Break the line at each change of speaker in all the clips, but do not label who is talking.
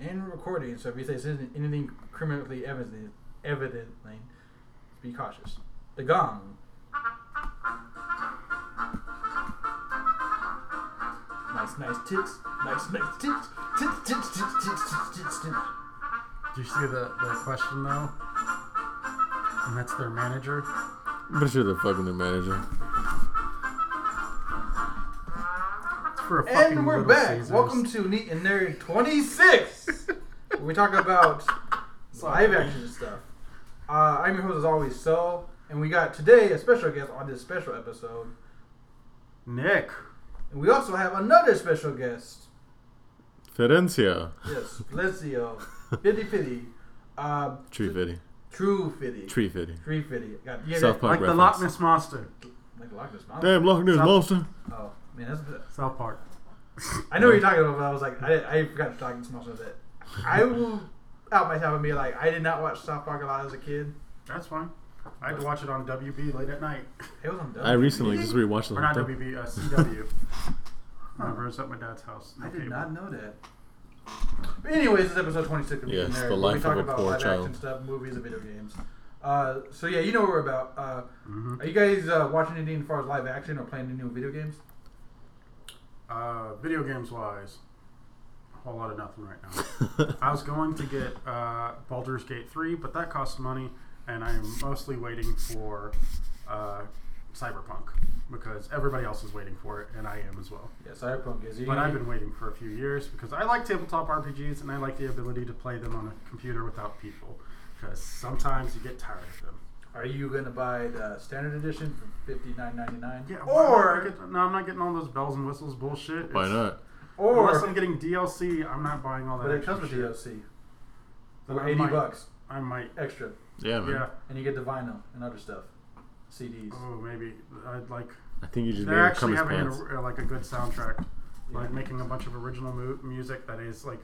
and recording. So if he says anything criminally evident, evidently, be cautious. The gong. Nice, nice tits. Nice, nice tits. Tits, tits, tits, tits, tits, tits, tits.
Do you see the, the question though? And that's their manager.
I'm pretty sure they're fucking the manager.
It's for a fucking
And we're
Little
back.
Caesars.
Welcome to Neat and Nerd 26. where we talk about live action stuff. Uh, I'm your host as always, So, and we got today a special guest on this special episode.
Nick.
And we also have another special guest.
Fidencia.
Yes, Lesio. Fitty Fitty. Uh,
Tree Fitty.
True Fitty.
Tree Fitty.
Tree Fitty. Got, yeah,
South
Like
Park.
the
reference.
Loch Ness Monster.
Like Loch Ness Monster.
Damn, Loch Ness
Some-
Monster.
Oh, man, that's.
South Park.
I know what you're talking about, but I was like, I, I forgot to talk as much of it. I will out myself and be like, I did not watch South Park a lot as a kid.
That's fine. I had to watch it on WB late at night.
It was on
I recently just rewatched the
Or not
whole thing.
WB, uh, CW. I was at my dad's house.
I
No
did
cable.
not know that. But anyways, this is episode 26 of
Yes,
Nerd,
the
where
life
we
of
talk
a
about
poor
live action
child.
stuff, movies, and video games. Uh, so yeah, you know what we're about. Uh,
Mhm.
Are you guys uh, watching anything as far as live action or playing any new video games?
Uh, video games wise, a whole lot of nothing right now. I was going to get uh, Baldur's Gate 3, but that costs money, and I am mostly waiting for uh, Cyberpunk because everybody else is waiting for it, and I am as well.
Yeah, Cyberpunk is.
But I've been waiting for a few years because I like tabletop RPGs and I like the ability to play them on a computer without people because sometimes you get tired of them.
Are you gonna buy the standard edition for fifty nine ninety nine?
Yeah, why
Or
not get- no, I'm not getting all those bells and whistles bullshit.
Why
It's-
not?
unless I'm
or
getting DLC, I'm not buying all that.
but it
extra
comes with
shit.
DLC
Then
for
I
eighty
might-
bucks
I might.
extra,
Yeah, man.
Yeah.
and you get the vinyl and other stuff, CDs.
Oh, maybe I'd like.
I think you just made
They're
him come
actually having
his pants.
a, uh, like a good soundtrack,
Yeah.
like making a bunch of original mu- music that is like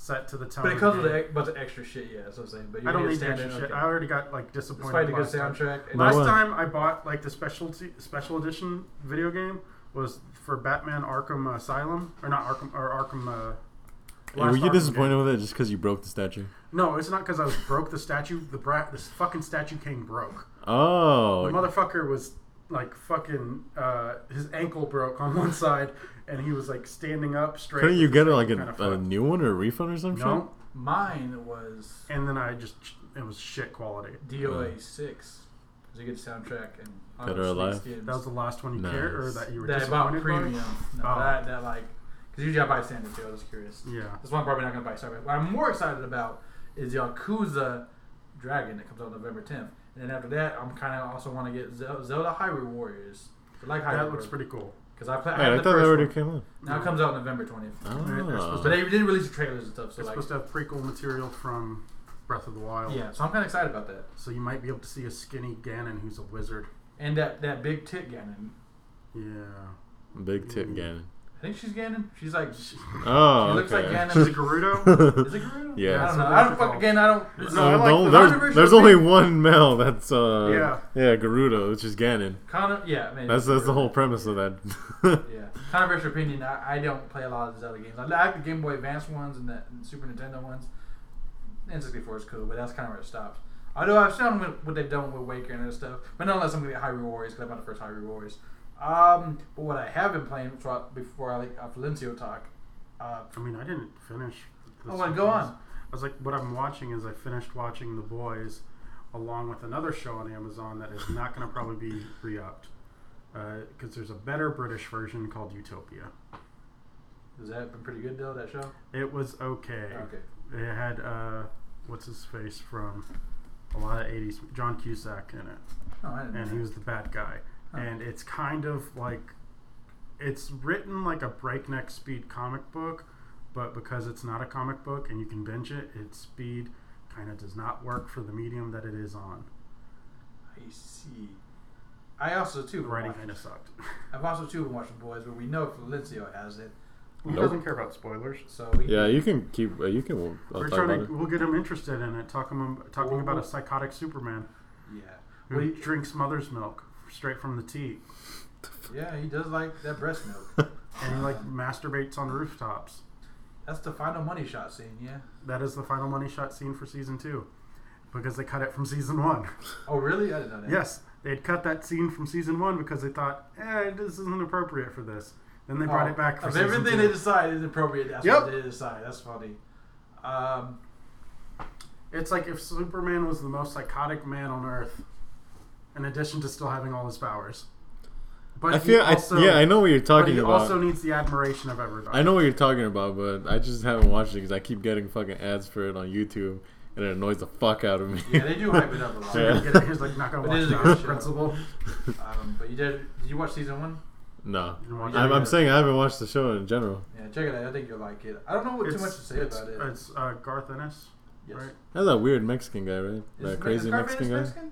set to the tone.
But it
of
comes with
game.
a bunch of extra shit. Yeah, that's what I'm saying. But you
I don't
a
need that
standard.
shit.
okay.
I already got like
Despite
disappointed.
the good
last time.
soundtrack, and
My
Last
what?
time I bought like the specialty special edition video game was for Batman Arkham Asylum or not Arkham or Arkham. Uh,
Hey,
last
were you
Arkham
disappointed
game.
with it just because you broke the statue?
No, it's not because I was broke. The statue, the brat, this fucking statue king broke.
Oh.
The motherfucker was like fucking uh, his ankle broke on one side, and he was like standing up straight.
couldn't
with
you
his
get
ankle
a, like
kinda
a, a
fucked.
new one or a refund or some
No,
mine was
and then I just it was shit quality.
DOA six. It was a good soundtrack and
Dead
honestly,
or Alive?
skins.
That was the last one you cared or
Nice.
that you were
that I bought
disappointed
premium.
by?
No,
Oh.
that that like because usually I buy standard too. I was curious.
Yeah.
That's why I'm probably not gonna buy Cyberpunk. What I'm more excited about is Yakuza Dragon that comes out November 10th, and then after that, I'm kind of also want to get Zel- Zelda Hyrule Warriors. I like Hyrule
That looks pretty cool.
because I play.
shit?
I,
Wait, I
have
thought
the
that
first
already
one.
came out.
Now it comes out November 20th.
they're supposed
Oh.
But they did release trailers and stuff, so
It's
like,
supposed to have prequel material from Breath of the Wild.
yeah. So I'm kind of excited about that.
So you might be able to see a skinny Ganon who's a wizard.
And that that big tit Ganon.
Yeah.
Big tit
Mm.
Ganon.
I think she's Ganon. She's like
Oh,
She looks
looks
like
okay.
Ganon
Is it Gerudo?
Is it Gerudo?
Yeah.
I don't know. I
That's
don't
what it's
fuck again. I don't.
It's
No,
No, I like
no,
the
there-
controversial
there's only
thing-
one male. That's uh,
Yeah.
yeah, Gerudo, which is Ganon.
Connor, yeah, maybe.
That's that's the whole premise of that.
Yeah, controversial opinion. I, I don't play a lot of these other games. I like the Game Boy Advance ones and the and Super Nintendo ones. N64 is cool, but that's kind of where it stops. Although I've seen what- what they've done with Waker and other stuff, but not unless I'm gonna get Hyrule Warriors because I'm not the first Hyrule Warriors. Um, but what I have been playing so I- before I like uh, Valencio talk, uh,
I mean, I didn't finish.
Oh, well, go on.
I was like, what I'm watching is I finished watching The Boys, along with another show on Amazon that is not going to probably be re-upped, because there's a better British version called Utopia.
has that been pretty good though? That show?
It was okay.
Okay.
It had uh, what's his face from a lot of '80s, John Cusack in it.
Oh, I didn't. know
and
that.
he was the bad guy.
Huh.
And it's kind of like it's written like a breakneck speed comic book, but because it's not a comic book and you can binge it, its speed kind of does not work for the medium that it is on.
I see. I also too
The writing
watched-
kind of sucked.
I've also too been watching Boys, but we know Valencio has it,
He
Nope.
doesn't care about spoilers.
so we
yeah, you can keep. Uh, you can. Uh,
We're
talk about
trying
it.
to, we'll get him interested in it. Talking him, um, talking about a psychotic Superman
yeah.
who
Well, he-
drinks mother's milk straight from the tea,
yeah, he does like that breast milk.
and he like
Um,
masturbates on rooftops.
That's the final money shot scene, yeah.
That is the final money shot scene for season two, because they cut it from season one.
Oh, really? I didn't know that.
Yes, they had cut that scene from season one because they thought, eh, this isn't appropriate for this. Then they brought
Oh,
it back for
Of
season
everything
two.
they decide is appropriate. That's
Yep.
what they decide. That's funny. Um,
It's like if Superman was the most psychotic man on Earth, in addition to still having all his powers. But
I feel.
he also,
I, yeah, I know what you're
But
talking
he
about.
also needs the admiration of everybody.
I know what you're talking about, but I just haven't watched it because I keep getting fucking ads for it on YouTube, and it annoys the fuck out of me.
Yeah, they do hype it up a lot.
So
Yeah.
you get it, he's like not gonna
But it
watch
is a
that
good
on
show.
principle.
um, but you did. Did you watch season one?
no,
You know,
Yeah,
I'm,
yeah.
I'm saying I haven't watched the show in general.
Yeah, check it out. I think you'll like it. I don't know what too
it's-
much to say
it's-
about it.
It's uh, Garth Ennis,
yes.
right?
That's that weird Mexican guy, right?
Is-
that crazy
is Cartman
Mexican
is
guy.
Mexican?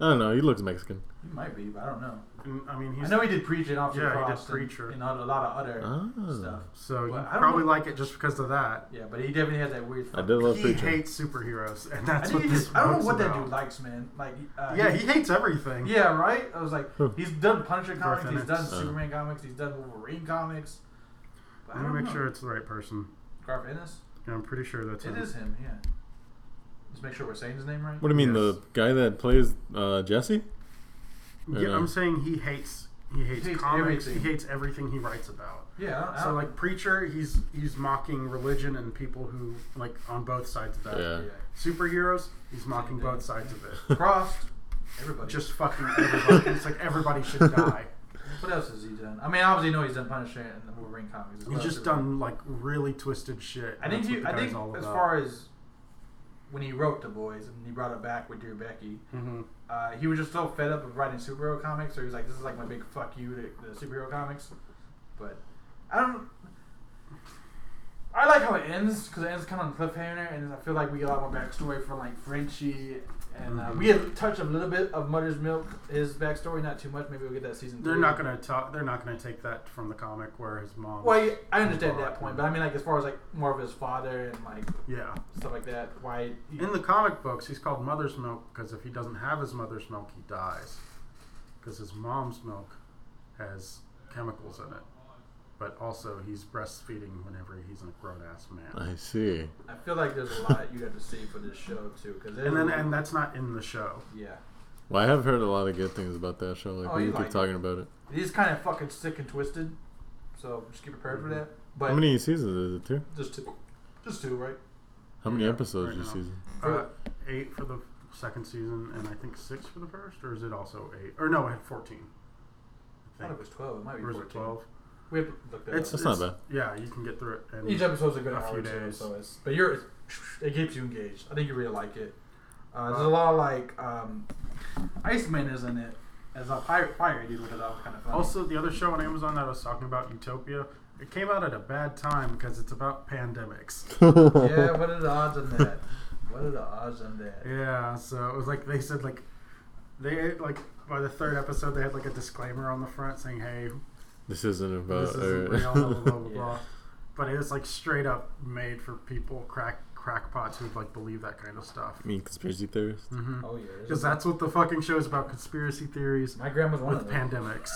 I don't know. He looks Mexican.
He might be, but I don't know.
And, I mean, he's
I know he did preach and Officer
Yeah, he did
Cross and-
Preacher.
and, a lot of other
Ah.
stuff.
so you
Well, I don't
probably
know.
like it just because of that.
Yeah, but he definitely has that weird.
I did love
he
Preacher.
hates superheroes, and
I
that's
think
what
he
this.
just. I don't know
book's
what that
about.
dude likes, man. Like. Uh,
Yeah, he hates everything.
Yeah, right. I was like,
Huh.
he's done Punisher
Garth
comics, he's
Ennis.
done
Uh.
Superman comics, he's done Wolverine comics. But
I'm
I don't
gonna make
know.
sure it's the right person.
Garth Ennis.
Yeah, I'm pretty sure that's
It is him. Yeah. Let's make sure we're saying his name right.
What do you mean,
Yes.
the guy that plays uh, Jesse?
Yeah,
Yeah.
I'm saying he hates he hates,
He hates
comics. He
everything.
hates everything he writes about.
Yeah. I don't, I
So
don't-
like preacher, he's he's mocking religion and people who like on both sides of that.
Yeah.
Superheroes, he's mocking
thing.
both sides of it.
yeah. Crossed. Everybody.
Just fucking everybody. it's like everybody should die.
What else has he done? I mean, I obviously know he's done Punisher and the Wolverine comics. as
He's
well,
just
so-
done like really twisted shit.
I think
That's
he,
what
I
the
think
guy's all
as
about.
far as when he wrote the boys and he brought it back with Dear Becky,
Mhm.
uh, he was just so fed up of writing superhero comics, so he was like, "This is like my big fuck you to the superhero comics." But I don't. I like how it ends because it ends kind of on a cliffhanger, and I feel like we get a lot more backstory from like Frenchie, and uh,
Mhm.
we get touch a little bit of Mother's Milk, his backstory, not too much. Maybe we'll get that season.
they're
three.
not gonna talk. They're not gonna take that from the comic where his mom.
Well, yeah, I understand that point, but I mean, like as far as like more of his father and like
yeah.
stuff like that, why? he-
In the comic books, he's called Mother's Milk because if he doesn't have his mother's milk, he dies. Because his mom's milk has chemicals in it. But also, he's breastfeeding whenever he's a grown ass man.
I see.
I feel like there's a lot you have to see for this show too, because
And then, and that's not in the show.
yeah,
Well, I have heard a lot of good things about that show. Like
Oh, you
people
like
keep
it.
talking about it.
it is kind of fucking sick and twisted. So just keep prepared
Mm-hmm.
for that. But
How many seasons is it, too?
just two, just two, right?
How many
Yeah,
episodes
right
is
now.
a season?
Uh, eight for the second season, and I think six for the first, or is it also eight? Or no, I had 14.
I thought
I
it
think.
was twelve. It might be
Or is it
14.
12?
We have to look that
It's,
up.
That's not
it's- Yeah, you can get through it. And
Each episode's a good
a
hour
few
or two,
days.
so it's but you're it keeps you engaged. I think you really like it. Uh, there's a lot of like um, Iceman is in it as a pirate, pirate dude, which I thought was kind of funny.
Also, the other show on Amazon that I was talking about, Utopia, it came out at a bad time because it's about pandemics.
yeah, what are the odds on that? What are the odds on that?
Yeah, so it was like they said like they like by the third episode they had like a disclaimer on the front saying, "Hey,
This isn't about. uh,
this isn't
or-
real." Blah blah blah. blah,
Yeah.
blah. But it was like straight up made for people crack crackpots who like believe that kind of stuff.
I mean, conspiracy theorists.
Mm-hmm.
Oh yeah, there's
Because
a-
that's what the fucking show is about: conspiracy theories
my grandma's one
with
of them.
pandemics.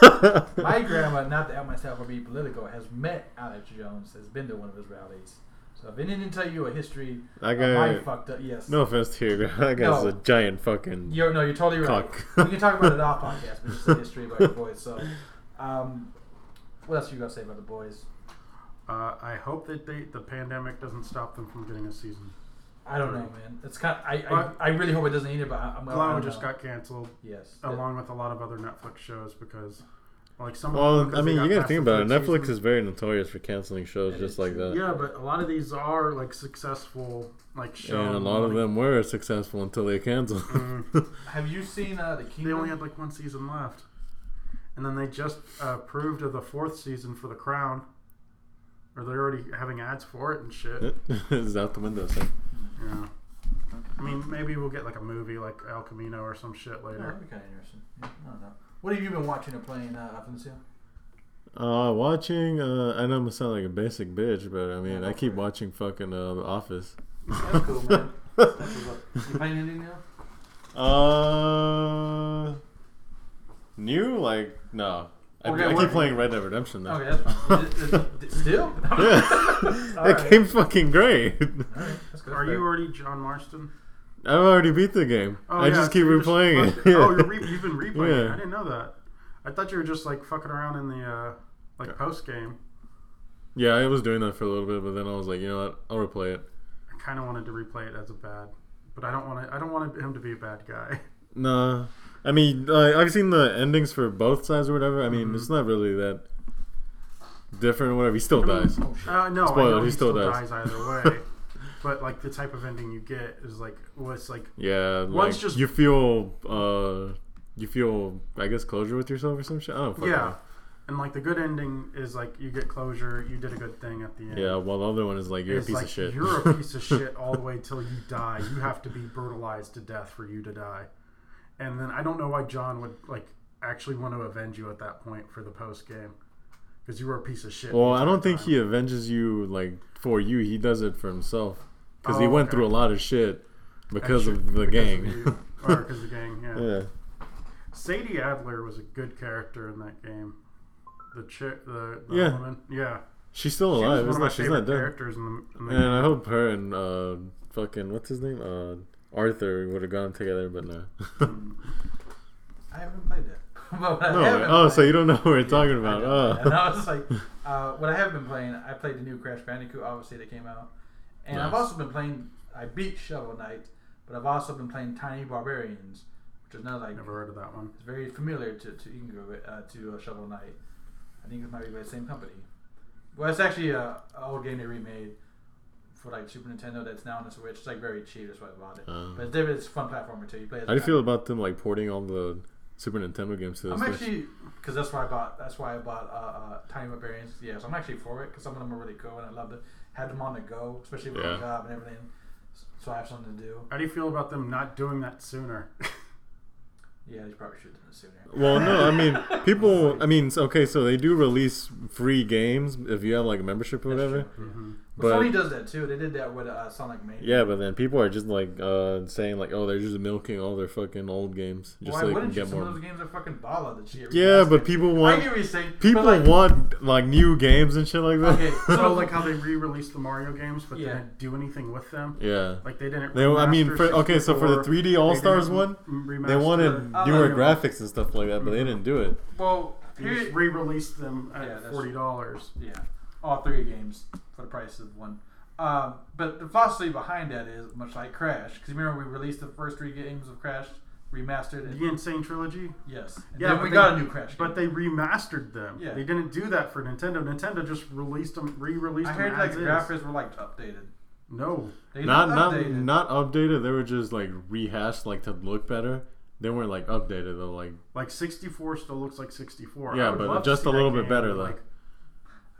My grandma, not to out myself or be political, has met Alex Jones, has been to one of his rallies. So if it didn't tell you a history,
That
of my
guy.
fucked up. Yes.
No offense to you, that guy's
No.
a giant fucking.
You're, no, you're totally right.
Cock.
We can talk about it off podcast, but just the history about the boys. So, um, what else you gotta say about the boys?
uh, I hope that they, the pandemic doesn't stop them from getting a season.
I don't know, man. It's kind. Of, I,
But-
I I really hope it doesn't either, but I, I'm. I
Glow
don't
just
know.
got canceled,
yes.
along with a lot of other Netflix shows, because like some.
Well,
because
I
they
mean,
got
you gotta
past
think
the
about it.
third
Netflix
season.
is very notorious for canceling shows
That is
just like
true.
that.
Yeah, but a lot of these are like successful, like shows. Mm-hmm.
and a lot of them were successful until they canceled.
Have you seen uh, the
They
Kingdom?
only had like one season left, and then they just uh, approved of the fourth season for The Crown, or they're already having ads for it and shit.
it's out the window. So.
Yeah. I mean, maybe we'll get like a movie like El Camino or some shit
Oh,
later.
that'd be kind of interesting. Yeah, I don't know. What have you been watching or playing uh, up until?
Uh, watching. Uh, I know I'm gonna sound like a basic bitch, but I mean, I keep watching fucking uh, The Office.
That's cool, man. That's what's up. You playing anything now?
Uh, new? Like no. I,
Okay,
I
what- Oh,
keep playing Red Dead Redemption though.
Okay, that's fine. Is it- is it- Still?
Yeah. that
right.
game's fucking great.
All right, that's good.
Are you already John Marston?
I've already beat the game.
Oh,
I
yeah,
just
so
keep
you're just-
replaying it.
Oh, you're re- you've been replaying it.
Yeah.
I didn't know that. I thought you were just like fucking around in the uh, like post game.
yeah, I was doing that for a little bit, but then I was like, you know what? I'll replay it.
I kind of wanted to replay it as a bad, but I don't want to. I don't want him to be a bad guy.
Nah. I mean, uh, I've seen the endings for both sides or whatever. I mean,
Mhm.
it's not really that different or whatever. He still
I mean,
dies.
Uh, no, I
Spoiler,
know
he
he
still
still,
dies.
dies. either way. but like the type of ending you get is like was like
Yeah,
One's
like,
just-
you feel, uh, you feel, I guess, closure with yourself or some shit. I don't fucking
yeah, and like the good ending is like you get closure. You did a good thing at the end.
know. Yeah, while the other one is like you're
It's
a piece
like,
of shit.
You're a piece of shit all the way till you die. You have to be brutalized to death for you to die. And then I don't know why John would like actually want to avenge you at that point for the post game because you were a piece of shit. the
well, I don't
entire
think he avenges you like for you. He does it for himself because he
Oh,
went
okay.
through a lot of shit because
time.
of the
Because
gang.
you. or because the gang. Yeah.
yeah.
Sadie Adler was a good character in that game. The chick, the, the
Yeah.
woman. Yeah,
She's still
she was
alive.
one of
Isn't
my
it? She's
favorite
not dead.
characters in the, in the
And I
game.
hope her and uh, fucking what's his name uh, Arthur would have gone together, but no.
I haven't played that. but what I
no.
haven't
Oh, so
played-
you don't know what we're talking
I
about?
know.
Oh.
And I was like, uh, what I have been playing, I played the new Crash Bandicoot, obviously, that came out. And I've
Nice.
also been playing, I beat Shovel Knight, but I've also been playing Tiny Barbarians, which is another, like,
Never heard of that one.
it's very familiar to, to Ingo, uh, to uh, Shovel Knight. I think it might be by the same company. Well, it's actually a, a old game they remade for, like, Super Nintendo that's now on the Switch. It's, like, very cheap, that's why I bought it.
Oh.
But it's, it's a fun platformer, too. You play as
How do
a
you
guy.
feel about them like porting all the Super Nintendo games to the
I'm
Switch?
actually because that's why I bought that's why I bought uh, uh, Tiny Barbarians. Yeah, so I'm actually for it because some of them are really cool and I love to have them on the go, especially with
Yeah.
my job and everything. S- So I have something to do.
How do you feel about them not doing that sooner?
Yeah, they probably should have done it sooner.
Well, no, I mean, people. I mean, s- okay, so they do release free games if you have like a membership or
That's
whatever.
true, yeah.
Mhm.
But
But-
Sony does that too. They did that with uh, Sonic Mania.
Yeah, but then people are just like uh, saying like, oh, they're just milking all their fucking old games just
why
so they can
wouldn't you?
get
Some of
more.
those games are fucking bala that shit.
Yeah, but people
E. I get
want
what you're saying. but,
people
like,
want like new games and shit like that.
Okay,
So like how they re-released the Mario games, but
Yeah.
they didn't do anything with them.
yeah.
Like they didn't.
They, I mean,
remaster
for, okay, so for the
64,
3D All Stars
didn't
one,
remaster
they wanted
Uh,
newer
uh,
graphics and stuff like that, but they didn't do it.
well,
They just
here,
re-released them at
Yeah, that's-
forty dollars.
Yeah, all three games for the price of one. Um, but the philosophy behind that is much like Crash, because remember we released the first three games of Crash remastered. And,
The Insane Trilogy.
Yes. And
Yeah,
then
but
we
they-
got a new Crash. game.
But they remastered them.
Yeah.
They didn't do that for Nintendo. Nintendo just released them, re-released
I
them
heard like
as
the
is.
graphics were like updated.
No,
They
Not not
updated.
not updated. They were just like rehashed, like to look better. They weren't like updated though. Like
like sixty four still looks like sixty four.
Yeah, but just a little bit better, though.
Like,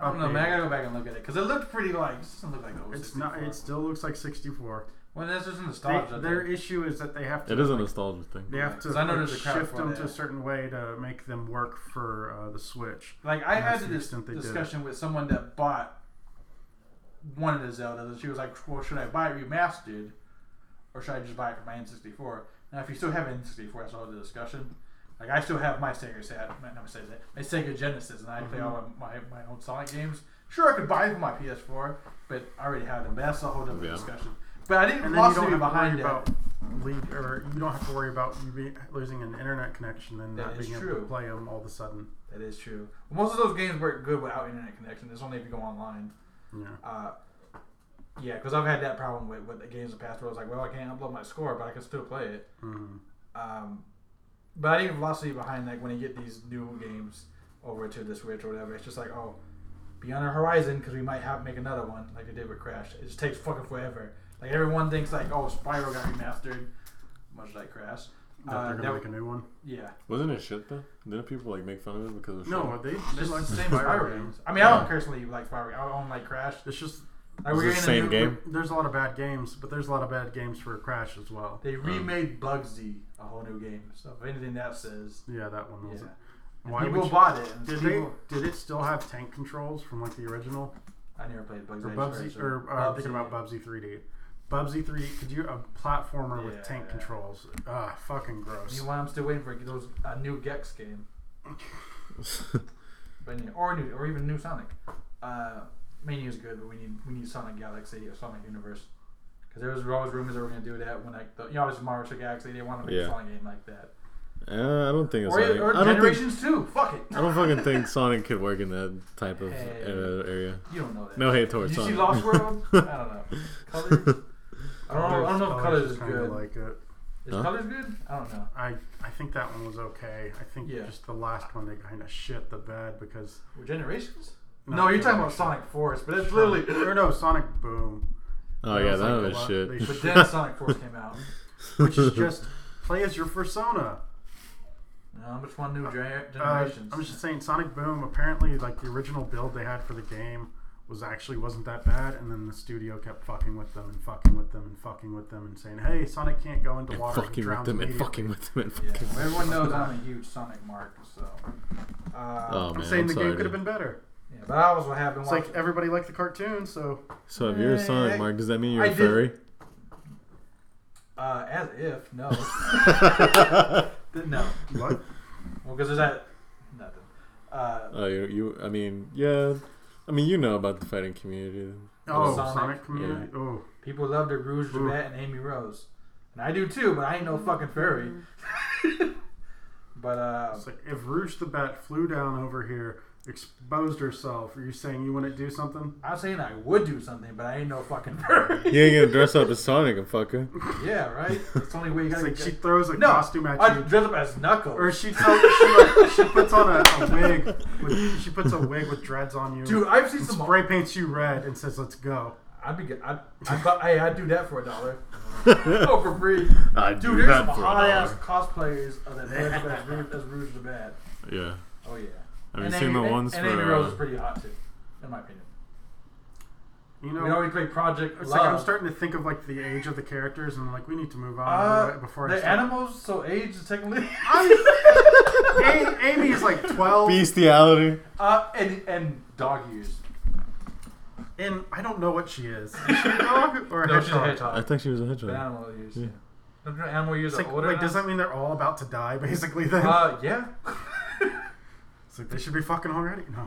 I don't know, man. I
updated.
gotta go back and look at it because it looked pretty like it doesn't look like old
It's
64.
not. It still looks like sixty four.
well, that's just nostalgia.
Their issue is that they have to.
it is a
like,
nostalgia thing.
They have to
'Cause I know
like,
there's a crowd
shift
for
them
that.
to a certain way to make them work for uh, the Switch.
Like I
And that's
had
the
this
extent they did it.
discussion with someone that bought one of the Zeldas, and she was like, "Well, should I buy it remastered, or should I just buy it for my N64?" Now, if you still have an N64, that's all the discussion. Like I still have my Sega Sat, not my Sega, Sat- my Sega Genesis, and I play all
Mm-hmm.
of my my own Sonic games. Sure, I could buy it for my PS4, but I already have them. But that's a whole different
Yeah.
discussion. But I think the
And then you don't
philosophy
have
behind
to worry
it.
about lead, or you don't have to worry about you be, losing an internet connection and
That
not
is
being able
true.
to play them all of a sudden.
That is true. Most of those games work good without internet connection. It's only if you go online.
Yeah.
Uh, yeah, because I've had that problem with, with the games in the past where I was like, well, I can't upload my score, but I can still play it.
Mhm.
Um, but I think the philosophy behind like when you get these new games over to the Switch or whatever, it's just like, oh, be on the horizon because we might have make another one like they did with Crash. It just takes fucking forever. Like everyone thinks like, oh, Spyro got remastered, much like Crash.
That
Uh,
they're gonna
that-
make a new one.
yeah,
Wasn't it shit though? Didn't people like make fun of it because it was
No, they they
just
like
the same
Spyro
Spyro
games.
games. I mean, I don't personally like Spyro. I don't like Crash.
It's just
Like,
It's
getting
the
a
same
new-
game.
there's a lot of bad games, but there's a lot of bad games for Crash as well.
They remade Bugsy a whole new game. So if anything that says,
Yeah, that one
yeah.
was.
And
Why
people
would you-
bought it. And
Did they?
people,
Did it still have tank controls from like the original?
I never played Bugsy.
Or
I
Bubsy,
just heard
or
so.
uh, I'm thinking about Bubsy 3D. Bubsy 3D, could you a platformer with tank
Yeah.
controls? Ah, fucking gross.
You know why I'm still waiting for those a new Gex game,
shit?
but anyway, or new, or even new Sonic. Uh, Mania is good, but we need we need Sonic Galaxy or Sonic Universe. Because there was always rumors they were going to do that when like the, you know obviously Mario Galaxy they want to make
Yeah.
a Sonic game like that.
Uh, I don't think it's.
Or,
Sonic.
or
I don't think.
Generations too. Fuck it.
I don't fucking think Sonic could work in that type of
Hey.
uh, area.
You don't know that.
No hate
Did
towards
you
Sonic.
see Lost World? I don't know. Colors? I don't know. I don't know if colors is
kinda
good.
Like it.
Is
Huh?
colors good? I don't know.
I I think that one was okay. I think
Yeah.
just the last one they kind of shit the bed because
Well, Generations?
No,
No, you're talking about
Generations.
Sonic Force, but it's
Sonic-
literally.
or no Sonic Boom,
Oh
That
yeah,
was
that
like a
was
lot-
shit.
they
But then Sonic Force came out.
which is just play as your persona.
No, which one new gener-
Uh,
generations?
I'm just saying Sonic Boom. Apparently, like the original build they had for the game was actually wasn't that bad, and then the studio kept fucking with them and fucking with them and fucking with them and saying, "Hey, Sonic can't go into
and
water." he
fucking with
drowns
them and
immediately."
fucking with them and
yeah,
fucking.
well, everyone knows I'm a huge Sonic mark, so. Uh,
Oh
I'm
man,
saying
I'm
the
sorry.
game could have
dude.
been better.
yeah, but that was what happened.
It's like everybody liked the cartoon, so
So if you're a Sonic,
Eh,
Mark, does that mean you're
I
a
did-
furry?
uh, as if no, no.
what?
Well, because there's that nothing. Uh,
Oh, you, you. I mean, yeah. I mean, you know about the fighting community.
Oh, Sonic,
Sonic,
community. Oh,
people love to Rouge
Ooh.
Bat and Amy Rose, and I do too. But I ain't no fucking fairy. but uh,
Oh, It's like if Rouge the Bat flew down over here, exposed herself, are you saying you wouldn't do something?
I was saying I would do something, but I ain't no fucking furry.
You ain't gonna dress up as Sonic and fucker.
yeah, right. That's the only way you
It's
gotta.
like she
get
throws a
no,
costume at
I
you.
dress up as Knuckles.
Or she, tells, she, like, she puts on a, a wig. With, she puts a wig with dreads on you.
Dude, I've seen
and
some.
spray paints you red and says, "Let's go."
I'd be good. I'd, I'd, bu- hey, I'd do that for a dollar. oh, for free.
I'd
Dude,
do
there's
that
some
for a
hot ass
dollar.
cosplayers of that Rouge the Bat, Rouge- as Rouge the Bat.
Yeah.
Oh, yeah.
Have
and
you seen
Amy,
the ones
And
for?
Amy Rose
uh,
is pretty hot, too, in my opinion.
You
we
know,
always play Project
it's
Love.
like I'm starting to think of like the age of the characters, and I'm like, we need to move on
uh,
before I
the
start.
animals, so age is technically.
A- Amy is like 12,
bestiality.
uh, and, and dog years.
and I don't know what she is. Is she a dog or a
No,
hedgehog?
she's a hedgehog.
I think she was a
But
hedgehog.
animal years.
Yeah.
Yeah. Don't you know Animal years
It's
are
like,
older.
wait,
than
does that
us?
mean they're all about to die, basically? Then
Uh, yeah.
it's like they should be fucking already. No,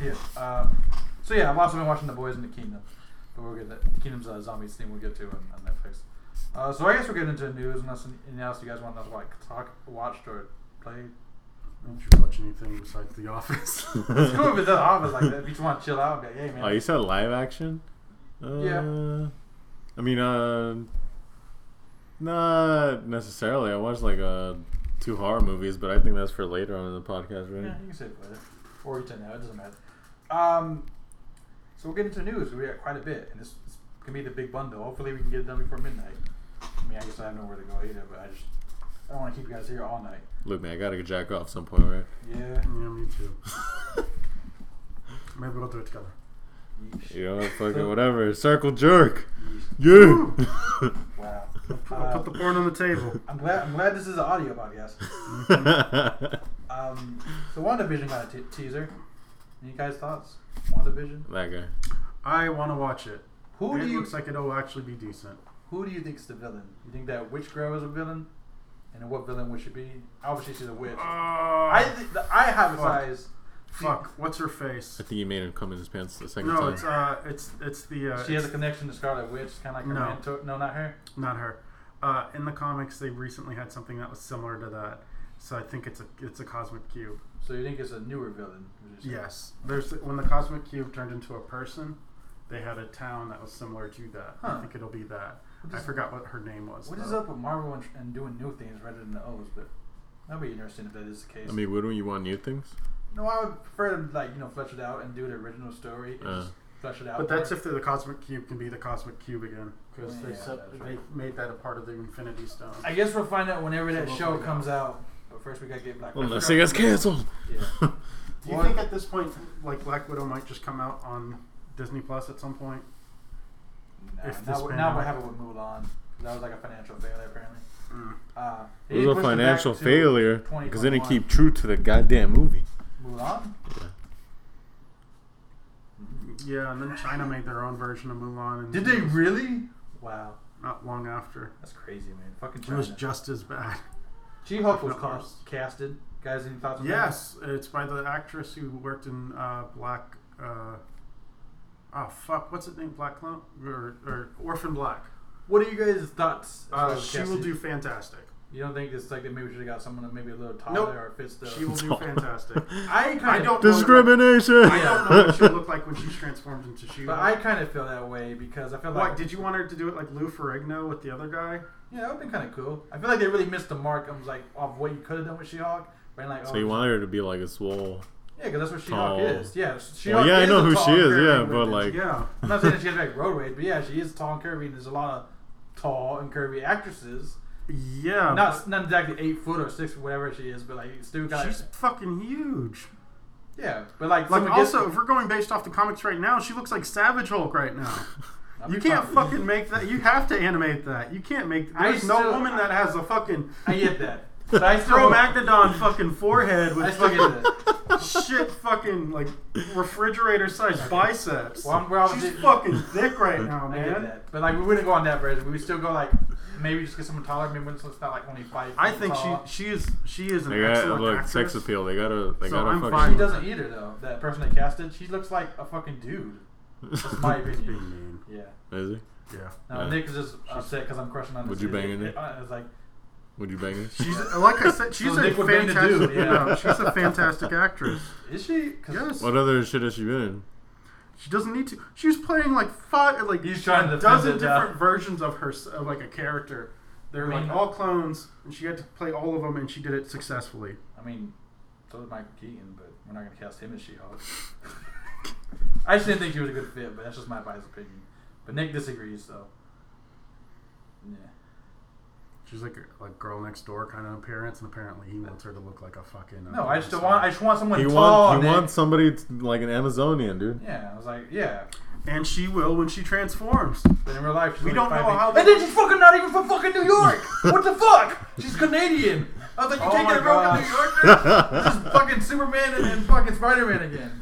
yeah. Um, so yeah, I've also been watching The Boys in the Kingdom, but we'll get that Kingdom's uh, zombies thing we'll get to on, on Netflix. Uh, so I guess we'll get into news unless anything else you guys want us to like talk, watched or played.
I don't you watch anything besides The Office?
It's cool if it's in the office like that. If you just want to chill out, and be like, hey man.
Oh, you said live action? Uh,
Yeah.
I mean, uh, not necessarily. I watched like uh, two horror movies, but I think that's for later on in the podcast,
yeah,
right?
you can say it later, or you can now. It doesn't matter. Um, so we'll get into news. We got quite a bit, and this is gonna be the big bundle. Hopefully, we can get it done before midnight. I mean, I guess I have nowhere to go either, but I just I don't want to keep you guys here all night.
Look, man, I gotta get jack off some point, right?
Yeah.
yeah, me too. Maybe we'll do it together.
Yeesh.
You know, what, fucking
So-
whatever. Circle jerk.
Yeesh.
Yeah.
Wow.
I'll
Uh,
put the porn on the table.
I'm glad. I'm glad this is an audio podcast. Um, so WandaVision got a t- teaser. Any guys' thoughts? WandaVision.
that guy.
I want to watch it.
Who
it
do you
looks like it'll actually be decent.
Who do you think's the villain? You think that witch girl is a villain? And what villain would she be? Obviously, she's a witch.
Uh,
I
I
th- I have
Fuck.
eyes.
fuck. What's her face?
I think you made him come in his pants the second
No,
time.
it's uh, it's it's the uh,
She has a
it's
connection to Scarlet Witch, kind of like her
No.
mentor. No, not her.
not her. Uh, in the comics, they recently had something that was similar to that. So I think it's a it's a cosmic cube.
So you think it's a newer villain? would you say?
Yes, there's when the cosmic cube turned into a person, they had a town that was similar to that. I
Huh.
think it'll be that.
What
I
is,
forgot what her name was.
what is
though.
up with Marvel and, and doing new things rather than the O's? But that'd be interesting if that is the case.
I mean, wouldn't you want new things?
No, I would prefer to like you know flesh it out and do the original story and
Uh.
just flesh it out.
But that's
more.
if the, the cosmic cube can be the cosmic cube again, because they
Yeah,
said
that's
they made that a part of the Infinity Stone.
I guess we'll find out whenever that
So we'll
show
find
comes out. But first we gotta get Black.
Unless
Panther.
it gets canceled.
Yeah.
Do you
Well-
think at this point, like Black Widow might just come out on Disney Plus at some point?
Nah,
If this
now, we-
pan
now
out.
what happened with Mulan? That was like a financial failure apparently. Uh, they
It was a
pushed it back
financial
to
failure because they didn't
2021.
keep true to the goddamn movie.
Mulan.
Yeah, and then China made their own version of Mulan. And
Did they really? Wow,
Not long after.
that's crazy, man. Fucking
It was
China.
just as bad.
She Hulk was
No.
cast, casted. Guys, any thoughts? on
Yes, it's by the actress who worked in uh, Black. Uh, Oh fuck! What's it named? Black Clown or, or Orphan Black?
What are you guys' thoughts? as far
Uh,
as
she will
Cassie?
do fantastic.
You don't think it's like that? Maybe we should have got someone that maybe a little taller
Nope.
or fits the.
She will do fantastic.
I kind
I
of
don't Know,
Discrimination.
I don't know what she looked like when she's transformed into she.
But I kind of feel that way because I feel like
What did you want her to do it like Lou Ferrigno with the other guy?
yeah, that would have been kind of cool. I feel like they really missed the mark. of like off what you could have done with She-Hulk. Right? Like,
So
oh,
you want her to be like a swole?
yeah, because that's what She-Hulk
tall.
is. Yeah, She-Hulk
Well, yeah, I
is
know
a
who
tall,
she is.
curvy
Yeah,
woman.
but like,
yeah,
I'm not saying that she has like road rage, but yeah, she is tall and curvy, and there's a lot of tall and curvy actresses.
yeah.
Not not exactly eight foot or six, whatever she is, but like still kind
she's
of
fucking huge.
yeah. But like,
Like
someone gets-
also, if we're going based off the comics right now, she looks like Savage Hulk right now.
I'll be
You can't
fine.
fucking make that. You have to animate that. You can't make.
I
There's no
still-
woman that has a fucking
I get that. But I still
Pro Magnodon fucking forehead
I
with
still get
fucking
that.
shit fucking like refrigerator sized biceps.
Well, I'm- we're obviously-
She's fucking thick right now,
I get
man.
that. But like we wouldn't go on that version. We would still go like maybe just get someone taller. Maybe it's not like only five.
I
feet
think she
tall.
she is she is an
they got
excellent
look
actress.
sex appeal. They gotta they
So
gotta
I'm
fucking.
fine.
She doesn't either though. That person that casted, she looks like a fucking dude. That's my
Being
opinion.
mean.
Yeah.
Is he?
Yeah.
No,
Yeah.
Nick is just upset because I'm crushing on.
Would
this
you
dude.
bang in it?
I was like,
Would you bang it?
She's like I said, she's
So
a
Nick would bang the
fantastic.
dude, yeah.
no, she's a fantastic actress.
is she? 'Cause
Yes.
What other shit has she been in?
She doesn't need to. She was playing like five, like
He's trying to
a dozen
defend it now.
different versions of her, of like a character. They're
I
like
mean-
all clones, and she had to play all of them, and she did it successfully.
I mean, so is Michael Keaton, but we're not gonna cast him as She-Hulk. I just didn't think she was a good fit, but that's just my biased opinion. But Nick disagrees though. Yeah.
She's like a- like girl next door kind of appearance, and apparently he wants her to look like a fucking. uh,
No, I just want I just want someone
He
tall.
wants he
Nick.
wants somebody t- like an Amazonian dude.
Yeah, I was like, yeah.
and she will when she transforms.
But in real life, she's
We
like
don't
five
know
eight.
how
And then she's fucking not even from fucking New York. what the fuck? She's Canadian. I was like, you
Oh
take
my
that girl from
gosh.
New York. dude? This is fucking Superman and, and fucking Spider Man again,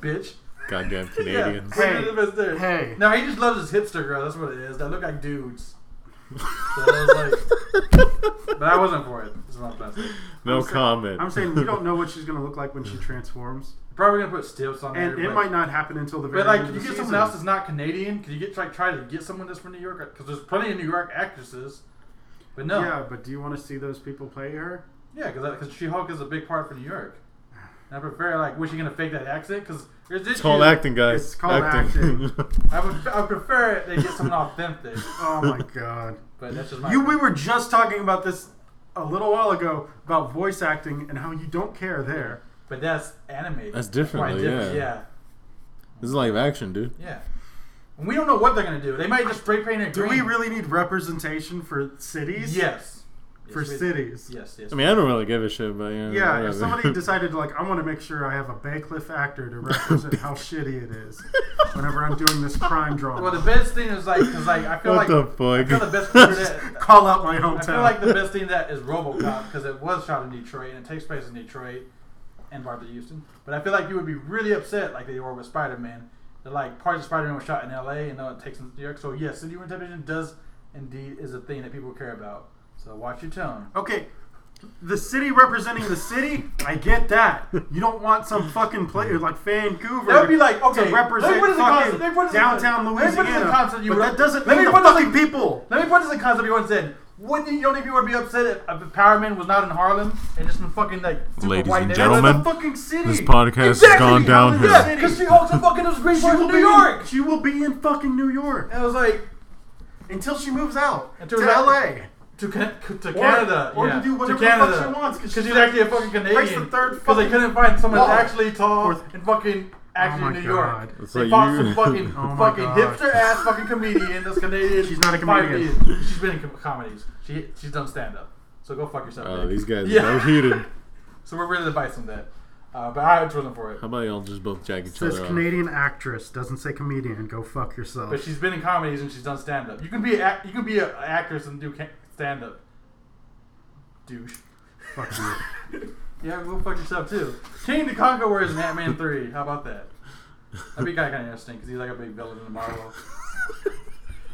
bitch.
Goddamn
Yeah,
Canadians.
we did the best there.
Hey.
No, he just loves his hipster girl. That's what it is. They look like dudes. So I was like, but I wasn't for it. That's what I'm trying to say.
no
I'm saying-
comment.
I'm saying you don't know what she's gonna look like when she transforms,
Probably gonna put stiffs on
and
there.
it
but-
might not happen until the very
But like,
end
you
of
get
the
someone
season.
else that's not Canadian. Could you get try try to get someone that's from New York? Because there's plenty of New York actresses. But no,
Yeah, but do you want to see those people play her?
yeah, because because She Hulk is a big part for New York. And I prefer like, was she gonna fake that accent? Because there's
it's called acting, guys.
It's called
I would I prefer they get someone authentic.
Oh my god.
But that's just my
You, we were just talking about this a little while ago about voice acting and how you don't care there.
But that's animated.
That's different,
Quite
though,
different,
yeah.
yeah.
this is live action, dude.
Yeah. And we don't know what they're gonna do. They might just spray paint it
Do
green.
we really need representation for cities?
Yes. Yes,
For
we-
cities.
Yes. Yes.
I mean, I don't really give a shit, but you know,
Yeah,
whatever.
if somebody decided like I want to make sure I have a Baycliff actor to represent how shitty it is whenever I'm doing this crime drama.
well, the best thing is like, cause like I feel like
what the fuck?
I feel the best part of that.
Call out my hometown.
I feel like the best thing that is RoboCop because it was shot in Detroit and it takes place in Detroit and Barbara Houston. But I feel like you would be really upset, like they were with Spider Man. That like parts of Spider Man were shot in L.A. and now it takes in New York. So yes, city television does indeed is a thing that people care about. So watch your tone.
okay, the city representing the city. I get that. You don't want some fucking place like Vancouver.
That would be like okay.
to
let
represent
me put this in
fucking
concept- let me put this in-
downtown
let me put this in
Louisiana.
concept you
But
were-
that doesn't
let me
mean the
put this in-
fucking people.
Let me put this in concept you once said. Wouldn't you don't think people would be upset if, if Power Man was not in Harlem and just in fucking like super
Ladies
white
and
neighborhood?
gentlemen,
the fucking city.
this podcast has
Exactly,
how
gone
is
downhill.
Yeah, because she also fucking was great
She
from
will
New
be
York.
In, she will be in fucking New York
And I was like,
until she moves out
Until
to
that-
LA.
to, Can- to Canada,
or to
yeah,
do whatever the
to Canada.
fuck she wants, 'cause
she's
she's
actually a fucking Canadian.
breaks the third
because they
fucking
couldn't find someone
wall.
that's actually tall
Fourth-
and fucking actually
Oh
in
my
New
God.
York.
It's
they
like
found
you-
some fucking
Oh my
fucking
God.
hipster ass fucking comedian that's Canadian.
She's not a
Five
comedian.
years. She's been in com- comedies. She she's done stand up. So go fuck yourself.
Oh,
Nick.
these guys
Yeah.
are heated.
So we're really the bites on that. Uh, but I was wasn't for it.
How about y'all just both jack each
Says
other off?
Canadian actress doesn't say comedian. Go fuck yourself.
But she's been in comedies and she's done stand up. You can be a, you can be an actress and do stand up. Douche.
fuck you.
Yeah, go fuck yourself too. King the Conqueror is in Ant Man three. How about that? That'd be kind of, kind of interesting because he's like a big villain in Marvel.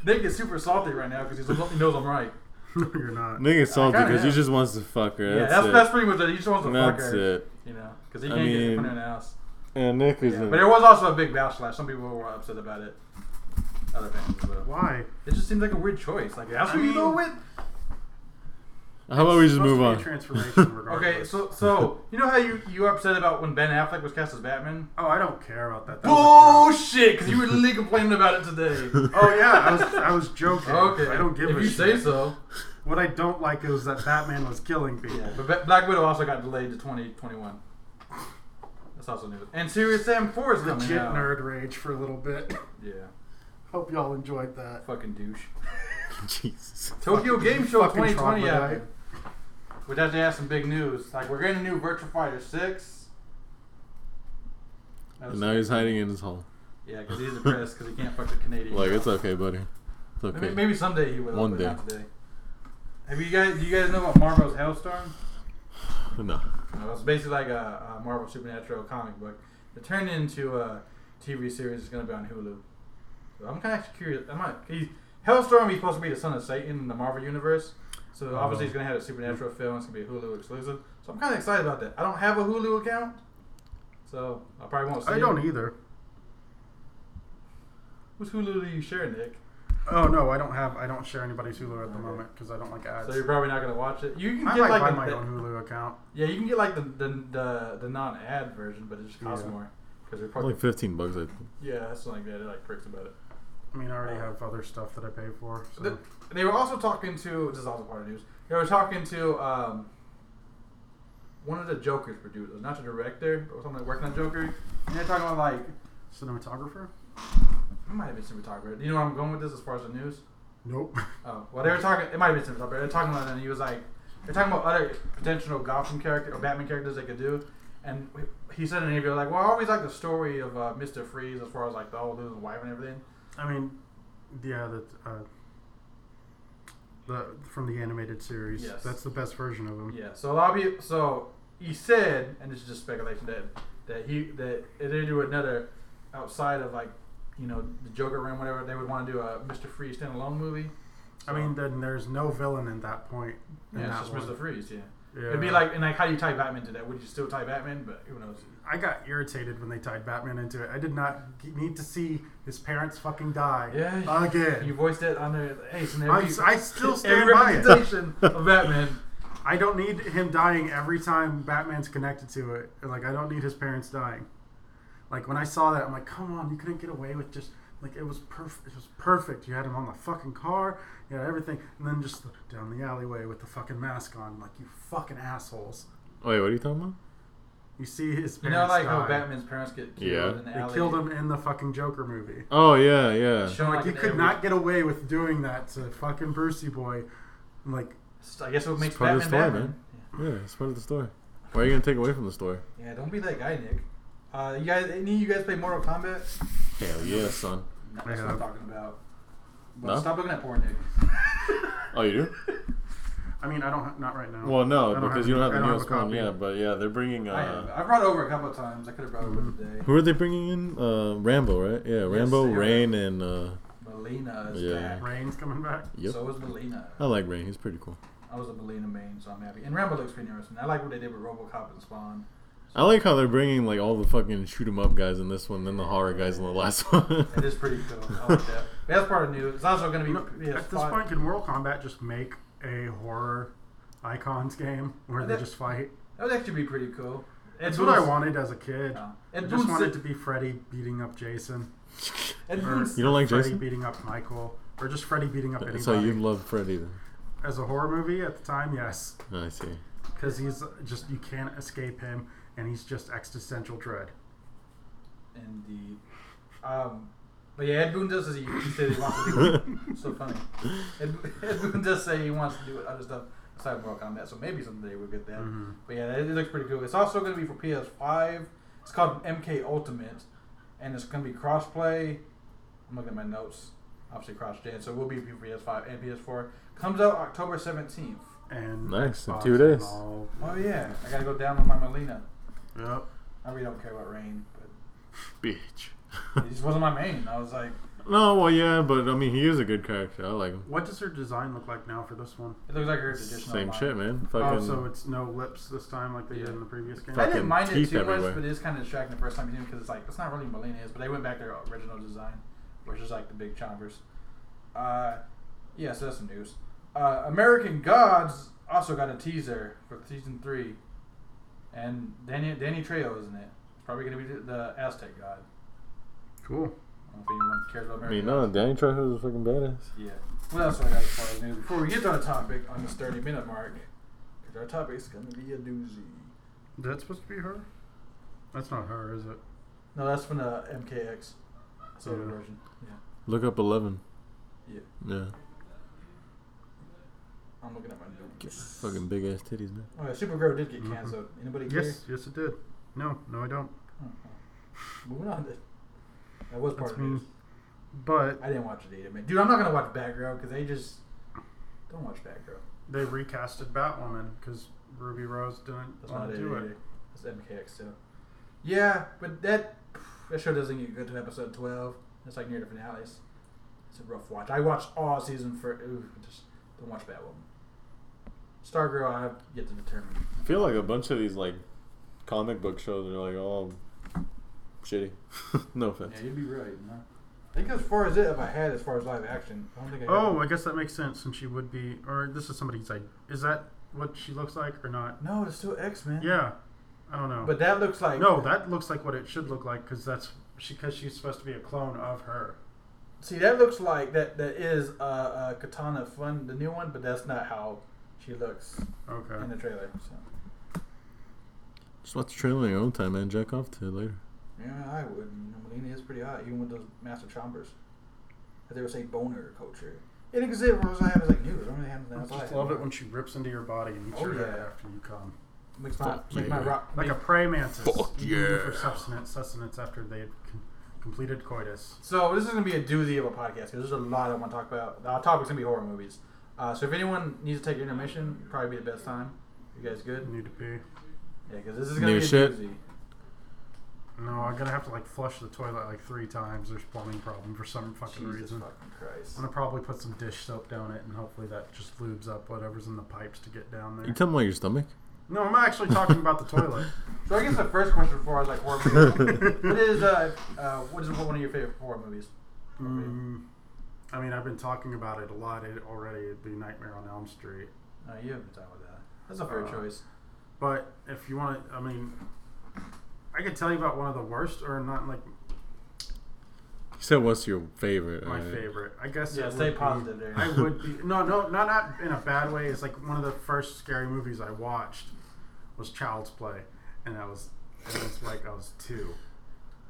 Nick is super salty right now because he knows I'm right.
No, you're not.
Nigga salty
kinda
because he
am.
just wants to fuck her.
yeah,
that's
that's
it.
that's pretty much it. He just wants to fuck
That's
her,
it.
you know, because he
I
can't get in
mean-
front of the house.
and Nick is
Yeah,
in.
but there was also a big backlash. Some people were upset about it. Other fans, but
Why?
it just seemed like a weird choice. Like that's
I
who you
mean-
go with.
How about we
It's
just
supposed
move
to be a
on?
transformation regardless.
Okay, so so you know how you you were upset about when Ben Affleck was cast as Batman?
Oh, I don't care about that. That was
Bullshit, because you were literally complaining about it today.
a joke. Oh yeah, I was, I was joking.
Okay,
I don't give
if
a
you
shit.
say so.
What I don't like is that Batman was killing people.
Yeah, but Ba- Black Widow also got delayed to 2021. That's also news. And Serious Sam 4 is coming
Legit
out.
nerd rage for a little bit.
Yeah,
Hope y'all enjoyed that.
fucking douche.
Jesus.
Tokyo Game Show
Fucking
2020
troglodyte.
happened. We actually have some big news. Like we're getting a new Virtual Fighter 6. That
And
was-
now he's hiding in his hole.
Yeah, because he's depressed because he can't fuck the Canadian.
Like it's okay, buddy. It's okay.
Maybe, maybe someday he will.
One
but
day.
Not today. Have you guys? Do you guys know about Marvel's Hellstorm?
No.
No, it's basically like a, a Marvel supernatural comic book. It turned into a TV series. It's gonna be on Hulu. So I'm kind of curious. I'm not. He's, Hellstorm. He's supposed to be the son of Satan in the Marvel universe. So
Oh.
obviously he's gonna have a supernatural film. It's gonna be a Hulu exclusive. So I'm kind of excited about that. I don't have a Hulu account, so I probably won't. See
I
it.
don't either.
Whose Hulu do you share, Nick?
Oh no, I don't have. I don't share anybody's Hulu at the
Okay.
moment because I don't like ads.
So you're probably not gonna watch it. You can
I
get
might
like
buy
the-
my
the-
own Hulu account.
Yeah, you can get like the the the, the non ad version, but it just costs
Yeah.
more because they're probably
Like 15 bucks, I think.
yeah, that's something like that. They're like pricks about it.
I mean, I already have other stuff that I pay for. So.
The- they were also talking to this is also part of the news. They were talking to um one of the Joker's producers, not the director, but someone working on Joker. And they're talking about like
Cinematographer?
it might have been cinematographer. Do you know where I'm going with this as far as the news?
Nope.
Oh, well, they were talking. It might have been cinematographer. They're talking about it, and he was like, they're talking about other potential Gotham character or Batman characters they could do. And he said in an interview, like, well, I always like the story of uh, Mister Freeze as far as like the whole losing his wife and everything.
I mean, yeah, that uh, the from the animated series.
Yes.
That's the best version of him.
Yeah. So a lot of people. So he said, and this is just speculation that that he that if they do another outside of like you know the Joker realm, whatever, they would want to do a Mister Freeze standalone movie.
I mean, then there's no villain at that point. in
yeah,
that
it's just
one.
Mister Freeze. Yeah.
Yeah.
It'd be like and like how do you tie Batman to that? Would you still tie Batman? But who knows.
I got irritated when they tied Batman into it. I did not g- need to see his parents fucking die
Yeah,
again.
You voiced it on the Hey, so
I'm
every,
s- I still stand
every
by it.
representation of Batman.
I don't need him dying every time Batman's connected to it. Like I don't need his parents dying. Like when I saw that, I'm like, come on, you couldn't get away with just like it was perfect. It was perfect. You had him on the fucking car, you had everything, and then just down the alleyway with the fucking mask on. Like you fucking assholes.
Wait, Oh, what are you talking about?
You see his parents.
You know, like
die.
how Batman's parents get killed
Yeah.
in the
They
alley.
killed him in the fucking Joker movie.
Oh yeah, yeah.
Show,
Like you
in
could
every-
not get away with doing that to fucking Brucey boy. Like
I guess what makes
part
Batman
of the story,
Batman.
Yeah, it's part of the story. Why are you gonna take away from the story?
Yeah, don't be that guy, Nick. Uh, you guys, any of you guys play Mortal Kombat?
Hell yeah, son.
No, that's what
have.
I'm talking about. But
No?
stop looking at porn, Nick.
Oh, you do?
I mean, I don't. ha- Not right now. I
Well, no,
don't
because you
any-
don't have
I
the newest
a
one.
copy.
Yeah, but yeah, they're bringing.
I have.
Uh,
I brought it over a couple of times. I could have brought it over today.
who are they bringing in? Uh, Rambo, right? Yeah, Rambo,
they are.
Rain, and uh,
Melina is
Yeah.
back.
Rain's coming back.
yep.
So is Melina.
I like Rain. He's pretty cool.
I was a Melina main, so I'm happy. And Rambo looks pretty interesting. I like what they did with RoboCop and Spawn.
I like how they're bringing like all the fucking shoot 'em up guys in this one, then the horror guys in the last one.
It is pretty cool. I like that. That's part of news. It's also going to
No,
be yeah,
at this
Spawn-
point, can Mortal Kombat just make a horror icons game where they
That-
just fight?
That would actually be pretty cool.
That's what I wanted as a kid.
Yeah.
I
Ed
just
Boon
wanted
said-
to be Freddy beating up Jason,
Ed
or
Boon,
You don't like
Freddy
Jason?
beating up Michael, or just Freddy beating up anybody.
so you love Freddy then?
as a horror movie at the time, yes,
I see.
because he's just you can't escape him, and he's just existential dread.
indeed. Um, but yeah, Ed Boon does say he, he said he wants to do it. so funny. Ed, Ed Boon does say he wants to do other stuff aside from Mortal Kombat, so maybe someday we'll get that.
Mhm.
But yeah, that, it looks pretty cool. It's also going to be for PS5. It's called MK Ultimate, and it's going to be crossplay. I'm looking at my notes. Obviously cross-gen, so it will be for PS5 and PS4. Comes out October 17th.
And
Nice, in
Xbox
two
and
days.
all.
Oh yeah, I gotta go down on my Melina.
Yep.
I really don't care about Rain, but
Bitch.
it just wasn't my main. I was like,
No, well, yeah, but I mean, he is a good character. I like him.
What does her design look like now for this one?
It looks like her traditional.
Same
line.
shit, man.
Oh,
Fucking.
so it's no lips this time like they did
Yeah.
in the previous game.
I
Fuck.
didn't
Fucking
mind it
teeth
too
everywhere.
much, but it is kind of distracting the first time you see him because it's like it's not really millennials, but they went back to their original design, which is like the big chompers. Uh, yeah, so that's some news. Uh, American Gods also got a teaser for season three, and Danny Danny Trejo is in it. Probably gonna be the- the Aztec God.
Cool.
I don't know if anyone cares about
I
American
mean, no,
Gods.
Danny Trejo is a fucking badass.
Yeah. What else do I got as far as news? Before we get to our topic on this 30 minute mark, 'cause our topic is going to be a doozy.
Is that supposed to be her? That's not her, is it?
No, that's from the MKX. That's the other
Yeah.
version. Yeah.
Look up eleven.
Yeah.
Yeah.
I'm looking at my notes.
Fucking big ass titties, man.
Oh, yeah, Supergirl did get
Mhm.
canceled. Anybody care?
Yes, yes, it did. No, no, I don't.
Oh, oh. Moving on. To, that was part
That's
of news.
mean. But
I didn't watch it either, man. Dude, I'm not going to watch Batgirl because they just. Don't watch Batgirl.
they recasted Batwoman because Ruby Rose didn't
That's not
want
it
to do it.
either. Oh, That's MKX too. Yeah, but that that show doesn't get good to episode twelve. It's like near the finales. It's a rough watch. I watched all season for ooh, just don't watch Batwoman. Stargirl, I have yet to determine.
I feel like a bunch of these like comic book shows are like all shitty. no offense.
Yeah, you'd be right. Huh? I think as far as it, if I had as far as live action, I don't think I. have
Oh,
one.
I guess that makes sense since she would be. Or this is somebody's like. Is that what she looks like or not?
no, it's still X Men.
Yeah, I don't know.
but that looks like
no, that looks like what it should look like because that's she because she's supposed to be a clone of her.
See, that looks like that. That is uh, uh, Katana Fun, the new one, but that's not how she looks
Okay.
in the trailer. So.
Just watch the trailer in your own time, man. Jack off to it later.
Yeah, I would. You know, Molina is pretty hot, even with those master chompers. But they would say boner culture. It exists. What was I having like news? I don't really have
I
nothing
just love it when she rips into your body and eats
Oh,
your head
yeah.
after you come.
makes my,
Fuck,
makes my
baby.
rock
Like a
make-
prey mantis.
Fuck
eating you
yeah.
For sustenance, sustenance after they had com- completed coitus.
So this is gonna be a doozy of a podcast because there's a lot I want to talk about. Our topic's gonna be horror movies. Uh, so if anyone needs to take your intermission, probably be the best time. You guys good?
Need to pee.
Yeah, because this is gonna
New
be a
shit.
doozy.
No, I'm gonna have to like flush the toilet like three times. There's plumbing problem for some fucking
Jesus
reason.
fucking Christ.
I'm gonna probably put some dish soap down it, and hopefully that just lubes up whatever's in the pipes to get down
You
there.
tell me about your stomach.
No, I'm actually talking about the toilet.
So I guess the first question before I was like horror movies. what is uh, uh what is one of your favorite horror movies?
Mm, I mean, I've been talking about it a lot it already. It'd be Nightmare on Elm Street.
Uh, you haven't been talking about that. That's a fair
Uh,
choice.
But if you want, I mean, I could tell you about one of the worst, or not like
You said what's your favorite?
my
alright.
favorite. I guess.
Yeah,
it
stay
would be-
positive there.
I would be no, no, not not in a bad way. It's like one of the first scary movies I watched was Child's Play, and I was, it was like I was two.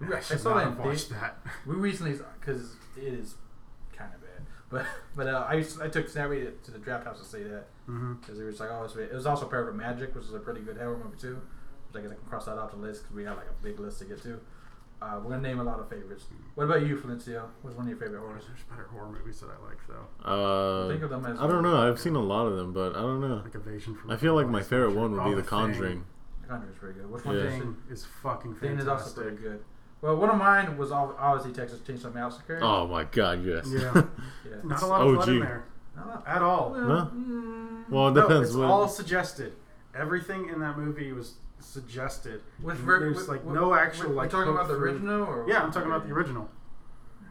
And I
Right, I
should
saw
not
that
have
in
watched
thea-
that.
We recently, because it is kind of bad, but but uh, I used, I took Snappy to, to the draft house to see that
hmm
because it was like oh it's, it was also Perfect Magic, which is a pretty good horror movie too. Which I guess I can cross that off the list because we got like a big list to get to. Uh, we're gonna name a lot of favorites. What about you, Felicio? What's one of your favorite horrors?
There's better horror movies that I like though,
Uh,
Think of them as-
I don't know. I've seen a lot of them, but I don't know.
like Evasion from.
I feel like my
Paradise,
favorite
Sure.
one would
Oh,
be The
Thing.
Conjuring.
The Conjuring's pretty good. Which
The
one?
Yeah.
Yeah.
Thing is fucking
Thing
fantastic.
is also pretty good. Well, one of mine was ob- obviously Texas Chainsaw Massacre.
Oh my god, yes.
Yeah.
Yeah.
Not a lot of blood in
OG.
there
No,
at all.
Oh,
No?
mm,
Well, it
No,
depends.
it's
what,
all suggested. Everything in that movie was suggested.
Which
And
ver-
there's
wh-
like
wh-
no actual
we're
like.
talking about the
hook through-
original, or
Yeah, I'm talking about the original.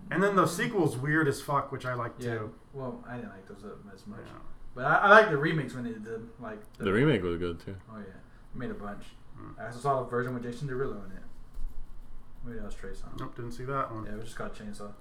And then the sequel's weird as fuck, which I like
Yeah.
too.
Well, I didn't like those up as much,
Yeah.
but I, I like the remix when they did like
the remake was good too.
Oh yeah, they made a bunch.
Mm.
I also saw a version with Jason Derulo in it. Maybe that was Trey song.
Nope, didn't see that one.
Yeah, it was just called Chainsaw.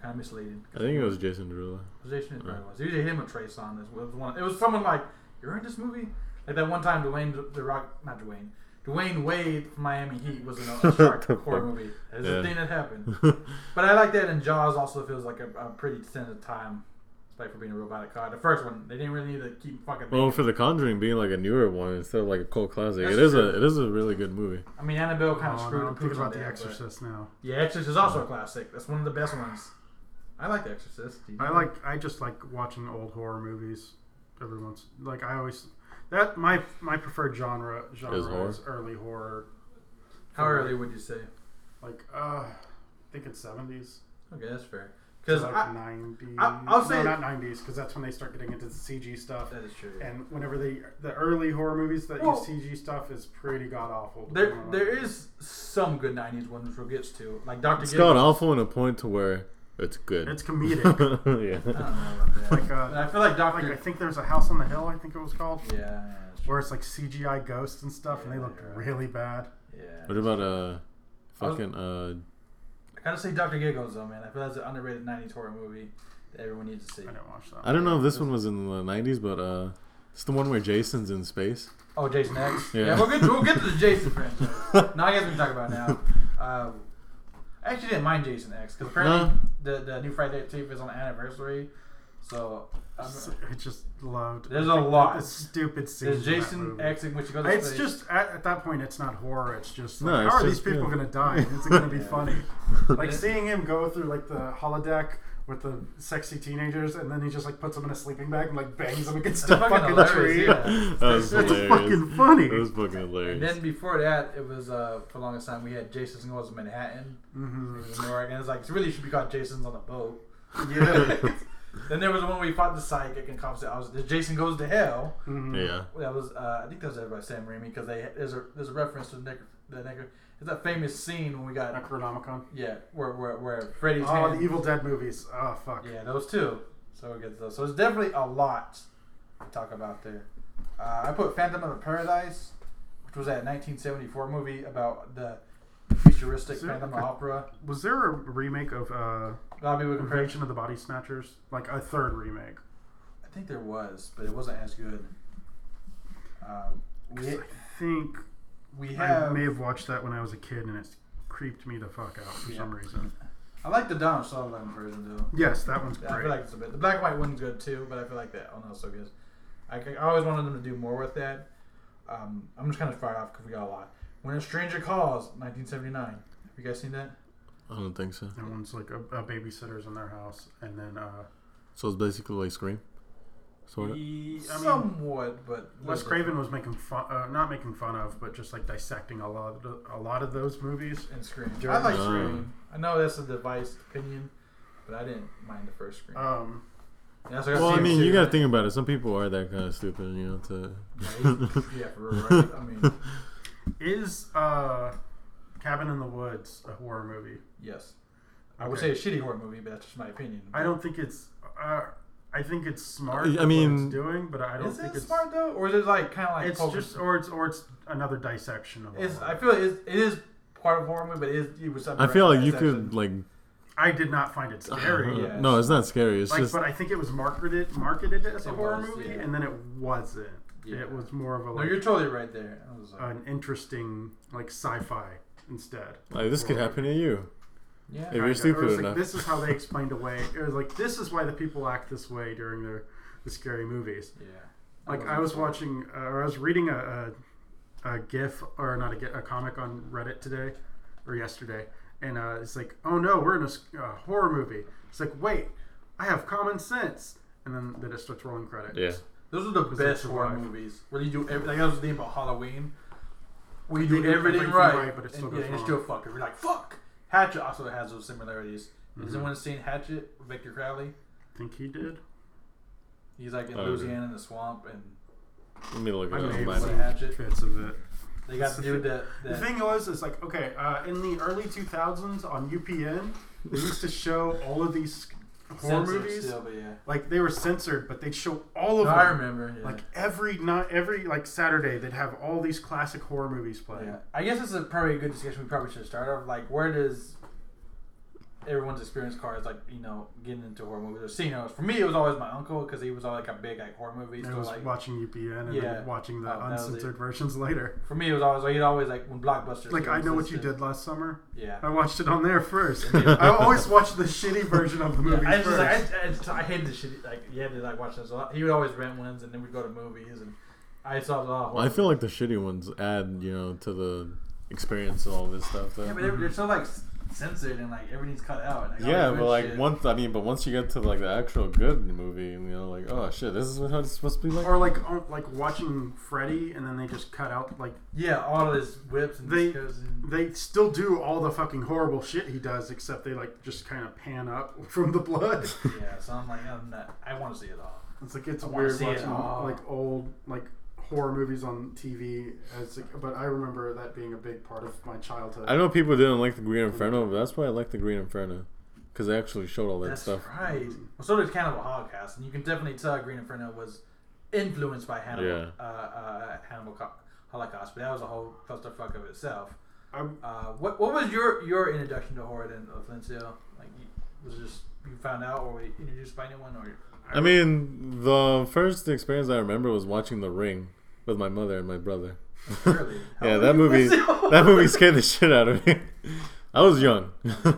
Kind of misleading.
I think it was Jason Derulo.
It was Jason it probably
Right.
was. Usually him or Trey song. It was one. It was someone like you're in this movie. Like that one time, Dwayne the Rock, not Dwayne, Dwayne Wade from Miami Heat was in a, a shark
The
horror
fuck?
movie. It's
Yeah.
a thing that happened. But I like that, and Jaws also feels like a, a pretty extended time, despite for being a robotic car. The first one, they didn't really need to keep fucking.
well,
making-
for The Conjuring being like a newer one instead of like a cult classic,
That's
it is
true.
a it is a really good movie.
I mean, Annabelle kind of
Oh,
screwed the
no, I'm thinking
pooch on
about
that.
The
but-
Exorcist now.
Yeah, Exorcist is also a classic. That's one of the best ones. I like The Exorcist. Do you
I
know?
like. I just like watching old horror movies. Every once, like I always. That my my preferred genre genre is,
horror?
early horror.
How early would you say?
Like uh, I think it's seventies.
Okay, that's fair. Because
like
I,
90s.
I- I'll say-
no, not 90s, because that's when they start getting into the CG stuff.
that is true.
And whenever they the early horror movies that
Well-
use CG stuff is pretty god awful.
There, there is some good '90s ones which we'll get to, like Doctor.
It's got awful in a point to where it's good.
It's comedic.
I
yeah.
don't know about that.
Like, uh,
But I feel like
like
Doctor.
I think there's a house on the hill. I think it was called.
yeah, yeah, that's true.
Where it's like CGI ghosts and stuff, and they
Yeah,
looked
you're right.
really bad.
yeah.
What about uh, fucking uh,
I gotta say Doctor Giggles though, man. I feel that's an underrated '90s horror movie that everyone needs to see.
I didn't watch that.
I don't know if this one was in the '90s, but uh, it's the one where Jason's in space.
Oh, Jason X.
Yeah.
Yeah, we'll, get to, we'll get to the Jason franchise. no, I guess we can talk about it now. Uh, I actually didn't mind Jason X because apparently the, the new Friday the 13th is on the anniversary. So um, I'm,
S- I just loved.
There's
I
a
think
lot.
the stupid scenes.
there's
in that
Jason
movie.
X in which he goes. to
It's
space.
just at, at that point, it's not horror. It's just
No,
like,
it's
how are
just,
these people
yeah.
gonna die? It's gonna be
Yeah.
funny. Like seeing him go through like the holodeck with the sexy teenagers, and then he just like puts them in a sleeping bag and like bangs them against
Uh, It's
a
fucking
fucking
hilarious,
tree.
yeah.
that was
That's
hilarious.
fucking funny.
That was fucking
And
hilarious.
then before that, it was uh, for the longest time we had Jason's Goes to Manhattan. It
hmm
was in Newark, and it's like it really should be called Jason's on a boat.
Yeah.
then there was one where he fought the psychic and cops. I was the Jason Goes to Hell.
hmm
yeah.
That was uh, I think that was by Sam Raimi because they there's a there's a reference to the necro, the necro it's that famous scene when we got
Necronomicon.
yeah where where, where Freddy's
Oh,
hand-
the Evil Dead movies. Oh fuck.
yeah those two so we'll get to those so it's definitely a lot to talk about there uh, I put Phantom of the Paradise which was that 1974 movie about the futuristic
Is there
Phantom
like a-
Opera
Was there a remake of uh,
Bobby would compare
Invasion of the Body Snatchers? Like a third remake?
I think there was but it wasn't as good um,
'Cause
we,
I think
we
I
have
may have watched that when I was a kid, and it creeped me the fuck out for
Yeah.
some reason.
I like the Donald Sutherland version though
Yes, that one's
I
great.
feel like it's a bit. The black and white one's good too, but I feel like that oh one also good. I, I always wanted them to do more with that. Um, I'm just kind of fired off because we got a lot. When a Stranger Calls, 1979. Have you guys seen that?
I don't think so.
that one's like a, a babysitter's in their house, and then uh,
So it's basically like Scream, sort of.
he- I mean,
Somewhat, but
Wes Craven was making fun, uh, not making fun of, but just like dissecting a lot of the, a lot of those movies.
in Scream.
During
I like
the-
Scream. I know that's a device opinion, but I didn't mind the first Scream.
Um,
And that's what
Well, I
seen
mean,
too,
you gotta
right?
think about it. Some people are that kind of stupid, you know. To
Yeah, for real, right? I mean,
is uh, Cabin in the Woods a horror movie?
yes. I would say
Okay.
a shitty horror movie, but that's just my opinion.
I don't think it's. Uh, I think it's smart.
I
with what
mean-
it's doing, but I don't
Is
think
it
it's
smart though, or is it like kind of like
It's
poker-
just, or it's, or it's another dissection of.
It's,
all
I
of it.
feel it is, it is part of horror movie, but it is. It was
I feel like you could like.
I did not find it scary.
yeah.
No, it's not scary. It's
like,
just
but I think it was marketed marketed as a
It
horror
was,
movie,
yeah.
and then it wasn't.
Yeah.
It was Uh, more of a
No,
like
you're totally right there. I was like,
an interesting like sci-fi instead.
like this could happen to you.
yeah,
If you're
Kinda. It
stupid
was like
enough.
this is how they explained away. It was like this is why the people act this way during their the scary movies.
yeah.
Like
Um,
I was watching uh, or I was reading a, a a GIF or not a GIF, a comic on Reddit today or yesterday, and uh, it's like, oh no, we're in a s- uh, horror movie. It's like, wait, I have common sense, and then then it starts rolling credits.
Yeah.
Those are the
Was
best
it
horror
Survive?
movies where you do everything. Like that was the thing about Halloween, where you
They
do,
do
everything,
everything
right,
right, but it still
and,
goes
yeah, and it's
wrong.
still fucker. We're like, fuck. Hatchet also has those similarities.
Mm-hmm.
Has anyone seen Hatchet? with Victor Crowley.
think he did.
He's like in
Oh, okay.
Louisiana in the swamp, and
Let me look it
I
up.
may
Might
have
be.
seen
But
Hatchet.
bits of it.
they got
That's
to
the
do
thing.
that.
The thing was, is like, okay, uh, in the early 2000s on UPN, they used to show all of these horror movies.
still, but yeah.
Like they were censored, but they'd show all
No,
of
I
them.
remember. Yeah.
Like every not every like Saturday, they'd have all these classic horror movies playing.
Yeah, I guess it's a probably a good discussion we probably should start off. Like, where does everyone's experience cards like you know getting into horror movies or seeing those? For me, it was always my uncle because he was always like a big like horror movies.
And
So,
it was
like
watching UPN and
Yeah.
then watching the
Oh, that was it.
uncensored versions later.
for me, it was always like he'd always like when blockbusters.
Like
still
I know what you
existed.
did last summer.
Yeah.
I watched it on there first.
Yeah.
I always watch the shitty version of the
Yeah,
movie
I just
first.
like I, I, just, I hated the shit. Like you had to like watch this a lot. He would always rent ones, and then we'd go to movies, and I saw a lot. Of horror
I feel
movies.
like the shitty ones add, you know, to the experience of all this stuff. Though.
yeah, but they're, they're so like s- censored and like everything's cut out. And, like, all
yeah,
the
but
good
like
shit.
once I mean, but once you get to like the actual good movie, you know, like oh shit, this is what how it's supposed to be like.
Or like uh, like watching Freddy, and then they just cut out like
yeah, all of his whips and
They-
this goes in.
they still do all the fucking horrible shit he does, except they like just kind of pan up from the blood.
yeah, so I'm like, I'm not, I want to see it all.
It's like it's
I wanna
weird
see it
watching
all.
like old like horror movies on TV. As like, but I remember that being a big part of my childhood.
I know people didn't like the Green Inferno, but that's why I like the Green Inferno because they actually showed all that
That's
stuff.
right. Well, so did Cannibal Holocaust, and you can definitely tell Green Inferno was influenced by Hannibal,
Yeah.
uh, uh, Hannibal Co- Holocaust, but that was a whole clusterfuck of itself.
I'm-
Uh, what What was your your introduction to horror then, uh, Flintsdale? Like, you, was it just you found out, or were you introduced by anyone, or
I mean, the first experience I remember was watching The Ring with my mother and my brother.
Really? How
yeah,
old
that
were you?
movie that movie scared the shit out of me. I was young.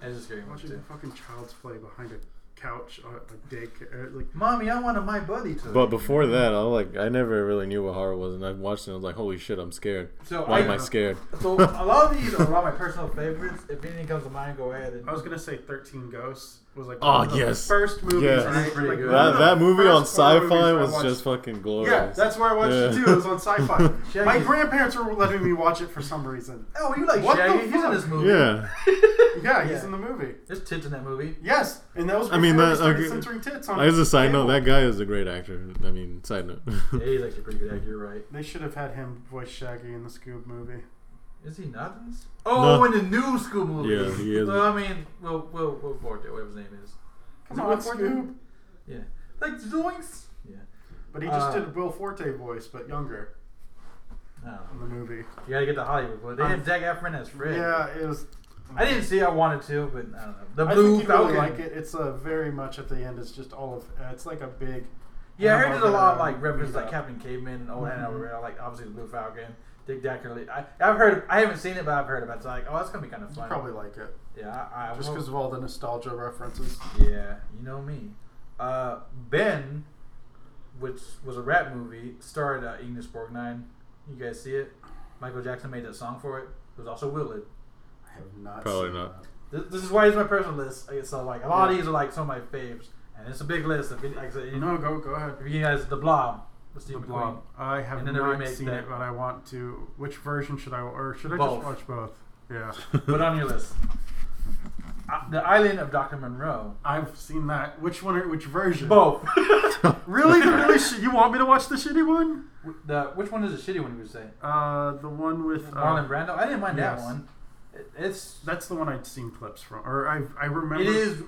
That's a scary one
watching
too.
fucking child's play behind a couch uh, like daycare. Like
Mommy, I wanted my buddy to.
but before that, I like I never really knew what horror was, and I watched it and I was like, holy shit, I'm scared.
so
Why
I,
am I scared?
So a lot of these are a lot of my personal favorites. If anything comes to mind, go ahead. And
I was gonna say Thirteen Ghosts was like
Oh,
one of the
yes.
first movies.
Yes.
I,
Pretty
like,
good.
one of
That,
the
that movie on
first horror movies
sci-fi
I
was
watched.
just fucking glorious.
Yeah, that's where I watched it
Yeah.
too. It was on sci-fi.
Shaggy.
My grandparents were letting me watch it for some reason.
oh, you like
What the
Shaggy? He's in
fuck?
this movie.
yeah.
Yeah, he's
Yeah.
in the movie.
There's tits in that movie.
Yes, and that was.
I mean,
before they
that-
started
okay.
censoring tits on.
As a side note,
cable.
that guy is a great actor. I mean, side note.
Yeah, he's actually a pretty good actor. You're right.
They should have had him voice Shaggy in the Scoob movie.
Is he not in this? Oh,
No.
in the new school movie.
Yeah, he is.
Well, I mean, we'll we'll we'll forward it. Whatever his name is.
Come
it
on,
Will Forte?
Scoob.
Yeah. Like zoinks. Yeah.
But he just
Uh,
did a Will Forte voice, but younger
I don't
in
know.
the movie.
You gotta get to Hollywood, but they
Um,
had Zac Efron as Fred.
Yeah, it was.
I didn't see. I wanted to, but I don't know. The
I
Blue
think you'd
Falcon.
really like it. It's uh, a very much at the end. It's just all of. Uh, it's like a big.
Yeah, I heard there's a lot of
hamburger
like references like
meetup.
Captain Caveman and Old
Mhm.
mm like obviously the Blue Falcon, Dick Decker. I, I've heard, I haven't seen it, but I've heard about it. So like, oh, that's gonna be kind of
You'd
fun.
probably like it
Yeah, I, I
just
will-
because of all the nostalgia references.
Yeah, you know me. Uh, ben, which was a rap movie, starred uh, Ignis Borgnine. You guys see it? Michael Jackson made that song for it. It was also Willard.
I have not.
Probably
seen
not.
that.
This, this is why it's my personal list. Like, So like a lot of these are like some of my faves, and it's a big list. If you, like, I said,
No, go go ahead.
if you guys, The Blob, with Steve McQueen.
The Blob. I have
And then they
not
remake
seen
that.
it, but I want to. Which version should I, or should I
Both.
just watch both? Yeah,
Put on your list. Uh, the Island of Dr. Monroe.
I've seen that. Which one? Are, which version?
Both.
Really? The really? Sh- you want me to watch the shitty one?
the which one is the shitty one you would say?
Uh, the one with uh,
Marlon Brando. I didn't mind
yes.
that one. It, it's
That's the one I'd seen clips from, or I I remember.
it is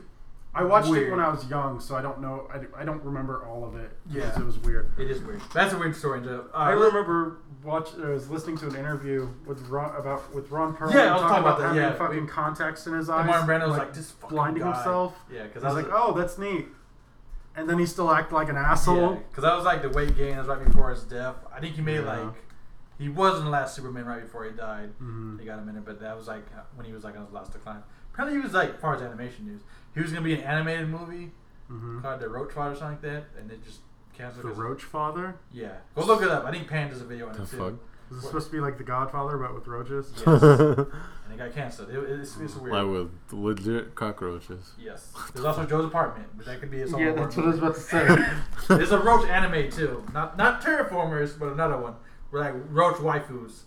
I watched it
weird.
when I was young, so I don't know. I, I don't remember all of it. 'cause
Yeah.
it was weird.
it is weird. That's a weird story. Joe. Uh,
I remember watch. I was listening to an interview with Ron about with Ron Perlman.
Yeah, I was
talking
talking about
about,
that,
having
yeah.
fucking
We-
contacts in his eyes.
and Marlon Brando was like, this fucking
blinding
guy.
himself.
Yeah, because
I was like, oh, that's neat. And then he still act like an asshole.
because that was like the weight gain. That's right before his death. I think he made
Yeah.
like he was in the last Superman right before he died.
Mhm.
They got him in it, but that was like uh, when he was like on his last decline. Apparently, he was like, as far as animation news, he was gonna be in an animated movie
Mhm.
called The Roach Fight or something like that, and it just canceled.
The
'cause-
Roach Father.
Yeah, go look it up. I think Pan does a video on
The
it too.
fuck?
Is this
What-
supposed to be like The Godfather, but with roaches?
Yes. and it got canceled. It, it's, it's weird.
Why with legit cockroaches?
Yes. There's also Joe's apartment, but that could be its own. horror movie.
to say.
There's a roach anime too. Not not terraformers, but another one. We're like roach waifus.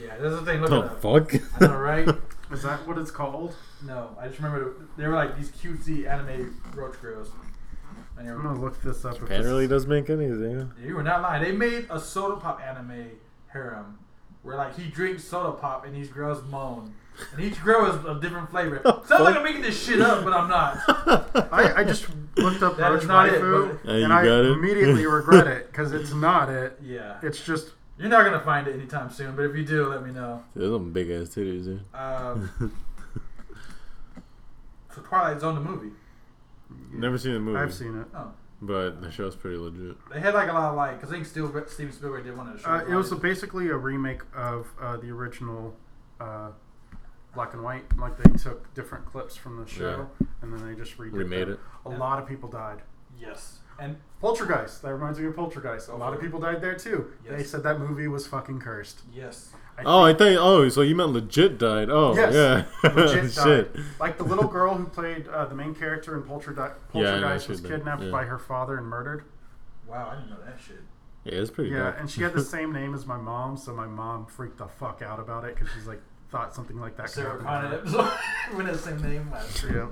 Yeah, that's the thing. Look
the
it up.
fuck?
I know, right?
Is that what it's called?
No, I just remember they were like these cutesy anime roach girls. And they
I'm
were-
gonna look this up. if
Japan
this-
really does make anything.
You were not lying. They made a soda pop anime harem where like he drinks soda pop and these girls moan. And each girl is a different flavor. Sounds like I'm making this shit up, but I'm not.
I, I just looked up
That
roach
is not it,
waifu,
but-
Hey, you
and I
got it?
immediately regret it because it's not it.
Yeah.
It's just
You're not gonna find it anytime soon, but if you do, let me know.
There's some big ass titties, dude.
Um, so Twilight Zone, the movie.
Never seen the movie,
I've seen it.
Oh,
but the show's pretty legit.
they had like a lot of like because I think Steel- Steven Spielberg did one of the
Uh,
shows.
it was a, basically a remake of uh, the original uh, black and white. Like they took different clips from the show and then they just redid
Remade
them.
it.
A lot of people died.
yes. And
Poltergeist. That reminds me of Poltergeist. A lot of people died there too. They
Yes.
said that movie was fucking cursed.
yes,
I
Oh, I think. Oh, so you meant legit died? Oh,
Yes.
yeah.
legit died.
Shit.
Like the little girl who played uh, the main character in Polterdi-
Yeah, I know
Poltergeist
she
was
did,
kidnapped
yeah.
by her father and murdered.
wow, I didn't know that shit.
Yeah, it's pretty.
yeah,
dark.
and she had the same name as my mom, so my mom freaked the fuck out about it because she's like thought something like that.
Sarah
could
Connor
happen.
episode with that same name last
to
year.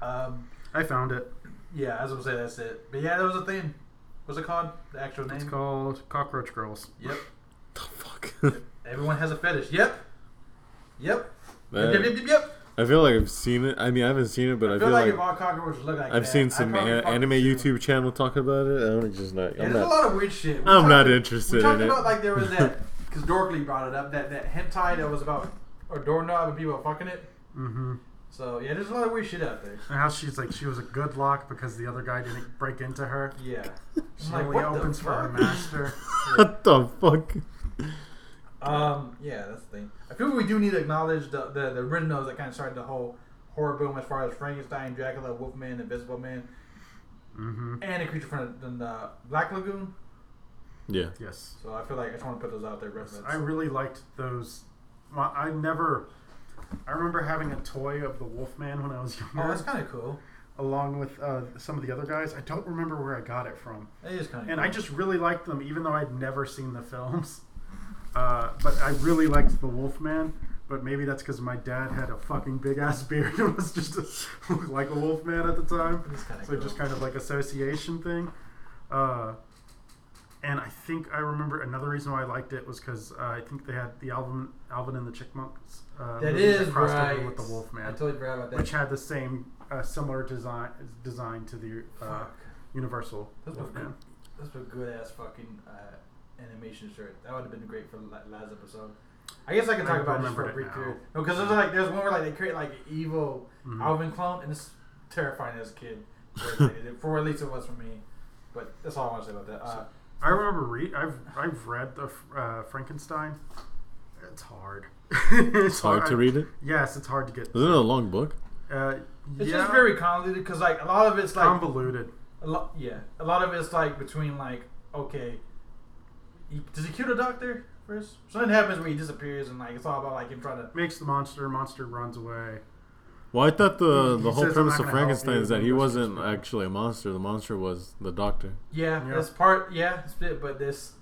her.
Um,
Yeah, I found it.
yeah, I was gonna say that's it. But yeah, that was a thing. What's it called? The actual name?
It's called Cockroach Girls.
Yep.
the fuck.
Everyone has a fetish. Yep. Yep. Yep. Yep.
That-
Yep. Yep. yep.
I feel like I've seen it. I mean, I haven't seen it, but I,
I feel like, if all cockroaches look like
I've
that,
seen
I'd
some
probably
an-
fuck
anime
with you.
YouTube channel talk about it. I'm just not.
Yeah,
I'm
there's a
not
lot of weird shit. We
I'm not
talked-
interested
We talked
in it.
about like there was that because Dorkly brought it up that that hentai that was about a doorknob and people fucking it.
Mm-hmm.
So yeah, there's a lot of weird shit out there.
And how she's like she was a good lock because the other guy didn't break into her.
Yeah.
She
I'm like,
only
what the
opens for her
fuck?
master.
what the fuck?
Um, yeah, that's the thing. I feel we do need to acknowledge the the, the originals that kind of started the whole horror boom as far as Frankenstein, Dracula, Wolfman, Invisible Man,
mm-hmm.
and a creature from the, the uh, Black Lagoon.
Yeah.
Yes.
So I feel like I just want to put those out there. Reference.
I really liked those. Well, I never. I remember having a toy of the Wolfman when I was younger,
oh, that's kind of cool.
along with uh, some of the other guys. I don't remember where I got it from.
That is kind of.
and
cool.
I just really liked them, even though I'd never seen the films. Uh, but I really liked the Wolfman. But maybe that's because my dad had a fucking big ass beard and was just a, looked like a Wolfman at the time.
That's kinda
so just
cool.
kind of like association thing. Uh, and I think I remember another reason why I liked it was because uh, I think they had the Alvin Alvin and the Chipmunks. Uh,
that
movie
is
crossed over
right.
with the Wolfman,
I totally forgot about that.
which had the same uh, similar design design to the uh,
Fuck.
Universal
That's what-
Wolfman.
That's a good ass fucking uh, animation shirt. That would have been great for la- last episode. I guess I can
I
talk about this
remembered
for a
it
brief
now.
period. No, because there's like there's one where like they create like an evil
Mhm.
Alvin clone, and it's terrifying as a kid. Where they did it- for at least it was for me. But that's all I want to say about that. Uh,
I remember read. I've I've read the uh, Frankenstein. It's hard.
It's hard to read it.
Yes, it's hard to get.
Isn't it a long book?
Uh,
it's
yeah,
just very convoluted because like a lot of it's like
convoluted.
a lot. Yeah, a lot of it's like between like okay, he, does he kill the doctor first? Something happens where he disappears and like it's all about like him trying to.
Makes the monster. Monster runs away.
Well, I thought the
He- he
the whole
says, "I'm
premise
not
of
gonna help
Frankenstein
you,"
is that
and
he
he goes to
wasn't
his room.
actually a monster. The monster was the doctor.
Yeah,
Yeah.
that's part. Yeah, it's bit, but this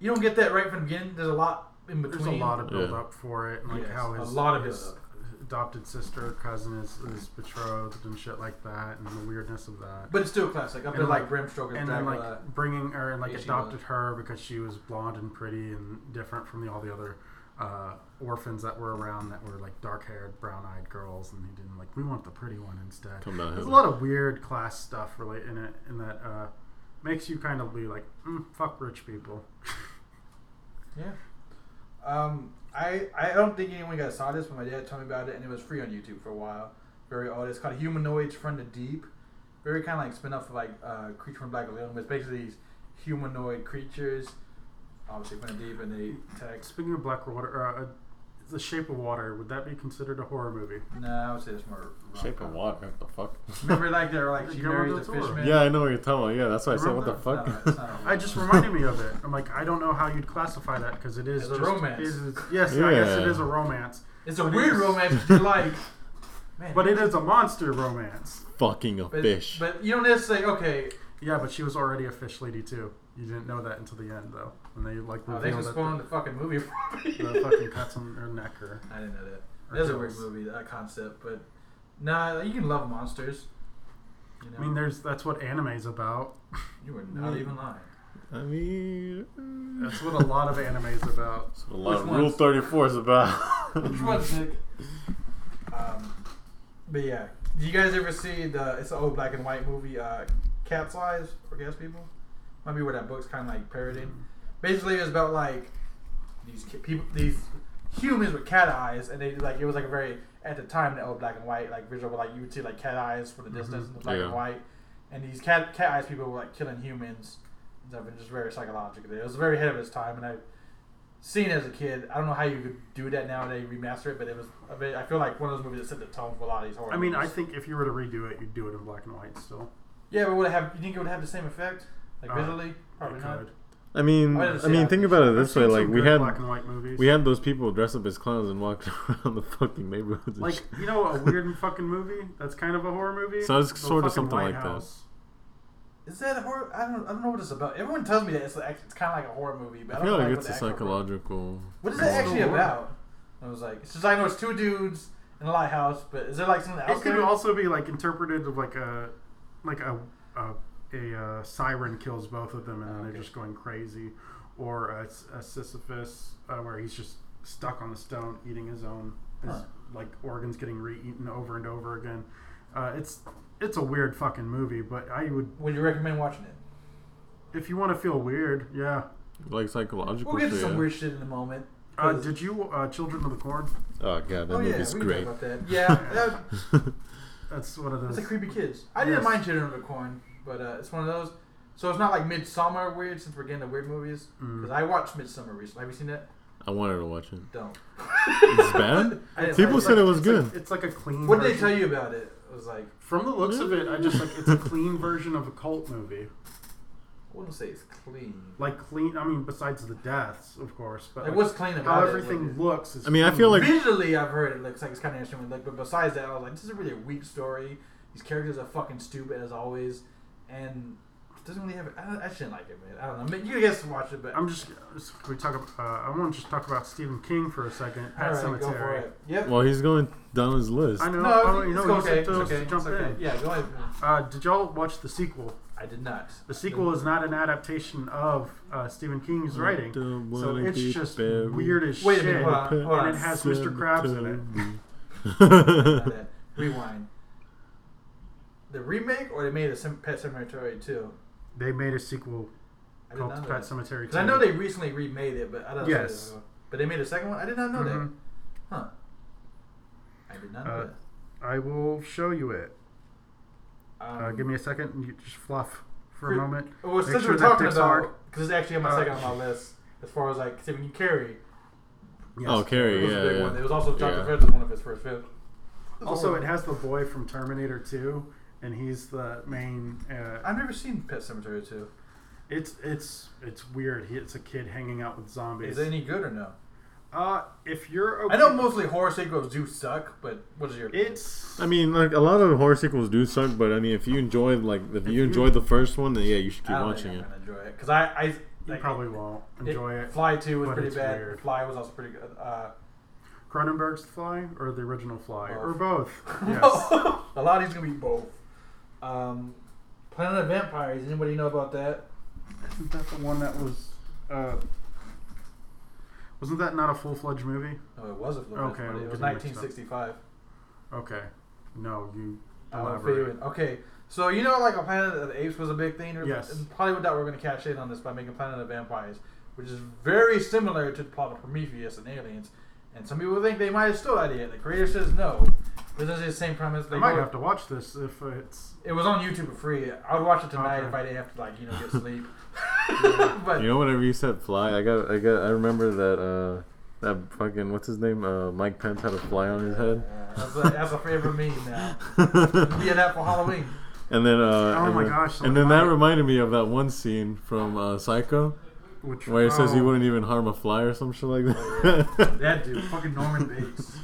you don't get that right from the beginning. There's a lot in between.
There's a lot of
Yeah.
build up for it, and like
Yes,
how
a
his
lot of
his
build
adopted sister cousin is, is betrothed and shit like that, and the weirdness of that.
but it's still classic. Up
And
there, like
like-
Bram Stoker's
and then
Dracula.
like bringing her and like
Yeah, she
adopted
was.
her because she was blonde and pretty and different from the, all the other uh, orphans that were around that were like dark haired brown eyed girls and he didn't like we want the pretty one instead
Come down
there's a
here.
lot of weird class stuff really in it and that uh, makes you kind of be like mm, fuck rich people
yeah. Um, I I don't think anyone got saw this, but my dad told me about it, and it was free on YouTube for a while. Very old. It's called Humanoids from the Deep. Very kind of like spin off of like uh, Creature from Black Lagoon, but it's basically these humanoid creatures, obviously from the deep, and they attack.
speaking of black water uh, uh, the shape of water would that be considered a horror movie
No, I would say it's more
Shape of
rom-com.
water. What the fuck?
Remember, like they're like she
Guillermo
marries a
del Toro.
fishman.
Yeah, I know what you're talking about. Yeah, that's why I said, what the
Remember
that? No, that's not
fuck?
a-
I just reminded me of it. I'm like, I don't know how you'd classify that because it is
It's a
just-
romance.
it is- yes, I guess it
Yeah.
is a romance,
It's a
But
weird
it's-
romance. but You're like, man,
but it is a monster romance.
Fucking a
but,
fish.
But you don't necessarily okay.
Yeah, but she was already a fish lady too. You didn't know that until the end though, when they like
Oh, they
revealed
just
that
spawned the fucking movie for me.
the, the fucking cuts on her neck or
I didn't know that. That's a weird
Ridiculous.
movie. That concept, but nah, you can love monsters. You know,
I mean, there's that's what anime's about.
you were not
Yeah.
even lying.
I mean,
That's what a lot of anime's about.
that's what a lot of
Which
Rule
ones?
34 is
Which
about.
one's sick? Um, but yeah, do you guys ever see the? It's an old black and white movie. Uh, Cat's Eyes or Gas People. Might be where that book's kind of like parodied. Basically, it's about like these ki- people, these humans with cat eyes, and they like it was like a very at the time the old black and white like visual, like you would see like cat eyes from the distance,
Mhm.
and the black and
Yeah.
white, and these cat cat eyes people were like killing humans and stuff, and just very psychological. It was very ahead of its time, and I seen it as a kid. I don't know how you could do that now that you remaster it, but it was a bit, I feel like one of those movies that set the tone for a lot of these horror.
I mean, I
movies.
think if you were to redo it, you'd do it in black and white still.
Yeah, but would it have? You think it would have the same effect, like
Uh,
visually?
It
Probably not.
could.
I mean,
I didn't
I
see
mean,
that.
think about it
I've
this
seen
way:
some
like we
good
had
black and white movies.
we had those people dress up as clowns and walk around the fucking neighborhoods. And
like
shit.
you know a weird fucking movie that's kind of a horror movie.
So it's
The
sorta
fucking
something
White
like that.
House.
Is that a horror? I don't. I don't know what it's about. Everyone tells me that it's like, it's kind of like a horror movie, but I,
I
don't know
feel like
what
it's
the
a
actual-
psychological.
What is
It's
that
a
actually
horror.
about? And I was like, it's just I know it's two dudes in a lighthouse, but is there like something else?
It could
there?
also be like interpreted of like a like a a, a, uh siren kills both of them and then
Okay.
they're just going crazy, or a, S- a Sisyphus uh, where he's just stuck on the stone eating his own his,
Huh.
like organs getting re-eaten over and over again. Uh, it's it's a weird fucking movie, but I would
Would you recommend watching it?
if you want to feel weird, yeah.
Like psychological
We'll get to
shit.
some weird shit in a moment.
Uh,
'cause-
did you uh, Children of the Corn?
Oh god, that
oh yeah, we
movie's
can
great.
talk about that. Yeah, that,
That's one of
It's
those.
like creepy kids. I didn't
Yes.
mind Children of the Corn, but uh, it's one of those. So it's not like Midsummer weird since we're getting to weird movies. Because I watched Midsummer recently. Have you seen that?
I wanted to watch it.
Don't.
It's bad.
I didn't
People
like
said it was
it's
good.
Like, it's like a clean.
What did they
version.
tell you about it? I was like,
From the looks of it, I just like it's a clean version of a cult movie.
I wouldn't say it's clean.
Like clean. I mean, besides the deaths, of course, but
Like,
like,
what's clean about
how
it?
everything
Like,
looks. Is
I mean, I
clean.
feel like-
Visually, I've heard it looks like it's kind of interesting. Like, but besides that, I was like, this is really a weak story. These characters are fucking stupid as always, and it doesn't really have. I, don't- I shouldn't like it, man. I don't know. You guys watch it, but
I'm just. Can we talk? About, uh, I want to just talk about Stephen King for a second. Pet
All right, go for
Cemetery.
it. Yep.
Well, he's going down his list.
I know.
No,
I don't, you
it's
know,
okay.
You
It's
said to
okay.
to jump
it's okay.
in.
Yeah, go ahead.
Uh, did y'all watch the sequel?
I did not.
The sequel is not an adaptation of uh, Stephen King's
Mm-hmm.
writing,
Don't
so
wanna
it's
be
just
buried.
weird as
Wait a
shit.
minute, hold on,
Pet
hold on.
And it has Mr. Krabs in it.
Not
cemetery.
that. Rewind. The remake, or they made a Sim- Pet Cemetery too.
They made a sequel
I did
called
not know.
Pet
that.
Cemetery.
'Cause I
2.
know they recently remade it, but I don't. know
Yes.
this is- But they made a second one. I did not know
Mhm.
that. Huh. I did not know
Uh, I will show you it.
that. Um,
Uh, give me a second. and You just fluff for a
Cri-
moment.
Well,
Make
since
sure
we're
that
talking
dick's hard.
about, because it's actually on my
Uh,
second on my list as far as like Stephen King Carey.
Yes.
Oh,
It
Carrie,
was
yeah.
a big one.
yeah.
It was also John
Yeah.
yeah. was one of his first films.
Also, it has the boy from Terminator 2, and he's the main. Uh,
I've never seen Pet Cemetery too.
it's it's it's weird. He, it's a kid hanging out with
Is
zombies.
it any good or no?
uh, if you're okay,
I know mostly horror sequels do suck, but what is your opinion?
It's
I mean, like a lot of horror sequels do suck, but I mean, if you enjoyed like if
If
you
you-
enjoyed the first one, then yeah, you should
I
keep
don't
watching
think
it.
I'm gonna enjoy it because I, I
you
like,
probably won't enjoy it.
Fly two was
but
pretty
it's
bad.
weird.
Fly was also pretty good. Uh,
Cronenberg's Fly or the original Fly or both.
Both.
Yes.
a lot of these gonna be both. Um, Planet of Vampires. Anybody know about that?
Isn't that the one that was? Uh, wasn't that not a full fledged movie?
Oh, it was a flip.
Okay,
but
we're
it was
getting mixed up.
1965.
Okay. No, you
I'm
elaborate.
feeling- Okay, so you know, like a Planet of the Apes was a big thing. There's-
Yes.
And probably with that, we're going to cash in on this by making Planet of the Vampires, which is very similar to the plot of Prometheus and Aliens. And some people think they might have stole that idea. The creator says no, but it's the same premise. They
I might
go-
have to watch this if it's.
It was on YouTube for free. I would watch it tonight
Okay.
if I didn't have to, like, you know, get sleep. but
You know, whenever you said fly, I got I got I remember that uh that fucking what's his name uh Mike Pence had a fly on his head.
Uh, that's, a, that's a favorite meme now. Yeah, that for Halloween.
And then uh
Oh
and
my
then-
gosh, so
and then
did
that
I.
reminded me of that one scene from uh, Psycho
Which,
where he says he
oh,
wouldn't even harm a fly or some shit like
Oh,
that.
That dude, fucking Norman Bates.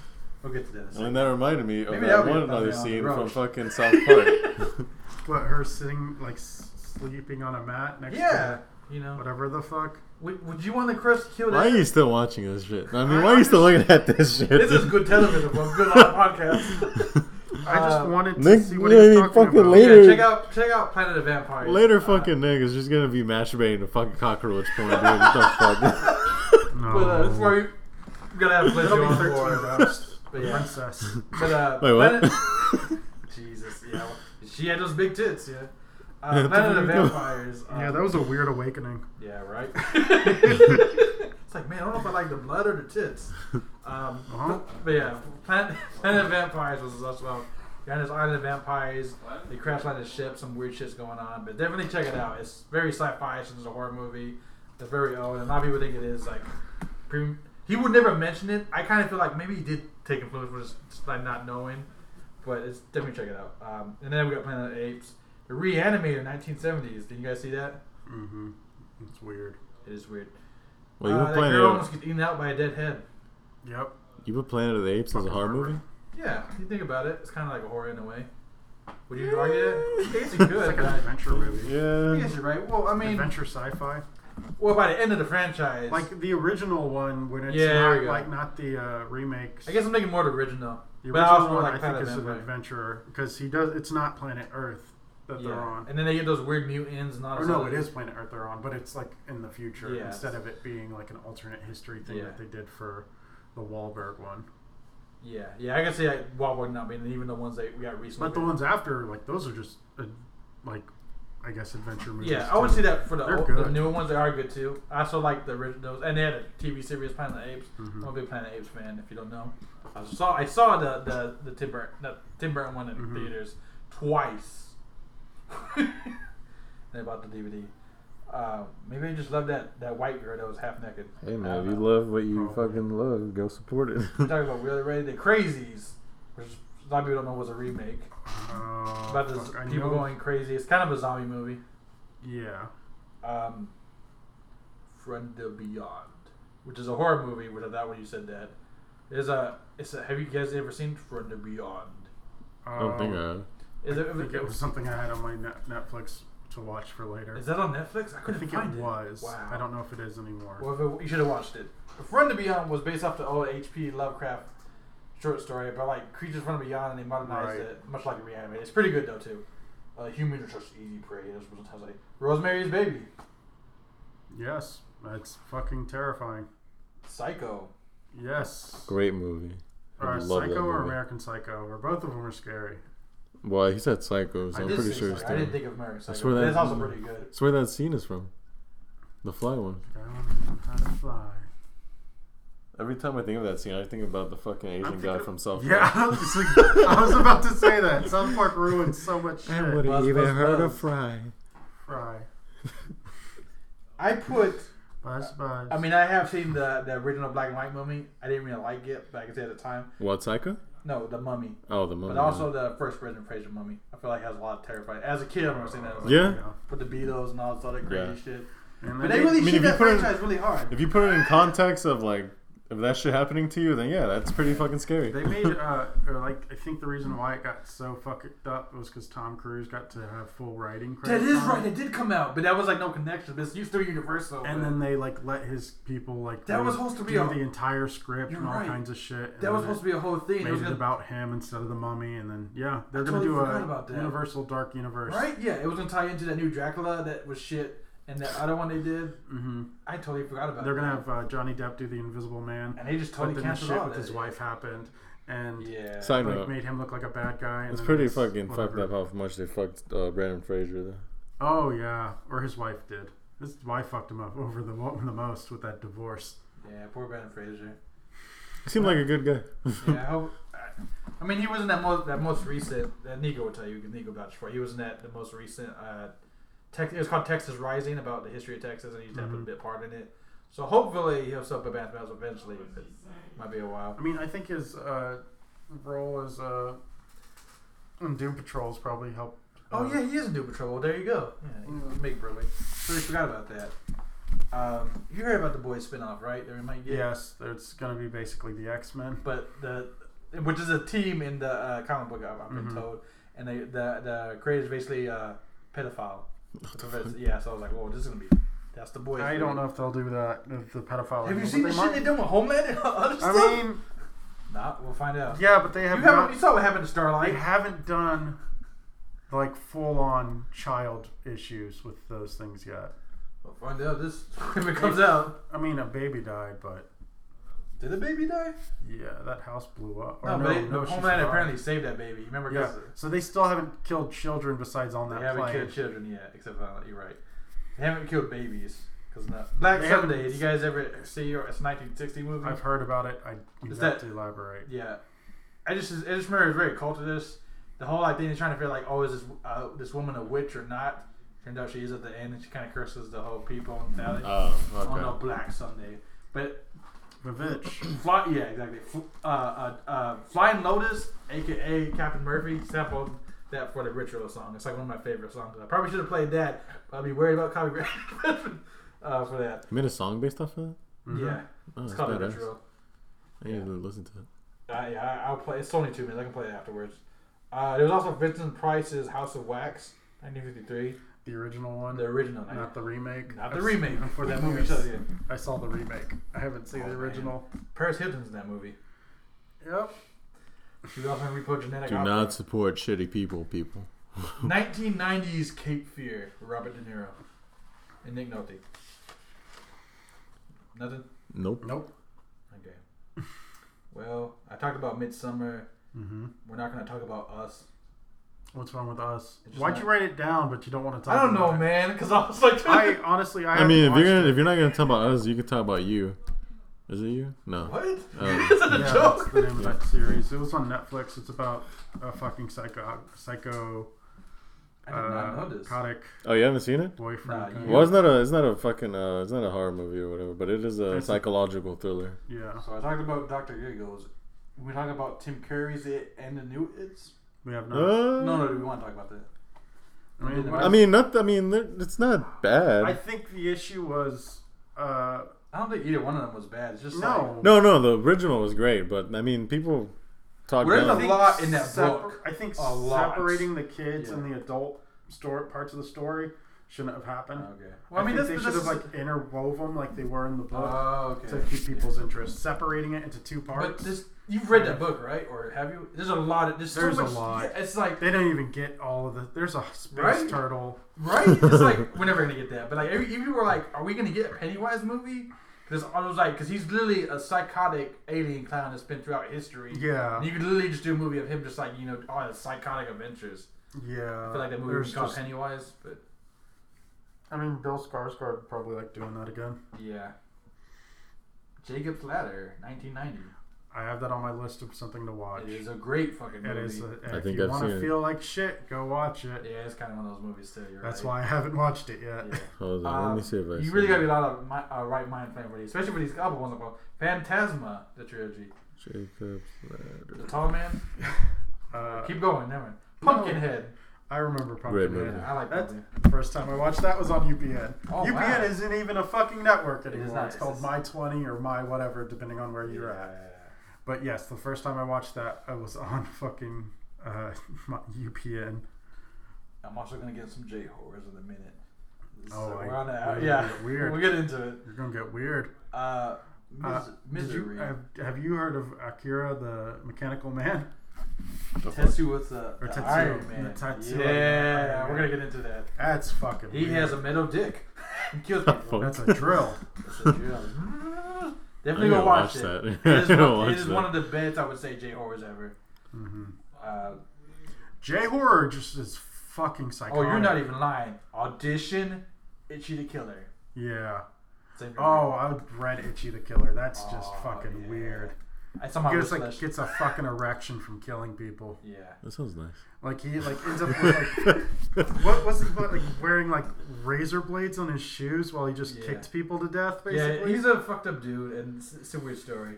We'll get to that. in a
And
second.
that reminded me of
Maybe that'll
that
be
one
a- that'll
another
be on the
scene
road.
from fucking South Park.
What, her sitting, like, s- sleeping on a mat next
Yeah,
to
you know.
whatever the fuck.
Would, would you want the Chris killed?
why are you still watching this shit? I mean, why are you still looking at this shit?
This is good television, but good on a podcast.
I just
Uh,
wanted to
Nick,
see what he was
yeah,
talking
fucking
about.
later.
yeah, check out check out Planet of Vampires.
Later,
Uh,
fucking niggas just gonna be masturbating to fucking cockroach porn, dude. What the fuck?
No.
But uh, that's why we we gotta have Blizzard
That'll be
on
13
board.
roast.
But yeah,
Princess.
but uh,
Wait, what?
Planet- Jesus, yeah, well, she had those big tits, yeah. Uh, Planet of Vampires. Um,
yeah, that was a weird awakening.
Yeah, right. it's like, man, I don't know if I like the blood or the tits. Um,
Uh-huh.
But yeah, Planet, Planet of Vampires was us well. You're on this island of vampires. They crash landed the ship. Some weird shit's going on, but definitely check it out. It's very sci-fi since it's a horror movie. It's very old, and a lot of people think it is like. Pre- he would never mention it. I kind of feel like maybe he did take influence from just, just by not knowing, but it's definitely check it out. Um, and then we got Planet of the Apes. reanimated in 1970s. Did you guys see that?
Mm-hmm. It's weird.
It is weird.
Well, you
uh,
put
that
Planet
girl
of,
almost gets eaten out by a dead head.
Yep.
you put Planet of the Apes as a
Fucking
horror
horror.
movie?
Yeah, if you think about it, it's kind of like a horror in a way. Would you argue that? It's good.
It's like
but
an adventure
I
movie.
Yeah.
guess you're right. Well, I mean,
adventure sci-fi.
well, by the end of the franchise,
Like the original one when it's
Yeah, there
not
we go.
like not the uh, remakes.
I guess I'm thinking more of the original.
the
but I also
original one
like
I
Planet
think is an
Vampire.
adventure because he does. It's not Planet Earth that they're
Yeah.
on.
And then they get those weird mutants and all
Or
this
no,
other-
it is Planet Earth they're on, but it's like in the future
Yeah.
instead of it being like an alternate history thing
Yeah.
that they did for the Wahlberg one.
Yeah, yeah, I can see like Wahlberg not being even the ones that we got recently.
But the ones after, like those are just uh, like I guess adventure movies.
Yeah, I would
too.
see that for the,
They're
old, the
good.
newer ones. They are good too. I also like the originals, and they had a TV series Planet of the Apes.
Mhm.
I'm a big Planet of the Apes fan. If you don't know, I saw I saw the the the Tim Burton the Tim Burton one in
Mhm.
theaters twice. they bought the DVD. Uh, maybe I just love that that white girl that was half naked.
Hey
I
man,
don't
if you
know.
love what you
Probably.
fucking love, go support it.
We're talking about really ready the crazies, which a lot of people don't know was a remake.
Oh,
About this
fuck, I
people
know-
going crazy. It's kind of a zombie movie.
Yeah.
um, From the Beyond, which is a horror movie. Which I thought when you said that, is a it's a. Have you guys ever seen From the Beyond?
I don't think
Um,
I.
Is it,
I think it was something I had on my net- Netflix to watch for later.
Is that on Netflix? I
I
couldn't
think
find
it was.
Wow.
I don't know if it is anymore.
Well, if it, you should have watched it. From the Beyond was based off the old H.P. Lovecraft short story about like creatures from the beyond, and they modernized
Right.
it much like a reanimated. It's pretty good though too. Uh, humans are such easy prey. It was sometimes like Rosemary's Baby,
yes, that's fucking terrifying.
Psycho.
Yes.
Great movie. I
Or
love that
Psycho or
movie.
American Psycho, or both of them are scary.
Well, he said Psycho, so
I
I'm
did
pretty
say
sure it's
Psycho. I didn't
there.
think of American Psycho.
swear
but
that-
It's also pretty good.
That's where that scene is from. The fly one.
I don't know how to fly.
Every time I think of that scene, I think about the fucking
I'm
Asian
thinking
guy
of-
from South
Yeah, I was, like- I was about to say that. South Park ruined so much shit.
I wouldn't
Buzz,
even
buzz,
heard
buzz.
of Fry.
Fry.
I put.
Buzz, buzz.
I mean, I have seen the, the original black and white mummy. I didn't really like it, but I can say at the time,
What Psycho?
no, the mummy.
Oh, the mummy.
But also the first Brendan Fraser mummy. I feel like has a lot of terrifying. As a kid, I remember seeing that. I was like,
Yeah.
With the Beatles and all this other crazy
Yeah.
shit.
And
But
they
they really
I mean,
shoot
if you
that
put it-
franchise really hard.
If you put it in context of like, if that shit happening to you, then yeah, that's pretty fucking scary.
They made, uh, or like, I think the reason why it got so fucked up was because Tom Cruise got to have full writing
That
credit.
is
on
right.
it.
It did come out, but that was like no connection. This used to be Universal.
And
but
then they like let his people like
That was
redo
supposed to be a-
the entire script
You're
and all
right.
kinds of shit. and
that was
then
supposed to be a whole
it
thing. It
made
was
it
gonna,
about him instead of the mummy, and then yeah, they're
I
gonna
totally
do
forgot
a
about that.
Universal Dark Universe.
right? Yeah, it was gonna tie into that new Dracula that was shit, and that other one they did.
Mm-hmm.
I totally forgot about.
They're gonna
that.
have uh, Johnny Depp do the Invisible Man,
and they just totally
but then the
canceled
shit
all
with
that.
his wife happened, and
Yeah.
Side
like
note.
made him look like a bad guy. and
It's
then
pretty
his-
fucking fucked
whatever.
up how much they fucked uh, Brandon Fraser. Though.
Oh yeah, or his wife did. His wife fucked him up over the mo- the most with that divorce.
Yeah, poor Brandon Fraser.
He seemed like a good guy.
Yeah, I hope. I- I mean, he was in that most that most recent. That Nico would tell you. Nico vouched for. it. He was in that the most recent. Uh, Tex, it was called Texas Rising about the history of Texas, and he tapped a
Mhm.
bit part in it. So hopefully he'll sub a Bath Battles eventually. But it might be a while.
I mean, I think his uh, role as uh, in Doom Patrol's probably helped.
Oh
uh,
yeah, he is in Doom Patrol. There you go. Yeah,
Mm.
he's Big Burley. Totally forgot about that. Um, you heard about the Boys spinoff, right? There might get.
Yes, it's gonna be basically the X Men.
but the which is a team in the uh, comic book I've, I've been
Mhm.
told, and they, the the creators basically uh, pedophile. yeah, so I was like, whoa, this is gonna be that's the boys.
I don't
movie.
know if they'll do that. If the pedophile.
Have you
angle,
seen
but
the
they
shit
might.
they done with Homeland and other stuff?
I mean,
nah, we'll find out.
yeah, but they have
you
not.
haven't. You saw what happened to
they
Starlight.
haven't done like full on child issues with those things yet.
We'll find out this if it comes out.
I mean, a baby died, but
Did the baby die?
yeah, that house blew up. Or
No, but they,
she
Homeland
survived.
apparently saved that baby. You remember?
Yeah.
'cause
So they still haven't killed children besides on
They
that
haven't
plane.
killed children yet, except for you're right. They haven't killed babies. Cause not Black
They haven't-
Sunday. Did you guys ever see? Or it's a 1960 movie.
I've heard about it. I you
Is
have
that-
to elaborate.
Yeah, I just I just remember it was very cultist. The whole like thing is trying to figure like, oh, is this uh, this woman a witch or not? Turns out she is at the end, and she kind of curses the whole people and that
Oh,
on a black Sunday. But
Vivitch.
fly, yeah, exactly. Fl- uh, uh, uh, Flying Lotus, aka Captain Murphy, sampled that for the ritual song. It's like one of my favorite songs. I probably should have played that. But I'd be worried about copyright uh, for that.
You made a song based off of that?
Mhm.
Yeah,
Oh,
it's
that's
called the
badass.
ritual.
I need
Yeah.
to listen to it.
Uh, yeah, I- I'll play. It's only two minutes. I can play it afterwards. Uh, there was also Vincent Price's House of Wax, 1953,
The original one,
the original,
not the remake.
not the
I've-
remake for that movie.
Yes.
so, yeah.
I saw the remake. I haven't seen
Oh,
the
man.
original.
Paris Hilton's in that movie.
Yep.
She was also in Repo Genetic
Do
Opera.
not support shitty people, people.
1990s Cape Fear, Robert De Niro, and Nick Nolte. Nothing.
Nope.
Nope.
Okay. Well, I talked about Midsummer.
Mm-hmm.
We're not gonna talk about us.
What's wrong with us?
It's just
Why'd
not-
you write it down, but you don't want to talk?
I don't know,
about it?
man, because I was like,
I honestly, I,
I,
haven't
mean, if you're
watched
gonna,
it.
if you're not gonna talk about us, you can talk about you. Is it you? No.
what?
Oh.
Is that a
yeah,
joke?
That's the name of
Yeah.
that series. It was on Netflix. It's about a fucking psycho, psycho, uh,
I did not know this.
psychotic
Oh, you haven't seen it?
boyfriend.
Nah,
kind
you-
of-
Well, it's not a, it's not a fucking, uh, it's not a horror movie or whatever, but it is a
It's a-
psychological thriller.
Yeah,
So I talked about Dr. Giggles. We talking about Tim Curry's It and the new It's?
we have not.
Uh,
No, no, do we want to talk about that?
I mean, what-
I mean, not. I mean, they're- it's not bad.
I think the issue was. Uh,
I don't think either one of them was bad. It's just
no.
no, no, the original was great, but I mean, people talk
Where's
down.
the lot in that
separ-
book.
I think
A lot.
separating the kids
Yeah.
and the adult story parts of the story shouldn't have happened.
like. Okay. Well, I, mean, this,
think they
this
should
is
have like uh, interwoven like they were in the book
Oh, okay.
to keep people's interest, separating it into two parts.
But this, you've read that book, right? Or have you? There's a lot of. There's, so
There's a
much-
lot.
yeah, it's like
they don't even get all of the. There's a space
Right?
turtle.
right. It's like we're never gonna get that. But like, if if you were like, are we gonna get a Pennywise movie? Because I was like, because he's literally a psychotic alien clown that's been throughout history.
Yeah,
And you could literally just do a movie of him just like you know all his psychotic adventures.
yeah.
I feel like that movie
there's
was called
just-
Pennywise, but
I mean, Bill Skarsgård would probably like doing that again.
yeah. Jacob's Ladder, 1990.
I have that on my list of something to watch.
It is a great fucking
Oh, It
movie.
is. A,
I
if
think
you
I've
want
seen
to
it.
feel like shit, go watch it.
yeah, it's kind of one of those movies too. You're
That's
right.
why I haven't watched it yet.
Yeah.
Hold on, let
Um,
me see if I.
You
see
really
it.
gotta be a lot of mi- uh, right mind frame for these, especially for these couple ones. Like Phantasma, the trilogy,
Jacob's
The
Ladder.
Tall Man.
Uh,
Keep going, never mind.
no.
Pumpkinhead.
I remember
Great movie.
Pumpkinhead.
I like that.
That's-
movie.
The First time I watched that was on UPN.
Oh,
UPN
wow.
isn't even a fucking network
It is
anymore.
not.
It's
It's
called
just-
My Twenty or My Whatever, depending on where you're at.
Yeah.
But yes, the first time I watched that, I was on fucking uh, my UPN.
I'm also gonna get some J horrors in a minute.
Oh, I-
we're on that.
we're
Yeah,
gonna get weird.
We'll get into it.
You're gonna get weird.
Uh, mis-
Uh, Did you,
misery.
have, have you heard of Akira the Mechanical Man?
The fuck?
Tetsu with the, the
Or Tetsuo,
Iron Man.
the Tetsuo,
yeah,
yeah,
we're
yeah.
gonna get into that.
That's fucking.
He
weird.
has a metal dick. He kills people.
That's a drill.
It's a drill. Definitely
I'm
go
gonna
watch,
watch
it.
that.
It is, one,
I'm gonna
it
watch
is
that.
one of the best I would say J horrors ever.
hmm
Uh,
J horror just is fucking psychotic.
oh, you're not even lying. Audition, Itchy the Killer.
Yeah.
Same
Oh, I would read Itchy the Killer. That's just
Oh,
fucking
yeah.
weird.
I somehow
Gets
wish
like
that-
gets a fucking erection from killing people.
yeah.
That sounds nice.
Like he like ends up with like what was he what, like wearing like razor blades on his shoes while he just
Yeah.
kicked people to death basically.
Yeah, he's a fucked up dude, and it's, it's a weird story.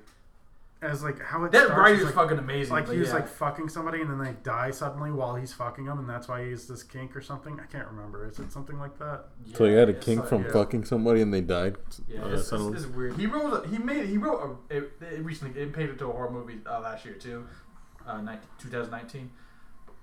as like how it
That
starts
writer's
is, like,
fucking amazing.
like
but
he was
yeah.
like fucking somebody and then they die suddenly while he's fucking them and that's why he has this kink or something. I can't remember. Is it something like that?
so you had a
it's
king
like-
from
yeah.
fucking somebody and they died.
Yeah,
Uh,
it's,
son of
it's,
a-
it's weird. He wrote. A, he made. He wrote a. It, it recently. It painted to a horror movie uh, last year too, uh, 19, 2019.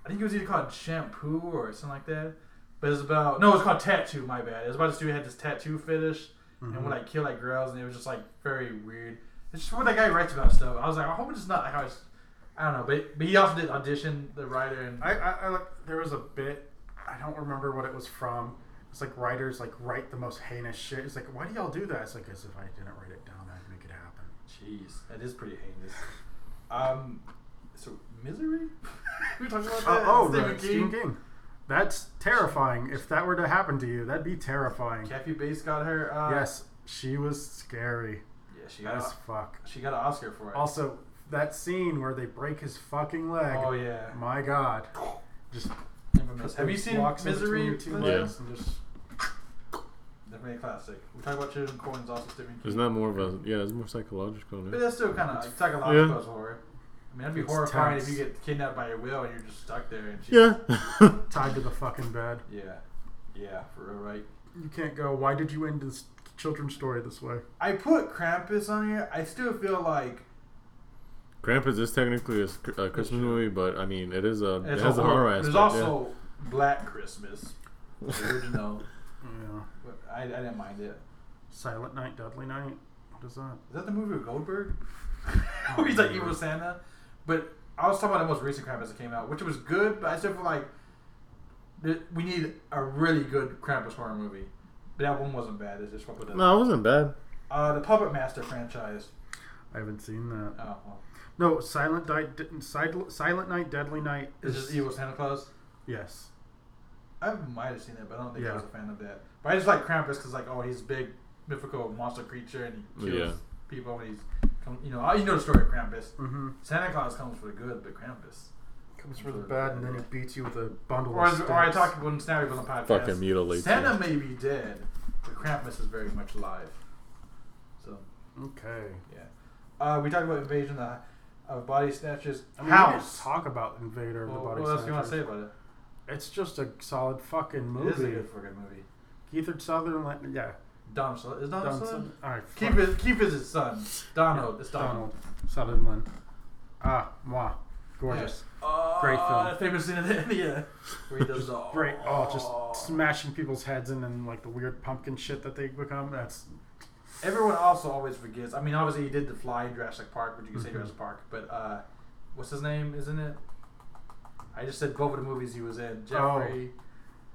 I think it was either called Shampoo or something like that. But it's about no, it's called Tattoo. My bad. It was about this dude who had this tattoo fetish
Mm-hmm.
and
Mm-hmm.
would like kill like girls, and it was just like very weird. It's just what that guy writes about stuff. I was like, I hope it's not like how it's. I don't know, but but he also did audition the writer and
I, I, I like there was a bit I don't remember what it was from. It's like writers like write the most heinous shit. It's like why do y'all do that? It's like as if I didn't write it down, I'd make it happen.
jeez, that is pretty heinous. Um, so misery. we talking about that.
Uh, oh,
Stephen
right, Stephen King. That's terrifying. If that were to happen to you, that'd be terrifying.
Kathy Bates got her. Uh,
yes, she was scary
Yeah, she got.
as
A,
fuck.
she got an Oscar for it.
Also, that scene where they break his fucking leg.
oh yeah.
My God. Just
Infamous. Have you seen
walks in
Misery?
between two
Clint?
Yeah.
legs and just
Definitely a classic. We talk about children coins also Stephen King.
Isn't that more of a yeah? It's more psychological.
But
Right?
that's still kind of like psychological
Yeah.
as horror. I mean, that'd be
It's
horrifying
tense.
if you get kidnapped by your will and you're just stuck there. And she,
Yeah.
tied to the fucking bed.
Yeah. Yeah, for real, right?
You can't go. Why did you end this children's story this way?
I put Krampus on here. I still feel like
Krampus is technically a, s- a Christmas movie, but I mean, it is a it
it's
has a
horror-
horror
There's
aspect.
also Black Christmas, the original.
Yeah.
but I, I didn't mind it.
Silent Night, Deadly Night. What is that?
Is that the movie with Goldberg? Where he's like evil Santa. But I was talking about the most recent Krampus that came out, which was good, but I still feel like th- we need a really good Krampus horror movie. But that one wasn't bad. It's just what put
yeah.
it
No, it wasn't bad.
uh, the Puppet Master franchise.
I haven't seen
Oh,
that.
well.
No, Silent Night, Sil- Silent Night, Deadly Night
Is
is
this Evil Santa Claus?
Yes.
I might have seen that, but I don't think I
Yeah.
was a fan of that. But I just like Krampus because, like, oh, he's a big mythical monster creature and he kills
Yeah.
people and he's, come- you know, oh, you know the story of Krampus.
Mm-hmm.
Santa Claus comes for the good, but Krampus.
Comes for the bad, and then he beats you with a bundle
Or,
of
as-
sticks.
or I talked when Snappy was on the podcast.
Fucking mutilates
Santa
you.
may be dead, but Krampus is very much alive. So
Okay.
yeah, uh, we talked about invasion of, of body snatchers.
I mean, We didn't
House.
talk about Invader of
Well,
the Body
what else do you want to say
Snatchers.
about it?
It's just a solid fucking
It is a
movie.
good fucking movie.
Keith Sutherland, yeah.
Dom Sl- is Dom,
Donald
Sl-
Sutherland. All right.
Keep
fuck.
it. Keep is his son. Donald. It's Donald.
Donald Sutherland. Ah, moi. Gorgeous.
Oh,
Great film.
that Famous scene in India where he does the
Great. Oh, just smashing people's heads in and like the weird pumpkin shit that they become. That's
Everyone also always forgets. I mean, obviously he did the fly in Jurassic Park, which you can say
Mhm.
Jurassic Park, but uh, what's his name? Isn't it? I just said both of the movies he was in.
Oh,
Jeffrey,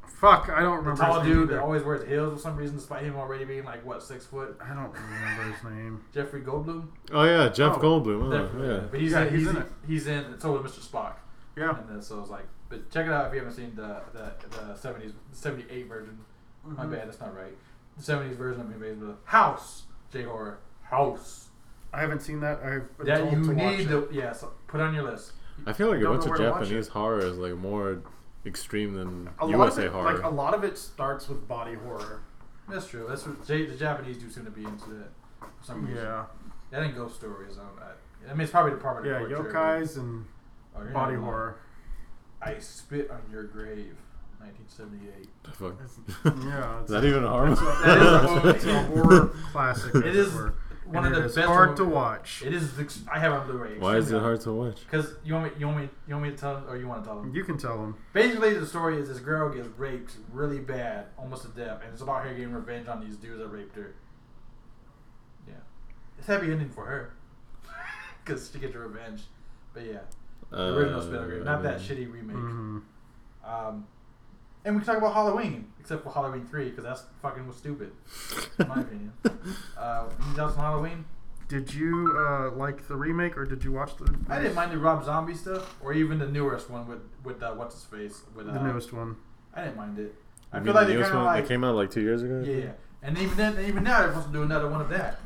fuck. I don't
the
remember.
tall
his name
dude that
either.
always wears heels for some reason, despite him already being like what six foot.
I don't remember his name.
Jeffrey Goldblum.
Oh yeah, Jeff
Oh,
Goldblum.
Definitely.
Oh, yeah.
But he's
Yeah,
in,
he's
he's,
in
in
it.
he's in. and So was Mr. Spock.
Yeah.
And then so I was like, but check it out if you haven't seen the the, the 70s 78 version. My
Mhm.
bad, that's not right. The 70s version of Invasion House J horror House.
I haven't seen that. I've been
That
told
you
to watch
need
it.
to yeah, so put on your list.
I feel like a
Don't
bunch
know
of
where to watch
Japanese horror is like more extreme than
a lot
USA
of it,
horror.
Like a lot of it starts with body horror.
That's true. That's what J- the Japanese do seem to be into that for some reason.
Yeah.
That ain't ghost stories. I, don't, I, I mean, it's probably Department
Yeah.
of Torture.
Yokais and
Oh, you're not
body
alone.
horror.
I spit on your grave, 1978.
The fuck?
It's- yeah,
is
it's-
that even a horror?
That's a,
That is a
movie?
horror-
it's a horror classic.
It
as
is
were.
One
And
of
it
the
is
best.
hard to watch.
It is. ex- I have it on Blu-ray.
Why is it hard to watch?
Because you want me, you want me, you want me to tell, them, or you want to tell them?
You can tell them.
Basically, the story is this girl gets raped really bad, almost to death, and it's about her getting revenge on these dudes that raped her. Yeah, it's a happy ending for her, because she gets her revenge. But yeah, the original
Uh,
Spit on Grave, not that
yeah.
shitty remake.
Mhm.
Um, and we can talk about Halloween, except for Halloween three, because that's fucking was stupid. in my opinion. Uh, anything else on Halloween?
Did you uh, like the remake or did you watch the?
I didn't mind the Rob Zombie stuff, or even the newest one with with uh, what's his face. With uh,
the newest one.
I didn't mind it. I
You
feel
mean
like
the
they
newest
kind of
one that
like
came out like two years ago. I
yeah,
think?
yeah. And even then, even now they're supposed to do another one of that.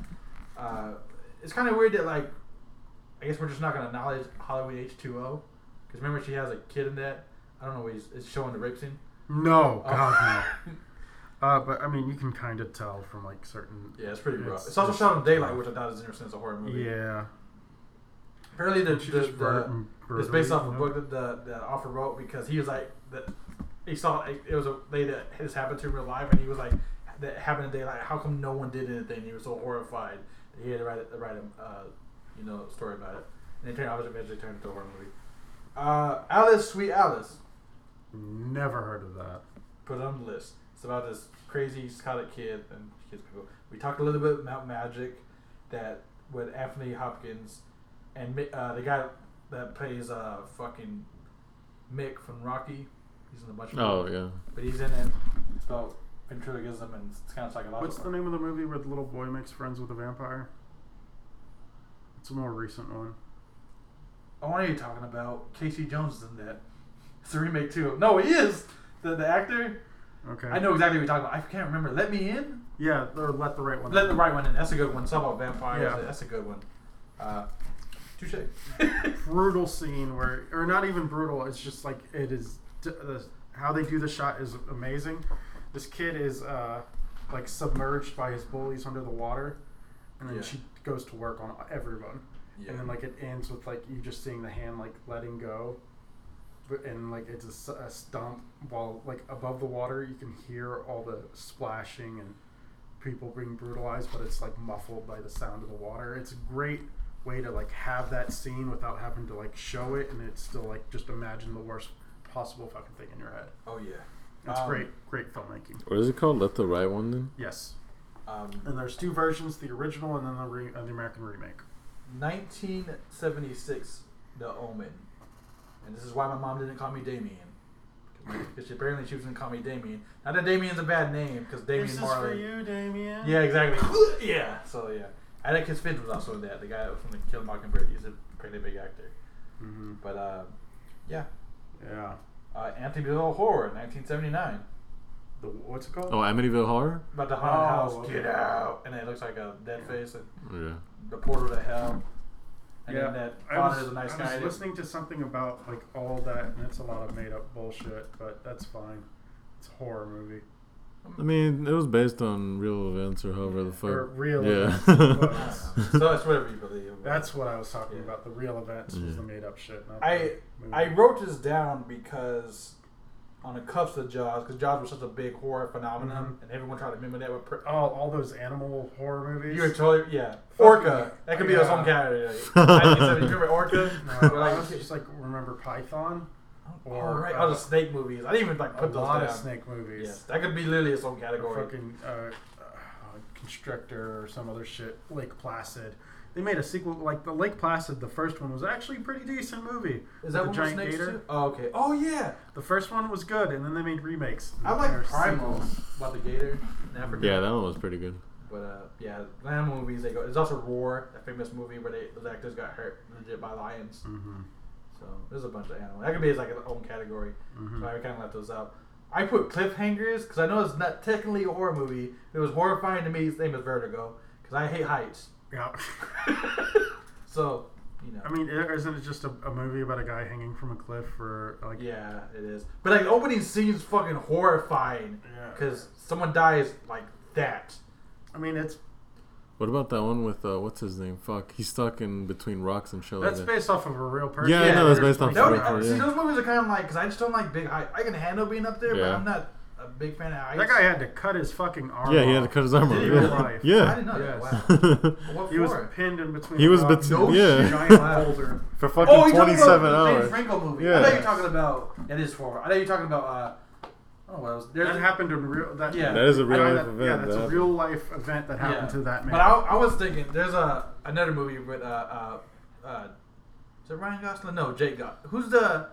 Uh, it's kind of weird that like, I guess we're just not gonna acknowledge Halloween H two O, because remember she has a kid in that. I don't know. He's it's showing the rape scene.
No,
Oh.
God no. Uh, but I mean, you can kind of tell from like certain.
Yeah, it's pretty rough.
It's-
It's, also
it's-
shot in daylight, which I thought is interesting. It's a horror movie.
Yeah.
Apparently, the,
She
the,
just murdered
the
and
it's
murdered
based
you,
off
you
a
know?
book that the that author wrote because he was like that he saw it, it was a lady that this happened to in real life and he was like that happened today like how come no one did anything he was so horrified that he had to write a, write a uh, you know story about it and it turned out it eventually turned into a horror movie. Uh, Alice, Sweet Alice,
Never heard of that.
put it on the list. It's about this crazy Scottish kid and kids people. We talked a little bit about magic that with Anthony Hopkins and Mi- uh, the guy that plays uh, fucking Mick from Rocky. He's in a bunch of
Oh
movies.
yeah.
but he's in it. It's about ventriloquism and it's kind of psychological.
What's the name of the movie where the little boy makes friends with a vampire? It's a more recent one.
Oh, what are you talking about? Casey Jones is in that. It's a remake too. No, he is the the actor.
Okay.
I know exactly what you're talking about. I can't remember. Let me in.
Yeah, or let the right one.
Let the right one in. That's a good one. Something about vampires.
Yeah.
That's a good one. Uh, touche.
brutal scene where, or not even brutal. It's just like it is. d- The, how they do the shot is amazing. This kid is uh, like submerged by his bullies under the water, and then
Yeah.
she goes to work on everyone. and then like it ends with like you just seeing the hand like letting go, but and like it's a s- a, stump while like above the water you can hear all the splashing and people being brutalized, but it's like muffled by the sound of the water. It's a great way to like have that scene without having to like show it, and it's still like just imagine the worst possible fucking thing in your head.
Oh yeah.
It's
Um,
great, great filmmaking.
What is it called? Let the Right One then?
Yes, and
Um,
there's two versions: the original and then the re- uh, the American remake.
1976, The Omen, and this is why my mom didn't call me Damien. Because apparently she was gonna call me Damien. Not that Damien's a bad name, because Damien Marley.
you, Damien.
Yeah, exactly. yeah. So yeah, Atticus Finch was also in that. The guy from the Kill Mockingbird. He's a pretty big actor.
Mm-hmm.
But uh, yeah,
Yeah.
uh, Amityville Horror, 1979,
The what's it called?
Oh, Amityville Horror?
about the haunted
Oh,
house.
okay.
Get out! And it looks like a dead face and
Yeah.
the portal to hell. And
yeah.
then that
I
father
was,
is a nice
I
guy.
was listening to something about like all that, and it's a lot of made up bullshit, but that's fine. It's a horror movie.
I mean, it was based on real events or however the fuck.
Or real
yeah.
events, but-
I don't know. so it's whatever you believe.
That's what I was talking
Yeah.
about. The real events was
Yeah.
the made up shit. Not
I-
the movie.
I wrote this down because on the cuffs of Jaws, because Jaws was such a big horror phenomenon, and everyone tried to remember that with pr-
Mm-hmm. oh, all those animal horror movies.
You were totally yeah.
Fuck
Orca.
yeah.
That could be
Yeah.
us home category. You remember Orca?
no,
We're
I
like,
was just like remember Python.
oh,
or,
right.
uh,
All the snake movies. I didn't even like
A
put those
lot
down.
of snake movies.
Yes, that could be literally its own
a
category.
fucking uh, uh, constrictor or some other shit. Lake Placid. They made a sequel like the Lake Placid. The first one was actually a pretty decent movie.
Is that
With
one
the
with
giant
snakes
gator?
too? Oh, okay. Oh yeah.
The first one was good, and then they made remakes.
I like
They're
Primal
sequels.
about the gator in Africa.
Yeah, that one was pretty good.
But uh, yeah, lion movies. They go. There's also Roar, that famous movie where they the actors got hurt legit by lions.
Mhm.
So there's a bunch of animals. That could be its like its own category.
Mhm.
So I kind of left those out. I put cliffhangers because I know it's not technically a horror movie. It was horrifying to me. Its name is Vertigo because I hate heights.
Yeah.
so you know.
I mean, i- isn't it just a, a movie about a guy hanging from a cliff for like?
yeah, it is. But like the opening scene's fucking horrifying
Yeah.
because someone dies like that.
I mean, it's
What about that one with, uh, what's his name? Fuck. He's stuck in between rocks and shit
that's
like that.
based off of a real person.
Yeah, I
know, it's
based on
That would,
Pretty cool,
See,
yeah.
those movies are kind of like because I just don't like big height. I can handle being up there, but
Yeah.
I'm not a big fan of heights.
That guy had to cut his fucking arm.
yeah, he had
off.
to cut his arm
Did
off.
he
yeah.
in real life?
Yeah.
I didn't know that. Wow. What
He was
for?
pinned in between.
He
a
was
rock-
between-
No
yeah.
shit. Wow.
giant boulder.
For fucking
oh, you're talking
27
about the James
hours.
Franco movie.
Yeah.
I thought you were talking about that is horror. I thought you were talking about uh, oh, what else? There's
That happened in real. That,
Yeah.
That is a
I
real
know
life
that-
event.
Yeah, that's
that
a real life event that happened
Yeah.
to that man.
But I, I was thinking, there's a another movie with uh, uh, uh is it Ryan Gosling? No, Jake Gosling. Who's the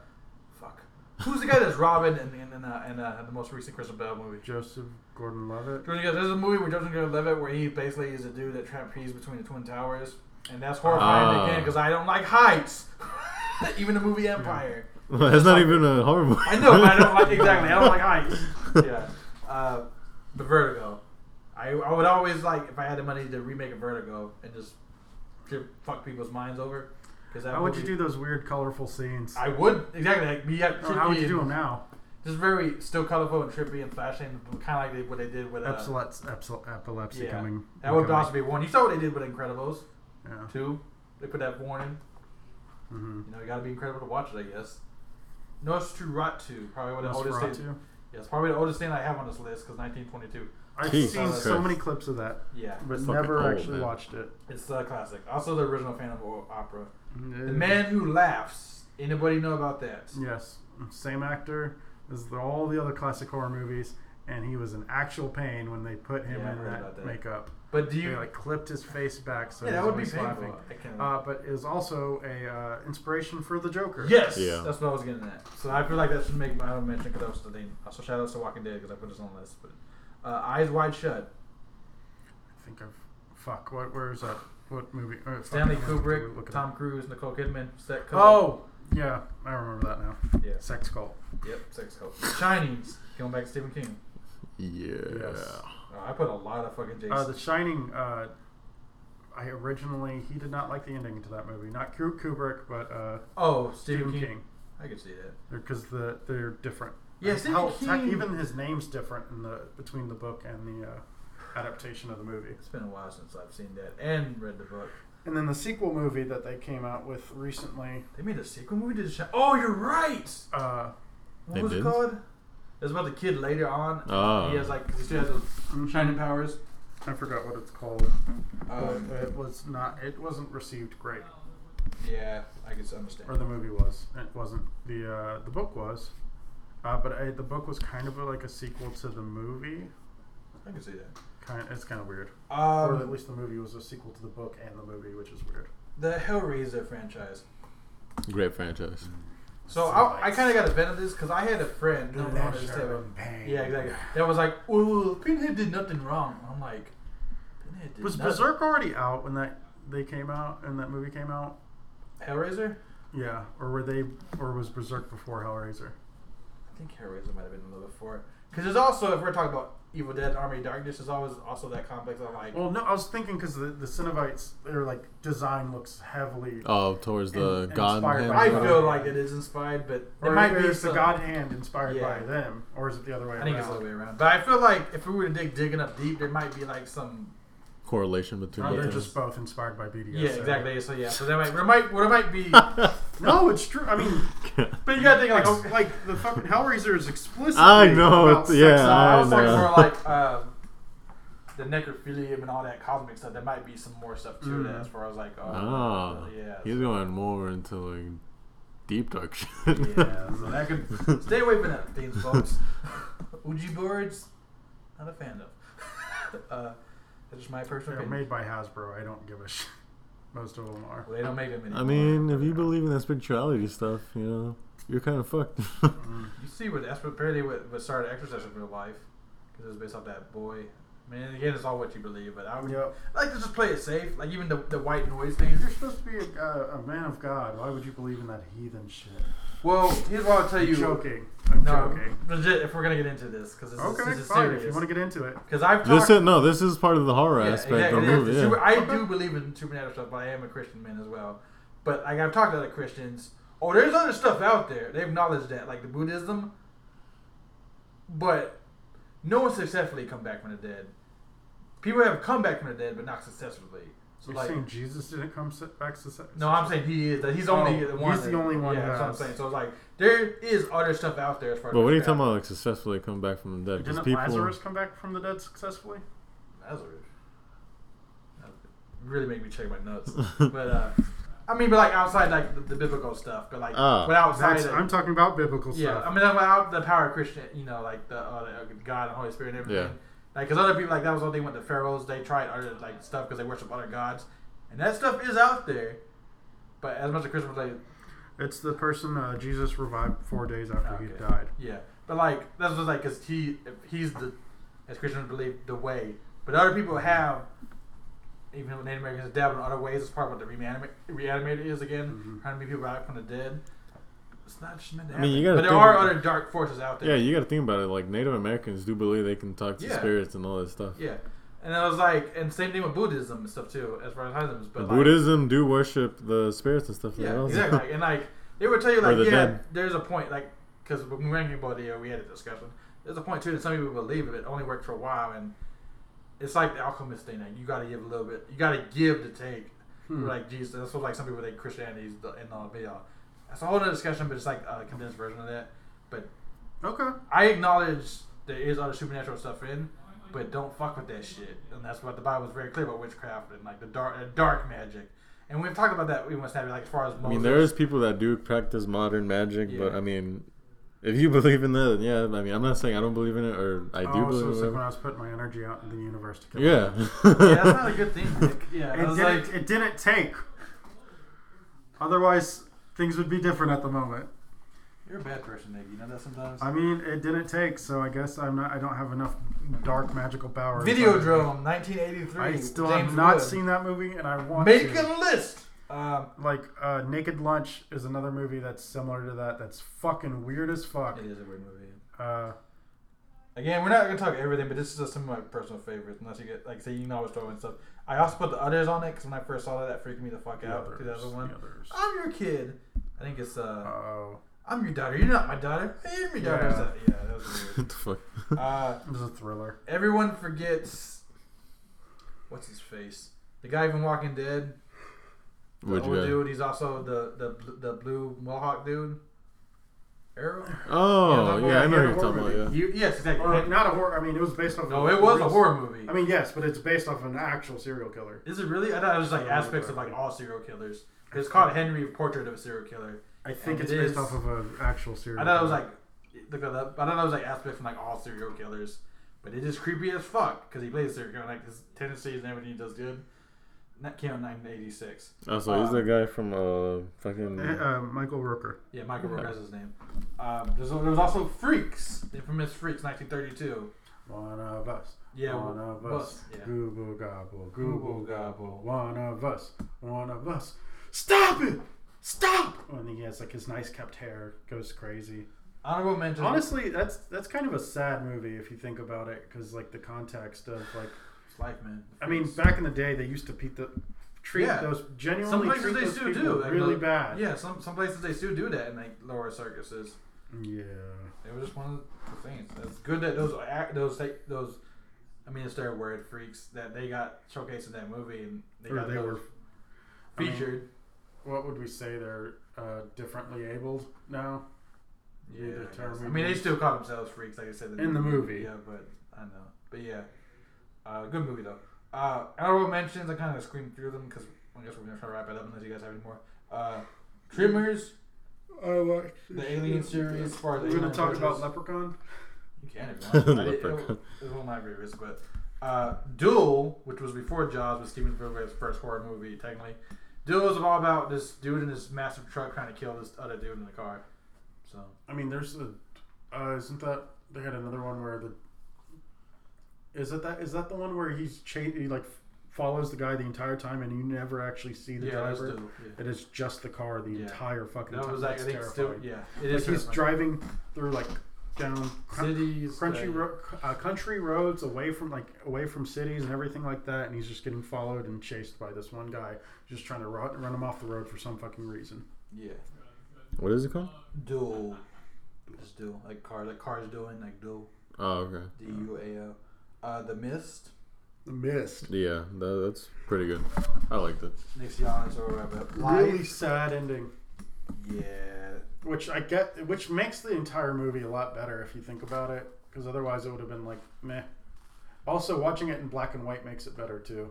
fuck? Who's the guy that's Robin in in, in, uh, in uh, the most recent Crystal Bell movie?
Joseph Gordon-Levitt.
Jordan Peele. There's a movie where Joseph Gordon-Levitt where he basically is a dude that trapezed between the twin towers, and that's horrifying
Ah.
again because I don't like heights. Even the movie Empire.
happened. That's not even a horror movie.
I know, but I don't like exactly. I don't like heights. Yeah, uh, the Vertigo. I, I would always like if I had the money to remake a Vertigo and just to fuck people's minds over. Because
How would you do those weird, colorful scenes?
I would exactly. Like, be at
Or how would
trippy
you do them
and
now?
Just very still colorful and trippy and flashing, kind of like they, what they did with uh,
Epilepsy, epilepsy
yeah.
coming.
That would
coming.
also be one. You saw what they did with Incredibles
Yeah.
two. They put that warning.
Mm-hmm.
You know, you got to be incredible to watch it, I guess. Nosferatu, probably one of the oldest things.
Nosferatu.
Yeah, it's probably the oldest thing I have on this list because 1922.
I've
Jesus
seen so
Christ.
many clips of that,
Yeah,
but
It's fucking
never
old,
actually
man.
watched it.
it's a classic. Also, the original Phantom of Opera. The
Mm.
Man Who Laughs. Anybody know about that?
Yes, same actor as the, all the other classic horror movies, and he was an actual pain when they put him
Yeah, I
in
heard about
that,
that.
makeup.
But do
They
you?
like clipped his face back, so
yeah,
he
that
was
would be
always
painful.
laughing.
I can't.
Uh, but is also a uh, inspiration for the Joker.
yes,
Yeah.
that's what I was getting at. So I feel like that should make my own mention because that was the thing. Also, shout outs to Walking Dead because I put this on the list. But uh, Eyes Wide Shut.
I think of fuck. What? Where's that? What movie? Oh, fuck,
Stanley
I have to
Kubrick,
look it
Tom
up.
Cruise, Nicole Kidman, Set Code.
Oh, yeah, I remember that now.
Yeah.
Sex cult.
Yep, Sex Code. Shinings. Going back to Stephen King.
Yeah.
Yes.
Uh, I put a lot of fucking Jason.
Uh, the Shining. Uh, I originally he did not like the ending to that movie. Not Ku- Kubrick, but uh,
oh,
Stephen
Stephen
King.
King. I could see that.
because the they're different.
Yeah,
Like,
Stephen
hell, tech-
King-
even his name's different in the between the book and the uh, adaptation of the movie.
It's been a while since I've seen that and read the book.
And then the sequel movie that they came out with recently,
They made a sequel movie to the Shadow. Oh, you're right.
uh,
What
They
was
did?
it called? It was about the kid later on.
Oh.
He has like 'cause he still has those shining powers.
I forgot what it's called.
Um,
but it was not. It wasn't received great,
yeah, I can understand.
or the movie was. It wasn't. The uh, the book was, uh, but I, the book was kind of like a sequel to the movie.
I can see that.
Kind. It's kind of weird. or at
Um,
least the movie was a sequel to the book and the movie, which is weird.
the Hellraiser franchise.
Great franchise.
So I, I kind of got a vent of this because I had a friend. who wanted to say- Yeah, exactly. That was like, "Well, Pinhead did nothing wrong." I'm like, Pinhead did
Was
nothing.
Berserk already out when that they came out and that movie came out?
Hellraiser?
Yeah, or were they, or was Berserk before Hellraiser?
I think Hellraiser might have been a little before. Because there's also, if we're talking about Evil Dead, Army of Darkness, there's always also that complex of like,
Well, no, I was thinking because the the Cenobites, their like design looks heavily.
Oh, towards the
And- and
God.
inspired
hand
by
I
thing?
God.
feel like it is inspired, but it
or
might be
is the
some-
God Hand inspired
Yeah.
by them, or is it the other way
I
around?
think it's the other way around. But I feel like if we were to dig digging up deep, there might be like some.
correlation between
No,
the
they're
things.
just both inspired by BDS.
yeah, exactly. So yeah, so that might there might there might be. but
No, it's true. I mean,
you gotta think like
like,
okay,
like the fucking Hellraiser is explicit.
I know,
About
it's-
sex
yeah,
and
I was
I
like
know.
more like um, the necrophilia and all that cosmic stuff. There might be some more stuff to
Mm.
that as far as like oh
Ah,
yeah.
he's going more into like deep dark shit.
Yeah, so that could stay away from that things, folks. Ouija boards, not a fan of. uh, that's just my personal
They're
opinion.
made by Hasbro. I don't give a shit. Most of them are.
well, they don't make them anymore.
I mean, if you believe in that spirituality stuff, you know, you're kind of fucked.
you see what that's what apparently what, what started exorcism in real life because it was based off that boy. I mean, again, it's all what you believe, but I would
Yep.
I like to just play it safe. Like even the, the white noise thing.
You're supposed to be a, uh, a man of God. Why would you believe in that heathen shit?
Well, here's what I'll tell
I'm
you.
joking. I'm
No,
joking.
legit. If we're gonna get into this, because this, is-
Okay,
this is
fine.
serious.
If you want to get into it,
Because I've
this
talked,
is no, this is part of the horror
Yeah,
aspect
exactly.
of the
That's
movie.
the
Yeah.
super- I do believe in supernatural stuff, but I am a Christian man as well. But like I've talked to other Christians, oh, there's other stuff out there. They acknowledge that, like the Buddhism. But no one successfully come back from the dead. People have come back from the dead, but not successfully. So
you're
like,
saying Jesus didn't come sit back to sex.
no, I'm saying he is. That he's only
Oh,
the one.
he's the
that-
only one
Yeah,
that
that's what I'm
has.
saying. So it's like there is other stuff out there as far.
but
as
what are you talking about? Like successfully come back from the dead? Because
Didn't
people.
Lazarus come back from the dead successfully?
Nazareth. That really make me check my nuts. but uh, I mean, but like outside like the, the biblical stuff, but like
Ah.
but outside,
That's,
of-
I'm talking about biblical
yeah.
stuff.
I mean, that's without the power of Christian, you know, like the, uh, the God and Holy Spirit and everything.
Yeah.
Like, cause other people like that was the only thing with the pharaohs. They tried other like stuff because they worship other gods, and that stuff is out there. But as much as Christians like,
it's the person uh, Jesus revived four days after he
Okay.
died.
yeah, but like that's just like because he if he's the as Christians believe the way, but other people have even with Native Americans dabble in other ways. It's part of what the reanima- reanimator is again,
Mhm.
trying to make people back from the dead. It's not just meant to
I
happen.
mean, you
but
gotta
there
think
are
about-
other dark forces out there.
Yeah, you got to think about it. Like Native Americans do believe they can talk to
Yeah.
spirits and all that stuff.
yeah. And I was like, and same thing with Buddhism and stuff too, as far as Hinduism. But
But
like,
Buddhism do worship the spirits and stuff. like that
Yeah,
also.
exactly. Like, and like they would tell you,
Or
like
the
yeah,
dead.
there's a point, like because when we were in Cambodia, we had a discussion. There's a point too that some people believe it, it only worked for a while, and it's like the alchemist thing. Like you got to give a little bit, you got to give to take.
Hmm.
Like Jesus, that's what like some people think Christianity is the end all be all. That's a whole other discussion, but it's like a condensed version of that. But
Okay.
I acknowledge there is other supernatural stuff in, but don't fuck with that shit. And that's what the Bible was very clear about witchcraft and like the dark, uh, dark magic. And we've talked about that. We must have like as far as Moses.
I mean, there is people that do practice modern magic, but
Yeah.
I mean, if you believe in that, then yeah. I mean, I'm not saying I don't believe in it or I do
oh,
believe
so it's
in
like
it.
when I was putting my energy out in the universe to kill.
yeah.
yeah, that's not a good thing. Like, yeah, I
It
was
didn't,
like,
it didn't take. Otherwise, things would be different at the moment.
you're a bad person, Nick. You know that sometimes.
I mean, it didn't take, so I guess I'm not. I don't have enough dark magical powers.
Videodrome, 1983.
I still
James
have not
Wood.
seen that movie, and I want
Make a
to.
list. Um,
Like uh, Naked Lunch is another movie that's similar to that. That's fucking weird as fuck.
it is a weird movie.
Uh,
Again, we're not gonna talk everything, but this is just some of my personal favorites. Unless you get like, say, you know, I was throwing stuff. I also put the others on it because when I first saw that, that freaked me the fuck
the
out.
others,
2001.
the others.
I'm your kid. I think it's uh,
Oh,
I'm your daughter. You're not my daughter. I am your daughter.
Yeah.
Yeah, yeah that was
what
weird.
the fuck?
uh,
it was a thriller.
everyone forgets. What's his face? The guy from Walking Dead. The
Which
old
guy?
dude. He's also the the bl- the blue mohawk dude. Arrow.
Oh,
Yeah,
yeah, I know
yeah,
what you're talking
horror
about. Yeah.
You, yes, exactly.
Or not a horror. I mean, it was based off.
no,
of
it was a
real-
horror movie.
Uh, I mean, yes, but it's based off an actual serial killer.
is it really? I thought it was like aspects of like all serial killers. It's called Henry Portrait of a Serial Killer.
I think
And
it's
it
based
is-
off of an actual serial.
I thought it was
killer.
like look that up. I thought it was like aspect from like all serial killers, but it is creepy as fuck because he plays a serial killer like his tendencies and everything he does good. And That came out in 1986.
Oh, so he's
Uh,
the guy from uh fucking.
Uh, uh, Michael Rooker.
Yeah, Michael Rourke has his name. Um, there's, there was also Freaks, the infamous Freaks, 1932.
One of us.
Yeah,
one
w-
of us.
bus, yeah.
Google gobble. Google
Google Gobble.
One of us. One of us. Stop it! Stop! And he has like his nice kept hair, goes crazy.
Honorable mention.
Honestly, that's that's kind of a sad movie if you think about it, because like the context of like,
It's life, man.
I mean,
Freaks.
back in the day they used to beat the treat
Yeah.
those
some
genuinely
places
treat
they
those
still
people
do like,
really
the-
bad.
Yeah, some some places they still do that in like lower circuses.
Yeah.
They were just one of the things. It's good that those act those like, those. I mean, it's their word, freaks, that they got showcased in that movie and they
Or
got
they
those
were. I mean,
featured.
what would we say they're uh, differently abled now?
yeah,
the
I guess.
term
I
we
mean, they
use.
still call themselves freaks, like I said
In the movie.
Yeah, but I know, but yeah, uh, good movie though. Uh, honorable mentions. I kind of screamed through them because I guess we're gonna try to wrap it up unless you guys have any more. Uh, Trimmers,
I watched
the Alien series. As far as
We're
Alien
gonna talk
Approaches.
about Leprechaun.
You can if you want. I did-
Leprechaun.
it- It's one of my favorites, but uh, Duel, which was before Jaws, was Steven Spielberg's first horror movie, technically. Duel is all about this dude in this massive truck trying to kill this other dude in the car. So
I mean, there's a. Uh, isn't that they had another one where the. Is it that is that the one where he's cha- he like follows the guy the entire time and you never actually see the
yeah, that's
driver.
Duel. Yeah.
It is just the car the
Yeah.
entire fucking
That
time.
was like I
That's
think
terrifying.
still yeah. It
like
is
he's
terrifying.
driving through like down crun-
cities,
crunchy
like-
ro- uh, country roads away from like away from cities and everything like that, and he's just getting followed and chased by this one guy just trying to run, run him off the road for some fucking reason.
Yeah,
What is it called?
Duel. Just Duel, like car, like cars doing, like Duel.
Oh, okay.
D U A L. Uh, the Mist.
The mist.
Yeah, that, that's pretty good. I liked it.
Next yawn, so we'll wrap it up.
Really
Life.
sad ending.
Yeah.
Which I get, which makes the entire movie a lot better if you think about it, because otherwise it would have been like meh. Also, watching it in black and white makes it better too,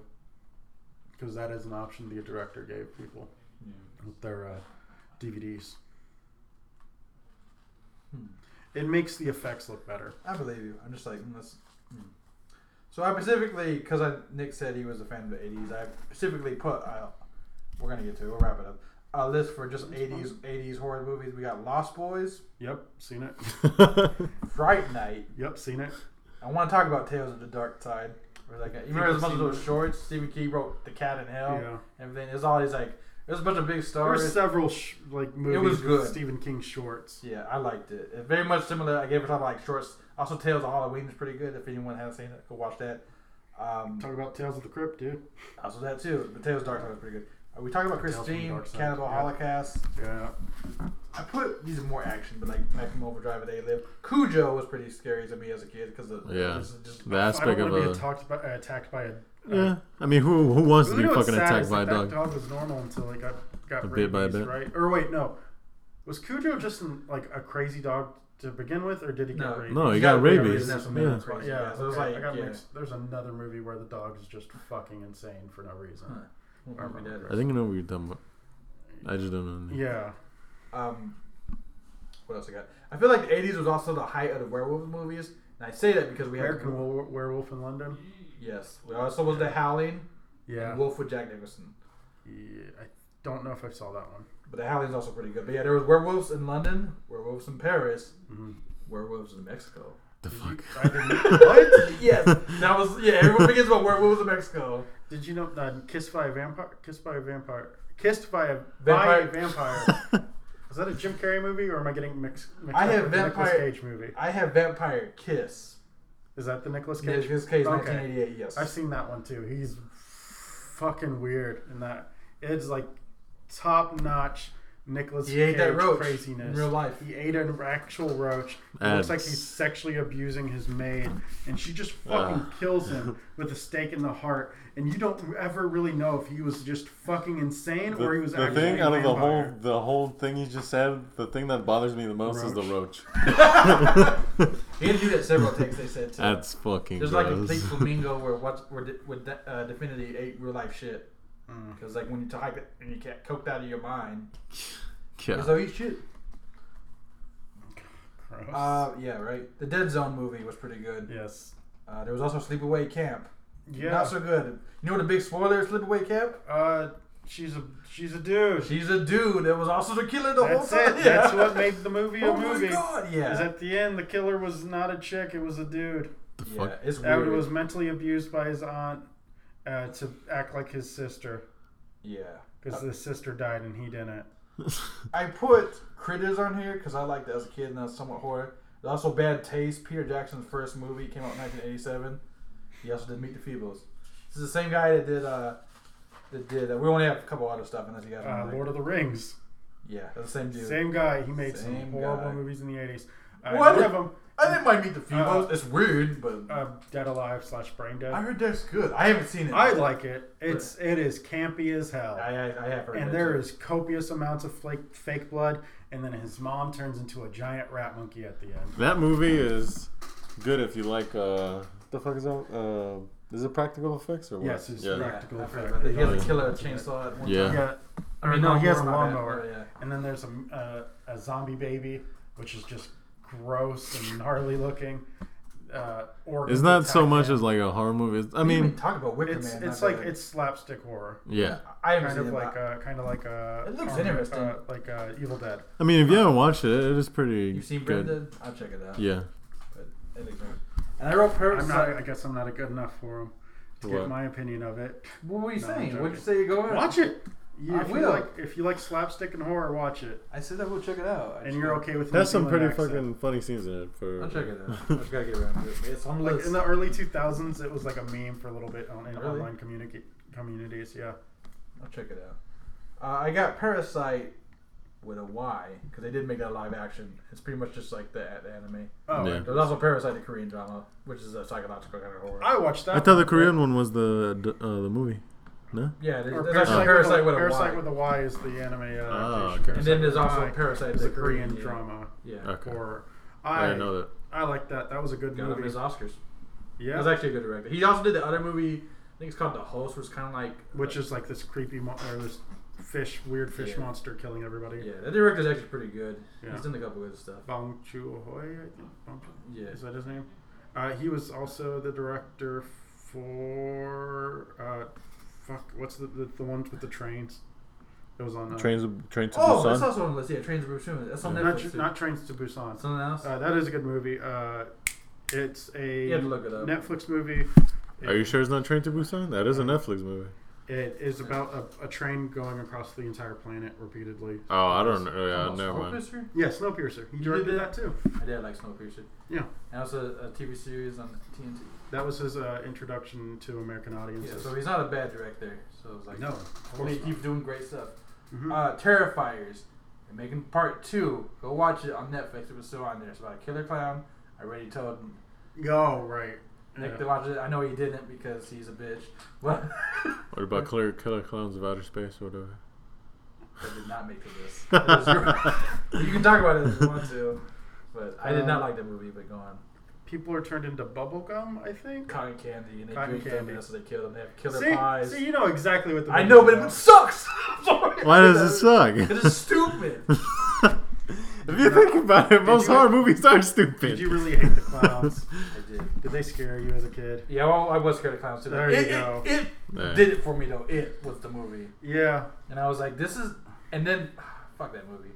because that is an option the director gave people with their uh, DVDs.
Hmm.
It makes the effects look better.
I believe you. I'm just like, mm, that's. Mm. So I specifically, because I Nick said he was a fan of the '80s, I specifically put. Uh, we're gonna get to. it. We'll wrap it up. A list for just
That's
'80s '80s horror movies. We got Lost Boys,
Yep, seen it.
Fright Night.
Yep, seen it.
I want to talk about Tales of the Dark Side. Where like, you remember
I've
there's a bunch of
seen
those
that.
shorts? Stephen King wrote The Cat in Hell.
Yeah,
Everything. There's all these like. There's a bunch of big
there were
stars.
several sh- like movies
was good.
with Stephen King shorts.
Yeah, I liked it. It's very much similar. I gave it a lot of like shorts. Also, Tales of Halloween is pretty good. If anyone hasn't seen it, go watch that. Um,
Talk about Tales of the Crypt, dude.
Also that too. The Tales of Dark Side was pretty good. Are we talking about
Tales from the
Christine,
Dark Side,
Cannibal
yeah.
Holocaust?
Yeah,
I put these are more action, but like Maximum Overdrive, They Live. Cujo was pretty scary to me as a kid because of
Yeah.
it's just-
the aspect
I
of
don't want to
a.
be attacked by, uh, attacked by a.
yeah, I mean, who who wants to
You
be
know what's
fucking
sad
attacked
is
by a
that
dog?
That dog was normal until it got got
Got bit by a
rabies,
bit.
right? Or wait, no. Was Cujo just an, like a crazy dog to begin with, or did he get
No.
rabies?
No, he
He's
got
rabies,
rabies.
and that's what made him
Yeah.
crazy.
Yeah,
so it was
okay,
like
I got
yeah.
mixed. There's another movie where the dog is just fucking insane for no reason.
Huh. What
I
movie
remember.
that
I
is.
think I know what you're talking about. I just don't know. the name.
Yeah,
Um, what else I got? I feel like the '80s was also the height of the werewolf movies, and I say that because we had
American Were- Werewolf in London.
yes, we also was the Howling,
Yeah,
and Wolf with Jack Nicholson.
Yeah, I don't know if I saw that one.
But the Howling's also pretty good. But yeah, there was werewolves in London, werewolves in Paris,
Mhm.
werewolves in Mexico.
The
Did
fuck?
You, I didn't,
What? yes, that was yeah. Everyone forgets about werewolves in Mexico.
did you know that Kissed by a Vampire? Kissed by a Vampire. Kissed by a
Vampire-
vampire. By a vampire. Is that a Jim Carrey movie, or am I getting mixed? mixed
I
up
have
with the Nicolas
vampire-
Cage movie.
I have Vampire Kiss.
Is that the Nicolas
Yeah,
Cage?
Kiss Cage,
Okay.
1988. Yes.
I've seen that one too. He's fucking weird in that. It's like top notch Nicholas
He ate that
Cage
roach
craziness.
in real life.
He ate an actual roach. It
And-
looks like he's sexually abusing his maid, and she just fucking
Ah.
kills him with a stake in the heart. And you don't ever really know if he was just fucking insane
The,
or he was
the
actually
thing
a
out of the whole
vampire.
the whole thing you just said, the thing that bothers me the most is the roach.
He had to do that several takes. They said too.
That's fucking
There's like a
gross.
complete flamingo where what where, di- where de- uh, Definity ate real life shit.
Mm.
Because like when you type it and you get coked out of your mind,
yeah.
because they'll eat shit.
Gross.
Uh, yeah, right. The Dead Zone movie was pretty good.
yes.
Uh, there was also Sleepaway Camp.
Yeah.
Not so good. You know what a big spoiler is Sleepaway Camp?
uh, she's a she's a dude.
She's a dude that was also the killer the
That's
whole time.
it. That's what made the movie a
oh
movie.
my god, yeah.
Is at the end the killer was not a chick; it was a dude.
The
yeah,
fuck?
it's
That
weird.
was mentally abused by his aunt uh, to act like his sister
yeah.
because
Uh,
his sister died and he didn't.
I put Critters on here because I liked it as a kid and that's somewhat horror. But also Bad Taste, Peter Jackson's first movie, came out in 1987. He also did Meet the Feebles. This is the same guy that did, uh, that did, uh, we only have a couple other stuff unless you guys
Uh,
remember.
Lord of the Rings,
yeah, that's the same dude.
same guy. He made
Same
some horrible
guy.
movies in the eighties. Uh,
What?
One of them,
I didn't mind Meet the Feebles. it's weird, but
uh, Dead Alive slash Brain Dead.
I
I,
heard that's good. I haven't seen it.
like it. It's it is campy as hell.
I, I, I have heard
and
that
there
too.
is copious amounts of flake, fake blood, and then his mom turns into a giant rat monkey at the end.
That movie is good if you like. uh The fuck is that? Uh, is it practical effects or what?
Yes, it's
yeah.
Yeah,
practical
I've heard
effect.
about that. He
They
has
don't
a killer
do that.
chainsaw at one
Yeah.
time.
I mean, no, he has a
my bad.
lawnmower.
Oh, yeah.
And then there's a, uh, a zombie baby, which is just gross and gnarly looking. Uh, organs
It's not so
attacking
much
him.
as like a horror movie. It's- I
We didn't
mean,
even talk about Wicker
it's
Man.
it's
my
like
bad.
it's slapstick horror,
yeah.
I haven't
kind
seen
of
it,
like
but-
a kind of like a
It looks
um,
interesting.
uh, like uh, Evil Dead.
I mean, if you haven't watched it, it is pretty.
You've seen
good.
Brendan? I'll check it out.
Yeah.
It looks good. And I wrote
I'm not. I
Parasite.
guess I'm not good enough for him to
What?
give my opinion of it.
What were you
No, I'm
saying? What'd you
joking.
say you go in?
Watch it. You,
I
if you
will.
like if you like slapstick and horror, watch it.
I said I will check it out. I
And you're
just-
okay with
That's
New
some pretty
Zealand accent.
fucking funny scenes in it. For
I'll check it out. I just gotta get around to it. It's on the
Like
list.
in the early 2000s, it was like a meme for a little bit on in
Really?
online communica- communities. Yeah.
I'll check it out. Uh, I got Parasite with a Y because they did make that live action. It's pretty much just like the, the anime.
Oh,
Yeah.
There's also Parasite, the Korean drama, which is a psychological kind of horror.
I watched that.
I thought the
one.
Korean one was the d- uh, the movie. No.
yeah, there's,
Or
there's
Parasite,
actually Parasite
with,
with
a,
a
Parasite
Y.
with a Y is the anime. Uh,
Oh,
adaptation.
okay.
and then there's
Parasite with
also
a Y
Parasite,
is
the
a Korean
Korean yeah.
drama
Yeah.
Okay.
horror.
I
I
didn't know that.
I like that. That was a good
Got him
movie.
his Oscars. That was
Yeah.
actually a good director. He also did the other movie. I think it's called The Host, which is kind of like
Which is like this creepy mo- or this fish, weird fish
Yeah.
monster killing everybody.
yeah. That director's actually pretty good.
Yeah.
He's done a couple good stuff.
Bong Choo Hoy, I think. Bong Joon-
Yeah.
Is that his name? Uh, he was also the director for uh, fuck. What's the, the the ones with the trains? It was on uh,
Trains, train to
Uh-huh. Oh,
Busan.
that's also on the list. Yeah, Trains of Busan. That's on
Yeah.
Not,
Netflix.
tr-
too.
not trains to Busan.
something else.
Uh, that is a good movie. Uh, it's a
You had to look it up.
Netflix movie. It,
Are you sure it's not Train to Busan? That is a Netflix movie.
It is about a, a train going across the entire planet repeatedly.
Oh, I don't know. Yeah,
Almost
never mind.
Snowpiercer?
Yeah, Snowpiercer. He
You
directed
did
that
that?
too.
I did like Snowpiercer.
Yeah,
And also a TV series on TNT.
that was his uh, introduction to American
Yeah,
audiences.
so he's not a bad director. So it's like
no, of
Well,
course
he
not.
keeps doing great stuff.
Mhm.
Uh, Terrifiers. They're making part two. Go watch it on Netflix. It was still on there. It's about a killer clown. I already told
Oh, right.
Nick
Yeah.
to watch it. I know he didn't because he's a bitch. But
What about Killer, Killer Clowns of Outer Space or whatever?
I did not make the list. That is right. you can talk about it if you want to. But I did not
Um,
like that movie, but go on.
People are turned into bubblegum, I think.
Cotton candy and they
Cotton
drink
candy.
them, that's what they kill them. They have killer
see,
pies.
see, you know exactly what the
I
movie's
know, but
about.
it sucks. I'm sorry.
Why does it suck?
It is stupid.
if you think about it, most
you-
horror movies are stupid.
Did you really hate the clowns?
I did.
Did they scare you as a kid?
Yeah, well, I was scared of clowns too.
There
it,
you go.
It, it
Yeah.
did it for me though. It was the movie,
Yeah.
and I was like, "This is." And then, fuck that movie.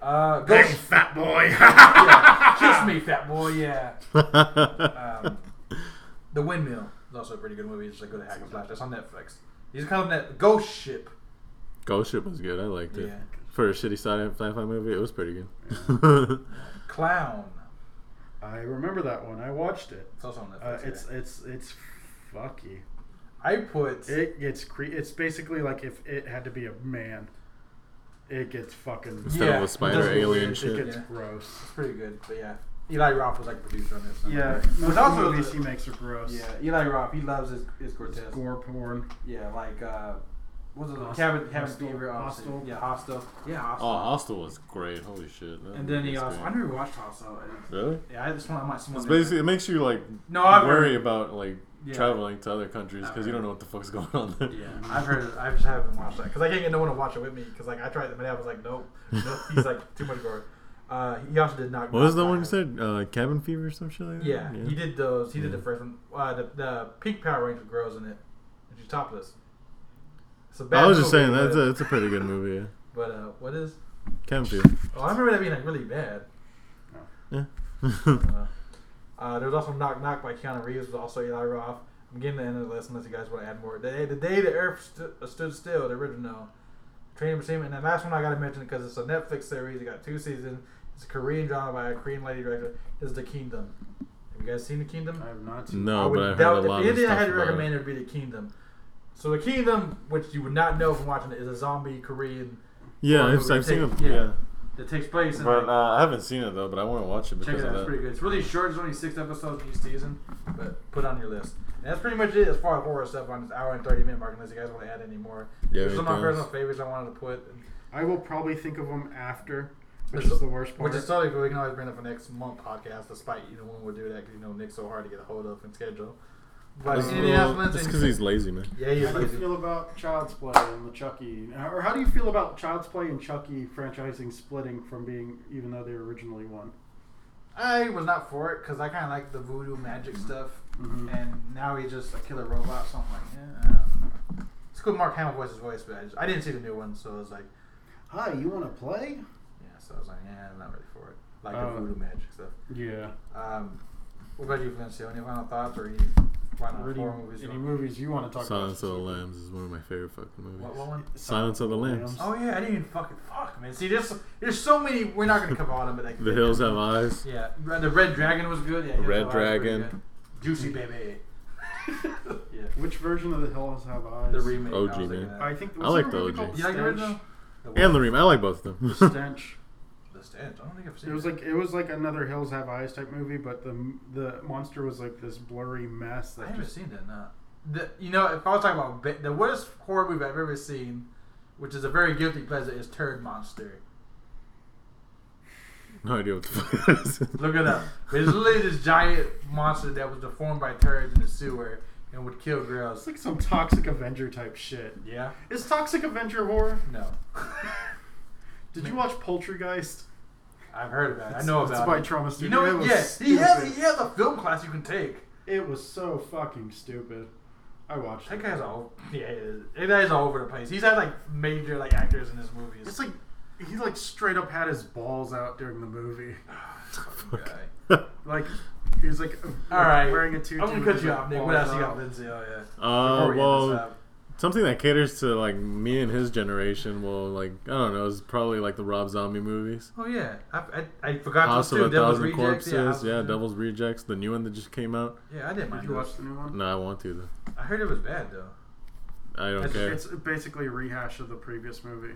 Uh, go
Thanks, fat boy.
yeah, kiss me, fat boy. Yeah. Um, the windmill is also a pretty good movie. It's just like go to hack and slash. That's on Netflix. He's kind of that ghost ship.
Ghost Ship was good. I liked it.
Yeah.
For a shitty sci- sci-fi movie, it was pretty good.
Clown.
I remember that one. I watched it.
It's also on Netflix.
Uh, it's
yeah.
it's it's fucky.
I put.
It gets cre- It's basically like if it had to be a man. it gets fucking.
Instead
Yeah,
of
it
a spider
doesn't-
alien
it,
shit.
gets
Yeah.
gross.
It's pretty good, but yeah. Eli Roth was like a producer on this.
Yeah,
But
most of the
also
movies he
the-
makes are gross.
yeah, Eli Roth, he loves his, his
It's
grotesque.
gore porn.
Yeah, like uh, what was it?
Host-
Cabin, Cabin
Hostel-
Fever, obviously.
Hostel.
Yeah, Hostel. Yeah,
Oh,
Hostel.
Hostel was great. Holy shit. that
and then
movie
he
was
also, I
great.
never watched Hostel. and-
Really?
Yeah, I just want I might see one.
It's
day.
basically it makes you like
No, I've
worry
heard-
about like
Yeah.
traveling to other countries
I've
because you
heard.
don't know what the fuck's going on there.
Yeah, I've heard. I just haven't watched that because I can't get no one to watch it with me. Because like I tried, my dad was like, "Nope, nope." He's like too much gore. Uh, he also did not.
What was the one you said? Uh, cabin fever or some shit like that?
Yeah, he did those. He did the
Yeah.
first one. Uh, the the pink Power Ranger girls in it. And she's topless. It's a bad
I was just
movie,
saying that's
but-
a, that's a pretty good movie. Yeah.
But uh, what is?
Cabin fever.
Oh, I remember that being like really bad.
Yeah.
Uh, uh, there was also Knock Knock by Keanu Reeves, was also Eli Roth. I'm getting to the end of the list unless you guys want to add more. The day the, day the Earth stu- uh, Stood Still, the original. Training Entertainment. And the last one I got to mention because it's a Netflix series. It got two seasons. It's a Korean drama by a Korean lady director. Is The Kingdom. Have you guys seen The Kingdom?
I have not seen.
no,
would
but I heard
doubt-
a lot
If
of
anything
stuff
I had to
about
recommend,
it.
it would be The Kingdom. So The Kingdom, which you would not know from watching it, is a zombie Korean.
Yeah,
horror
I've,
movie
I've seen
that
it.
take-
Yeah.
That takes place in
But
like,
uh, I haven't seen it though. But I want to watch it
Check
because
it out. It's
of
pretty
that.
good. It's really short. It's only six episodes each season, but put it on your list. And that's pretty much it as far as horror stuff on this hour and 30 minute mark, unless you guys want to add any more.
Yeah,
These are my
anything
personal
else?
favorites I wanted to put,
I will probably think of them after, which
It's-
is the worst part.
which is totally cool. We can always bring up for next month podcast, despite either one would do that because you know Nick's so hard to get a hold of and schedule. But
That's
anything else,
little- That's
Lindsay?
because he's lazy, man.
Yeah, he's
How do you
lazy.
feel about Child's Play and the Chucky, or how do you feel about Child's Play and Chucky franchising splitting from being, even though they originally one?
I was not for it because I kind of like the voodoo magic stuff,
Mhm.
and now he's just a killer robot. So I'm like, yeah. I don't know. It's cool. Mark Hamill voices voice, but I, just, I didn't see the new one, so I was like,
Hi, you want to play?
Yeah, so I was like, yeah, I'm not ready for it. Like
Um,
the voodoo magic stuff.
Yeah.
Um, what about you, Vincio? Any final thoughts or any final
Any,
horror movies?
any movies you want to talk
Silence of the
about?
Lambs is one of my favorite fucking movies.
What, what one?
Silence of the Lambs.
Oh yeah, I didn't even fucking fuck, man. See, there's there's so many. We're not gonna cover all of them, but like
The Hills Have Eyes.
Yeah, Red- the Red Dragon was good. Yeah, Hills
Red
Have Eyes was pretty
Dragon.
good. Juicy Baby. yeah,
Which version of The Hills Have Eyes?
the remake.
OG,
I was thinking
man.
that.
I think.
I like
was there a
the
movie
OG.
called
You like the
Stench?
original?
And the remake. I like both of
The
them.
Stench.
The Stench. I don't think I've seen
It was like it was like another Hills Have Eyes type movie, but the the monster was like this blurry mess
I
that
haven't
just
seen that. Nah. The, you know, if I was talking about ba- the worst horror movie I've ever seen, which is a very guilty pleasure, is Turd Monster.
no idea what the fuck that is.
Look it up. But it's literally this giant monster that was deformed by turds in the sewer and would kill
it's
girls.
like some Toxic Avenger type shit.
Yeah?
Is Toxic Avenger horror?
No.
Did you watch Poltergeist?
I've heard about it. I know
It's-
about
it's
it.
by Trauma
You
Studio. It
know,
was
yeah, he has,
stupid.
he has a film class you can take.
It was so fucking stupid. I watched
That
it.
guy's all yeah, it is. That guy's all over the place. He's had like major like actors in his movies.
It's like he like straight up had his balls out during the movie.
Fucking guy.
Like he was like
All right,
wearing a tutu.
I'm gonna
with
cut
his,
you
like,
off, Nick. What
balls
else you got,
out.
Lindsay? Oh yeah. Before
Uh,
we end this
well,
up.
something that caters to like me and his generation. Well, like I don't know, is probably like the Rob Zombie movies,
Oh yeah, I, I, I forgot
House
those
of
two.
a
Devil's
Thousand
Rejects.
Corpses,
yeah,
yeah,
House of-
Devil's Rejects, the new one that just came out.
Yeah, I didn't
Did
mind.
you
those.
watch the new one?
No, I want to though.
I heard it was bad though.
I don't
It's-
care.
It's basically a rehash of the previous movie.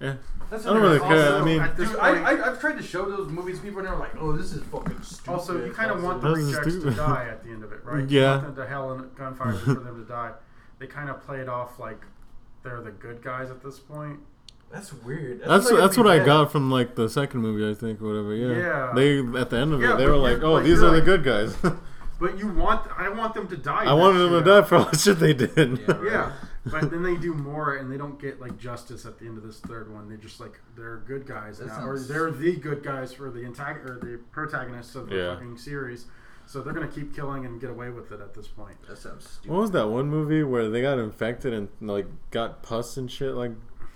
yeah.
That's
I don't really
another-
care.
Also,
I mean,
at this
Dude, I,
point-
I, I've tried to show those movies to people and they're like, oh, this is fucking stupid.
Also, you kind of want the
This is
rejects to
stupid.
die at the end of it, right?
Yeah.
You want them to hell and gunfire for them to die. They kind of play it off like they're the good guys at this point.
That's weird.
That's
like
that's
it'd
what
be
I
bad.
got from like the second movie, I think, or whatever.
Yeah.
Yeah. They at the end of
Yeah,
it, they
but
were
you're-
like, "Oh,
but
these
you're
are the
like-
good guys."
But you want, I want them to die.
I wanted them to die for all the shit they did.
Yeah, right.
Yeah, but then they do more, and they don't get like justice at the end of this third one. They just like they're good guys
That
now, or
sounds-
they're the good guys for the antagon or the protagonists of the
Yeah.
fucking series. So they're gonna keep killing and get away with it at this point.
That sounds stupid.
What was that one movie where they got infected and like got pus and shit like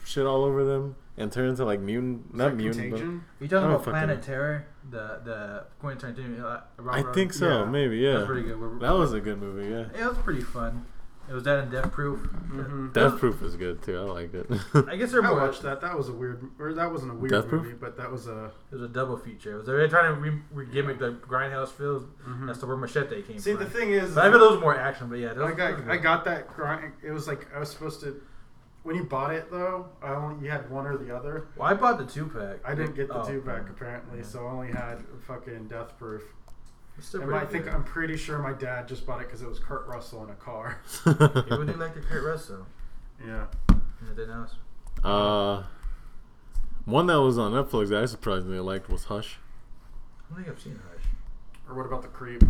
shit all over them and turned into like mutant? Not
Like
mutant. But,
Contagion?
You talking
I don't
about
fucking-
Planet Terror? The the Quentin Tarantino. uh,
I
Robert-
think so.
Yeah.
Maybe yeah.
That's pretty good. We're-
That was a good movie. Yeah.
It was pretty fun. It was that and Death Proof. Mm-hmm.
Mhm.
Death Proof is good too. I liked it.
I guess they're
I
more.
watched that. That was a weird, or that wasn't a weird
Death Proof?
movie, but that was a.
It was a double feature. It was they're trying to re- re- gimmick the Grindhouse films.
Mhm.
That's the where Machete came
See,
from.
the thing is,
But I bet those were more action. But yeah, those
I got, I got that grind. It was like I was supposed to When you bought it though, I only you had one or the other.
Well, I bought the two pack.
I didn't get the
Oh,
two back
mm.
apparently,
yeah.
so I only had fucking Death Proof.
It's still
And I
pretty
think
good.
I'm pretty sure my dad just bought it because it was Kurt Russell in a car.
Yeah, we do like the Kurt Russell.
Yeah.
Anything else?
uh, one that was on Netflix that I surprisingly liked was Hush.
I don't think I've seen Hush.
Or what about the Creep?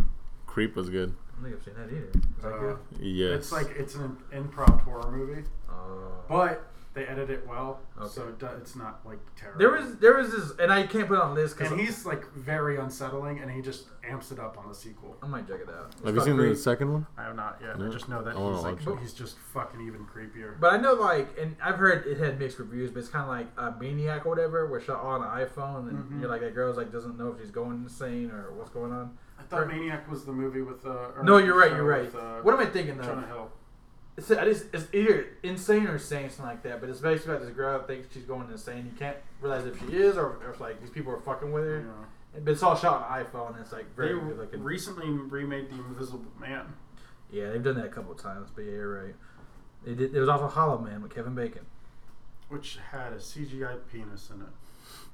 Creep was good.
I don't think I've seen that either. Is that
Uh,
good?
Yes.
It's like it's an improv horror movie,
Oh.
Uh, but they edit it well, so
Okay.
it do, it's not like terrible.
There was there was this, and I can't put it on the list because
and he's like very unsettling, and he just amps it up on the sequel.
I might check it out. It's
Have you
not
seen
great.
the second one?
I have not yet.
Yeah.
I just know that
I wanna
he's
watch
like
it.
he's just fucking even creepier.
But I know, like, and I've heard it had mixed reviews, but it's kind of like uh, Maniac or whatever, where shot on an iPhone, and
Mhm.
you're like, that girl's like doesn't know if she's going insane or what's going on.
I thought Maniac was the movie with. Uh, or
No, you're right.
show
You're right.
with, uh,
what am I thinking of?
Jonah Hill.
It's, I just- it's either insane or insane, something like that. But it's basically about this girl that thinks she's going insane. You can't realize if she is, or, or if like these people are fucking with her.
Yeah.
But it's all shot on iPhone. And it's like
They
very good looking.
recently remade The Invisible Man.
yeah, they've done that a couple times. But yeah, you're right. They did, there was also Hollow Man with Kevin Bacon.
Which had a CGI penis in it.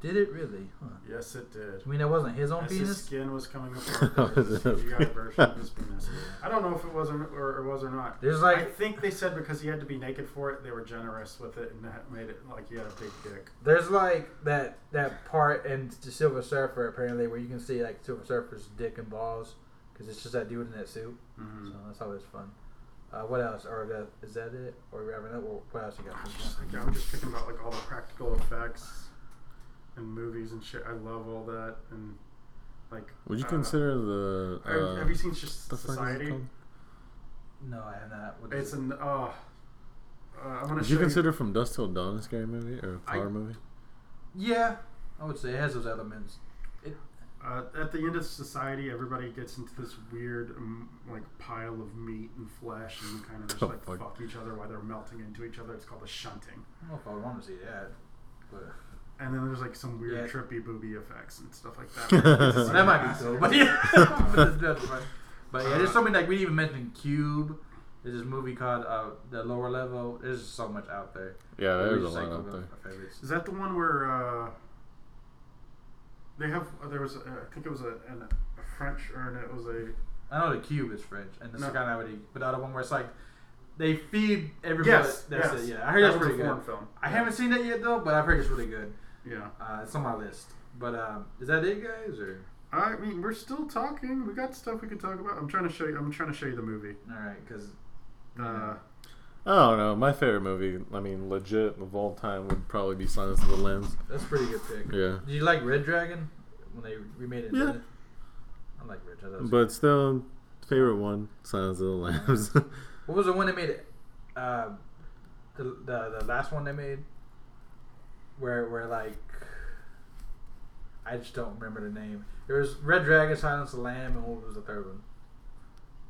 Did it really? Huh.
Yes, it did.
I mean, that wasn't his own
As his
penis.
skin was coming apart, there was a CGI version of his penis. I don't know if it was or, or, or was or not.
There's like
I think they said because he had to be naked for it, they were generous with it and that made it like he had a big dick.
There's like that that part in the Silver Surfer apparently where you can see like Silver Surfer's dick and balls because it's just that dude in that suit.
Mm-hmm.
So that's always fun. Uh, what else? Or that, is that it? Or we wrapping up? Or what else you got?
I'm just like I'm just thinking about like all the practical effects and movies and shit. I love all that and like.
Would you
uh,
consider the?
have-
uh,
have you seen Sh-
the fuck is it
Society?
called?
No, I have not. What is
It's
it?
an. Uh, uh, I'm gonna
Would
show
you consider From Dust Till Dawn a scary movie or a
I-
horror movie?
yeah, I would say it has those elements.
Uh, at the end of society, everybody gets into this weird um, like pile of meat and flesh, and kind of just
Oh,
like
fuck.
fuck. each other while they're melting into each other. It's called the shunting.
I don't know if I would want to see that, but
And then there's like some weird
Yeah.
trippy booby effects and stuff like that. It's
Well, that might be
massive.
cool. But yeah, But it's different. But yeah, there's
Uh,
something like we didn't even mention Cube. There's this movie called uh, The Lower Level. There's just so much out there.
Yeah,
We
there's a
just,
lot
like,
out
one of
there.
our favorites.
Is that the one where uh, they have? uh, There was a, I think it was a, an, a French or an, it was a
I know the cube is French, and the
No.
second I would eat, but the other one where it's like they feed everybody.
yes,
that's
yes.
it. Yeah, I heard that's
that was
pretty
a foreign
good.
film.
I haven't seen that yet though, but I've heard it's really good.
Yeah,
Uh, it's on my list. But um, is that it, guys? Or
I mean we're still talking. We got stuff we can talk about. I'm trying to show you. I'm trying to show you the movie.
all right, because
Uh,
I don't know. My favorite movie, I mean, legit of all time, would probably be Silence of the Lambs.
that's a pretty good pick.
Yeah,
Did you like Red Dragon when they remade it?
Yeah.
didn't it? I like Red Dragon.
but still, favorite one, Silence of the Lambs.
what was the one that made it? Uh, the, the the last one they made, where where like. I just don't remember the name. There was Red Dragon, Silence of the Lamb, and what was the third one?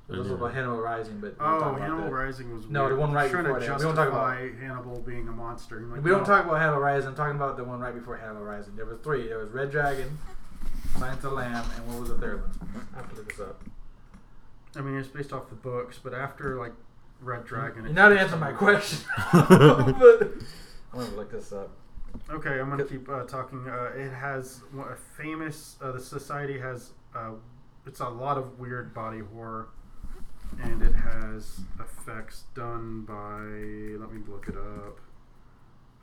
It was about Hannibal Rising, but we don't
Oh,
talk about
Hannibal
that.
Rising was
No,
weird.
the one right
trying
before
to
that. We
justify
don't talk about
Hannibal being a monster. I'm like,
we don't
no.
talk about Hannibal Rising. I'm talking about the one right before Hannibal Rising. There was three. There was Red Dragon, Silence of the Lamb, and what was the third one? I have to look this up.
I mean, it's based off the books, but after like Red Dragon.
You're
it's
not
just-
answering my question. but I'm gonna look this up.
Okay, I'm gonna keep uh, talking. Uh, it has one- a famous. Uh, the society has. Uh, it's a lot of weird body horror, and it has effects done by. Let me look it up.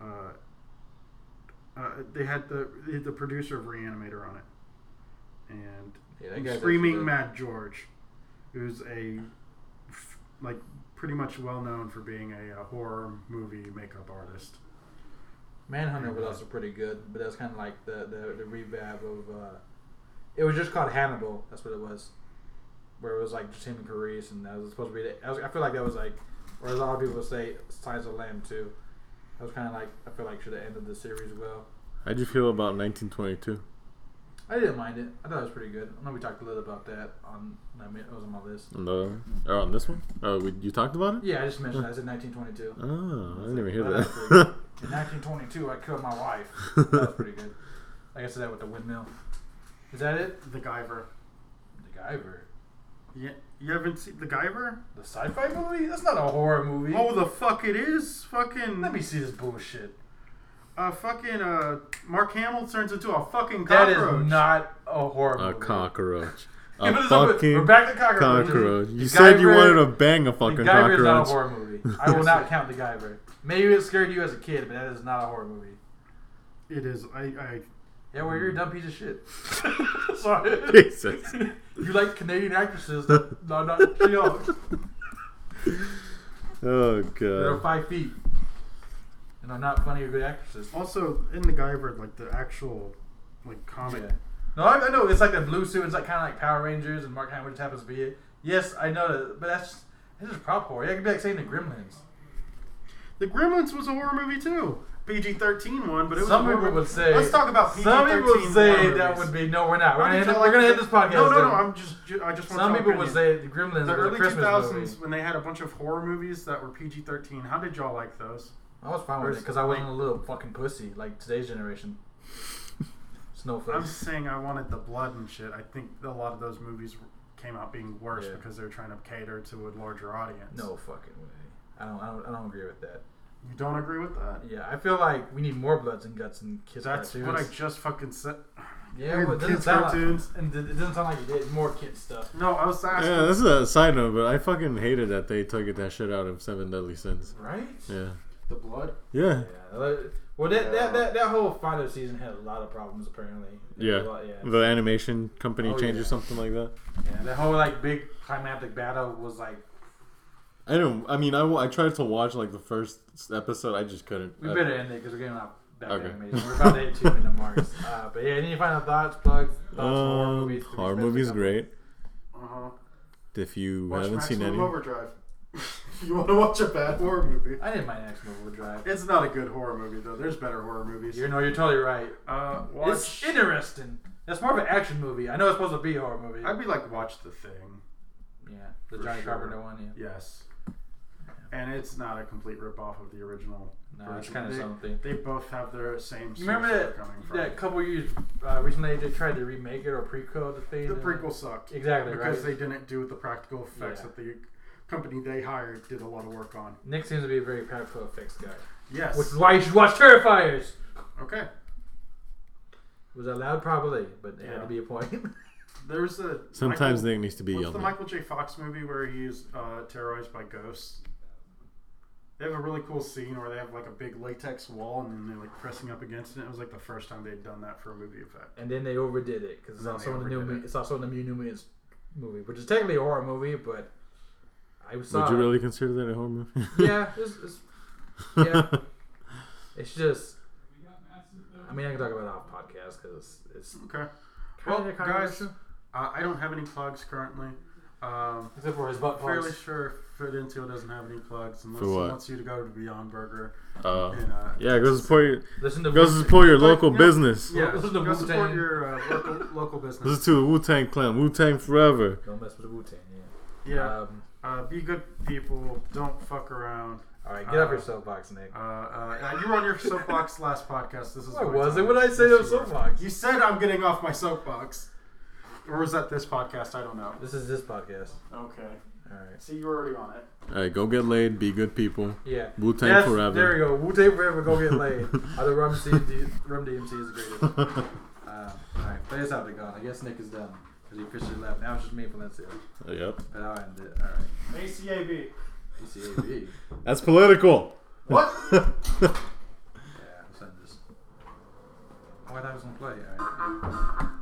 Uh, uh, they had the they had the producer of Reanimator on it, and
Yeah, that guy's
Screaming
actually-
Mad George, who's a f- like pretty much well known for being a, uh horror movie makeup artist.
Manhunter was also pretty good, but that's kind of like the the, the revamp of. Uh, it was just called Hannibal. That's what it was. Where it was like just him and Carice, and that was supposed to be. The, I, was, I feel like that was like, or as a lot of people say, Signs of the Lamb too. That was kind of like I feel like should have ended the series well.
How'd you feel about 1922?
I didn't mind it. I thought it was pretty good. I know we talked a little about that on. I mean, it was on my list.
On the, or on this one? Oh, we, you talked about it?
Yeah, I just mentioned that. I said 1922.
Oh, I didn't even hear
That's
that.
In 1922, I killed my wife. That was pretty good. Like I said, that with the windmill. Is that it?
The Guyver.
The Guyver.
Yeah, You haven't seen The Guyver?
The sci-fi movie? That's not a horror movie.
Oh, the fuck it is! Fucking.
Let me see this bullshit.
Uh, fucking uh, Mark Hamill turns into a fucking
That
cockroach.
is not a horror
A
movie.
cockroach.
Yeah,
A
but it's not-
fucking
we're back to cockroaches.
cockroach.
The
You said you
Guyver-
wanted to bang a
The
fucking
Guyver is not a
cockroach.
horror movie. I will not count The Guyver. Maybe it scared you as a kid, but that is not a horror movie.
It is. I. I
Yeah, well, you're a dumb piece of shit. Sorry.
Jesus.
You like Canadian actresses that are not young.
Oh
That are
god.
five feet. And are not funny or good actresses.
also in the Guyver, like the actual, like comic.
Oh, Yeah. No, I, I know it's like a blue suit. It's like kind of like Power Rangers, and Mark Hamill just happens to be it. Yes, I know that, but that's just, that's just prop horror. Yeah, it could be like saying the Gremlins.
The Gremlins was a horror movie too. PG thirteen one, but it was. a
some
horror
people
movie.
would say.
Let's talk about PG
Some
thirteen.
people would say that would be no. We're not. We're gonna, end, we're gonna end this podcast.
No, no,
there.
no. I'm just. ju- I just want
some
your
people would
opinion.
say the Gremlins
the
was a
early two
Christmas
thousands
movie.
when they had a bunch of horror movies that were PG thirteen. How did y'all like those?
I was fine with it because I wasn't a little fucking pussy like today's generation. Snowflake.
I'm just saying I wanted the blood and shit. I think a lot of those movies came out being worse
Yeah.
because they were trying to cater to a larger audience.
No fucking way. I don't. I don't. I don't agree with that.
you don't agree with that?
Yeah, I feel like we need more bloods and guts and kids
That's
cartoons.
what I just fucking said.
yeah, well, it doesn't
kids
sound
cartoons.
like, and it it doesn't sound like you did more kid stuff.
No, I was asking.
Yeah, this is a side note, but I fucking hated that they took it that shit out of Seven Deadly Sins.
Right?
Yeah.
The blood.
Yeah.
Yeah, like- Well, that, that, that, that whole final season had a lot of problems, apparently.
Yeah.
A lot- yeah.
The animation company
Oh,
change
yeah.
or something like that.
Yeah, That whole, like, big climactic battle was like,
I don't. I mean, I, wa- I tried to watch like the first episode. I just couldn't.
we
I-
better end it because we're getting off back
Uh, Okay.
animation. We're about to hit two minute marks. Uh, but yeah, any final thoughts, plugs, thoughts, on horror
Um,
movies?
horror movies great.
Uh-huh.
If you
Watch
haven't seen
Maximum
any,
Overdrive. you want to watch a bad horror movie?
I did my next movie with Drive.
It's not a good horror movie though. There's better horror movies.
You know, you're totally right.
Uh,
It's
watch.
interesting. That's more of an action movie. I know it's supposed to be a horror movie.
I'd be like, watch the thing.
yeah, the
For
Johnny
sure.
Carpenter one. Yeah,
Yes. And it's not a complete ripoff of the original.
no, it's
version.
kind of
They-
something.
They both have their same.
You
source
remember
they're
that,
coming from.
that couple years uh, recently they tried to remake it or prequel the thing?
The
and-
prequel sucked.
Exactly,
Because
right?
they didn't do the practical effects
Yeah.
that the company they hired did a lot of work on.
Nick seems to be a very practical effects guy.
Yes.
Which is why you should watch Terrifiers!
okay.
Was that loud? Probably, but it had
Yeah.
to be a point.
There's a.
sometimes
Michael,
Nick needs to be
What's the
yelled at.
Michael J. Fox movie where he's uh, terrorized by ghosts? They have a really cool scene where they have like a big latex wall and then they're like pressing up against it. It was like the first time they'd done that for a movie effect.
and then they overdid it because it's
And then
also
they
in the new.
overdid
mu-
it.
It's also in the new New Mutants movie, which is technically a horror movie, but I saw.
Would you
it.
really consider that a horror movie?
yeah, it's, it's, yeah. it's just. I mean, I can talk about it off podcast because it's
Okay.
kind
Well,
of
guys,
controversial.
Uh, I don't have any plugs currently. Um,
Except for his butt
fairly
plugs.
sure Fit Into doesn't have any plugs unless
For
he
what?
wants you to go to Beyond Burger.
Uh,
And, uh,
yeah, go support your
Listen to
go
Wu-
support your local
yeah.
business.
Yeah,
This
this
is
is
the
go support
Wu-Tang.
your uh, local, local business.
Listen to the Wu Tang Clan. Wu Tang forever.
Don't mess with the Wu Tang. Yeah.
Yeah,
Um,
uh, be good people. Don't fuck around.
all right, get off
Uh,
your soapbox, Nick.
Uh, uh, uh, you were on your soapbox last podcast. This is
Why
my
was it?
time.
What did I say
Yes,
to a
you were.
soapbox?
You said I'm getting off my soapbox, or was that this podcast? I don't know.
This is this podcast.
Okay.
All right.
See, you were already on it.
All right, go get laid. Be good people.
Yeah.
Wu Tang
Yes,
forever.
There we go. Wu Tang forever. Go get laid. Either Rum, CD, Rum DMC is the greatest. Um, all right. Play us out, the gun. I guess Nick is done because he officially left. Now it's just me and Valencia.
yep.
But I'll end it. All right.
ACAB.
ECAB.
That's political.
What?
Yeah, I'll send this. Oh, I thought it was gonna play. All right.
Uh,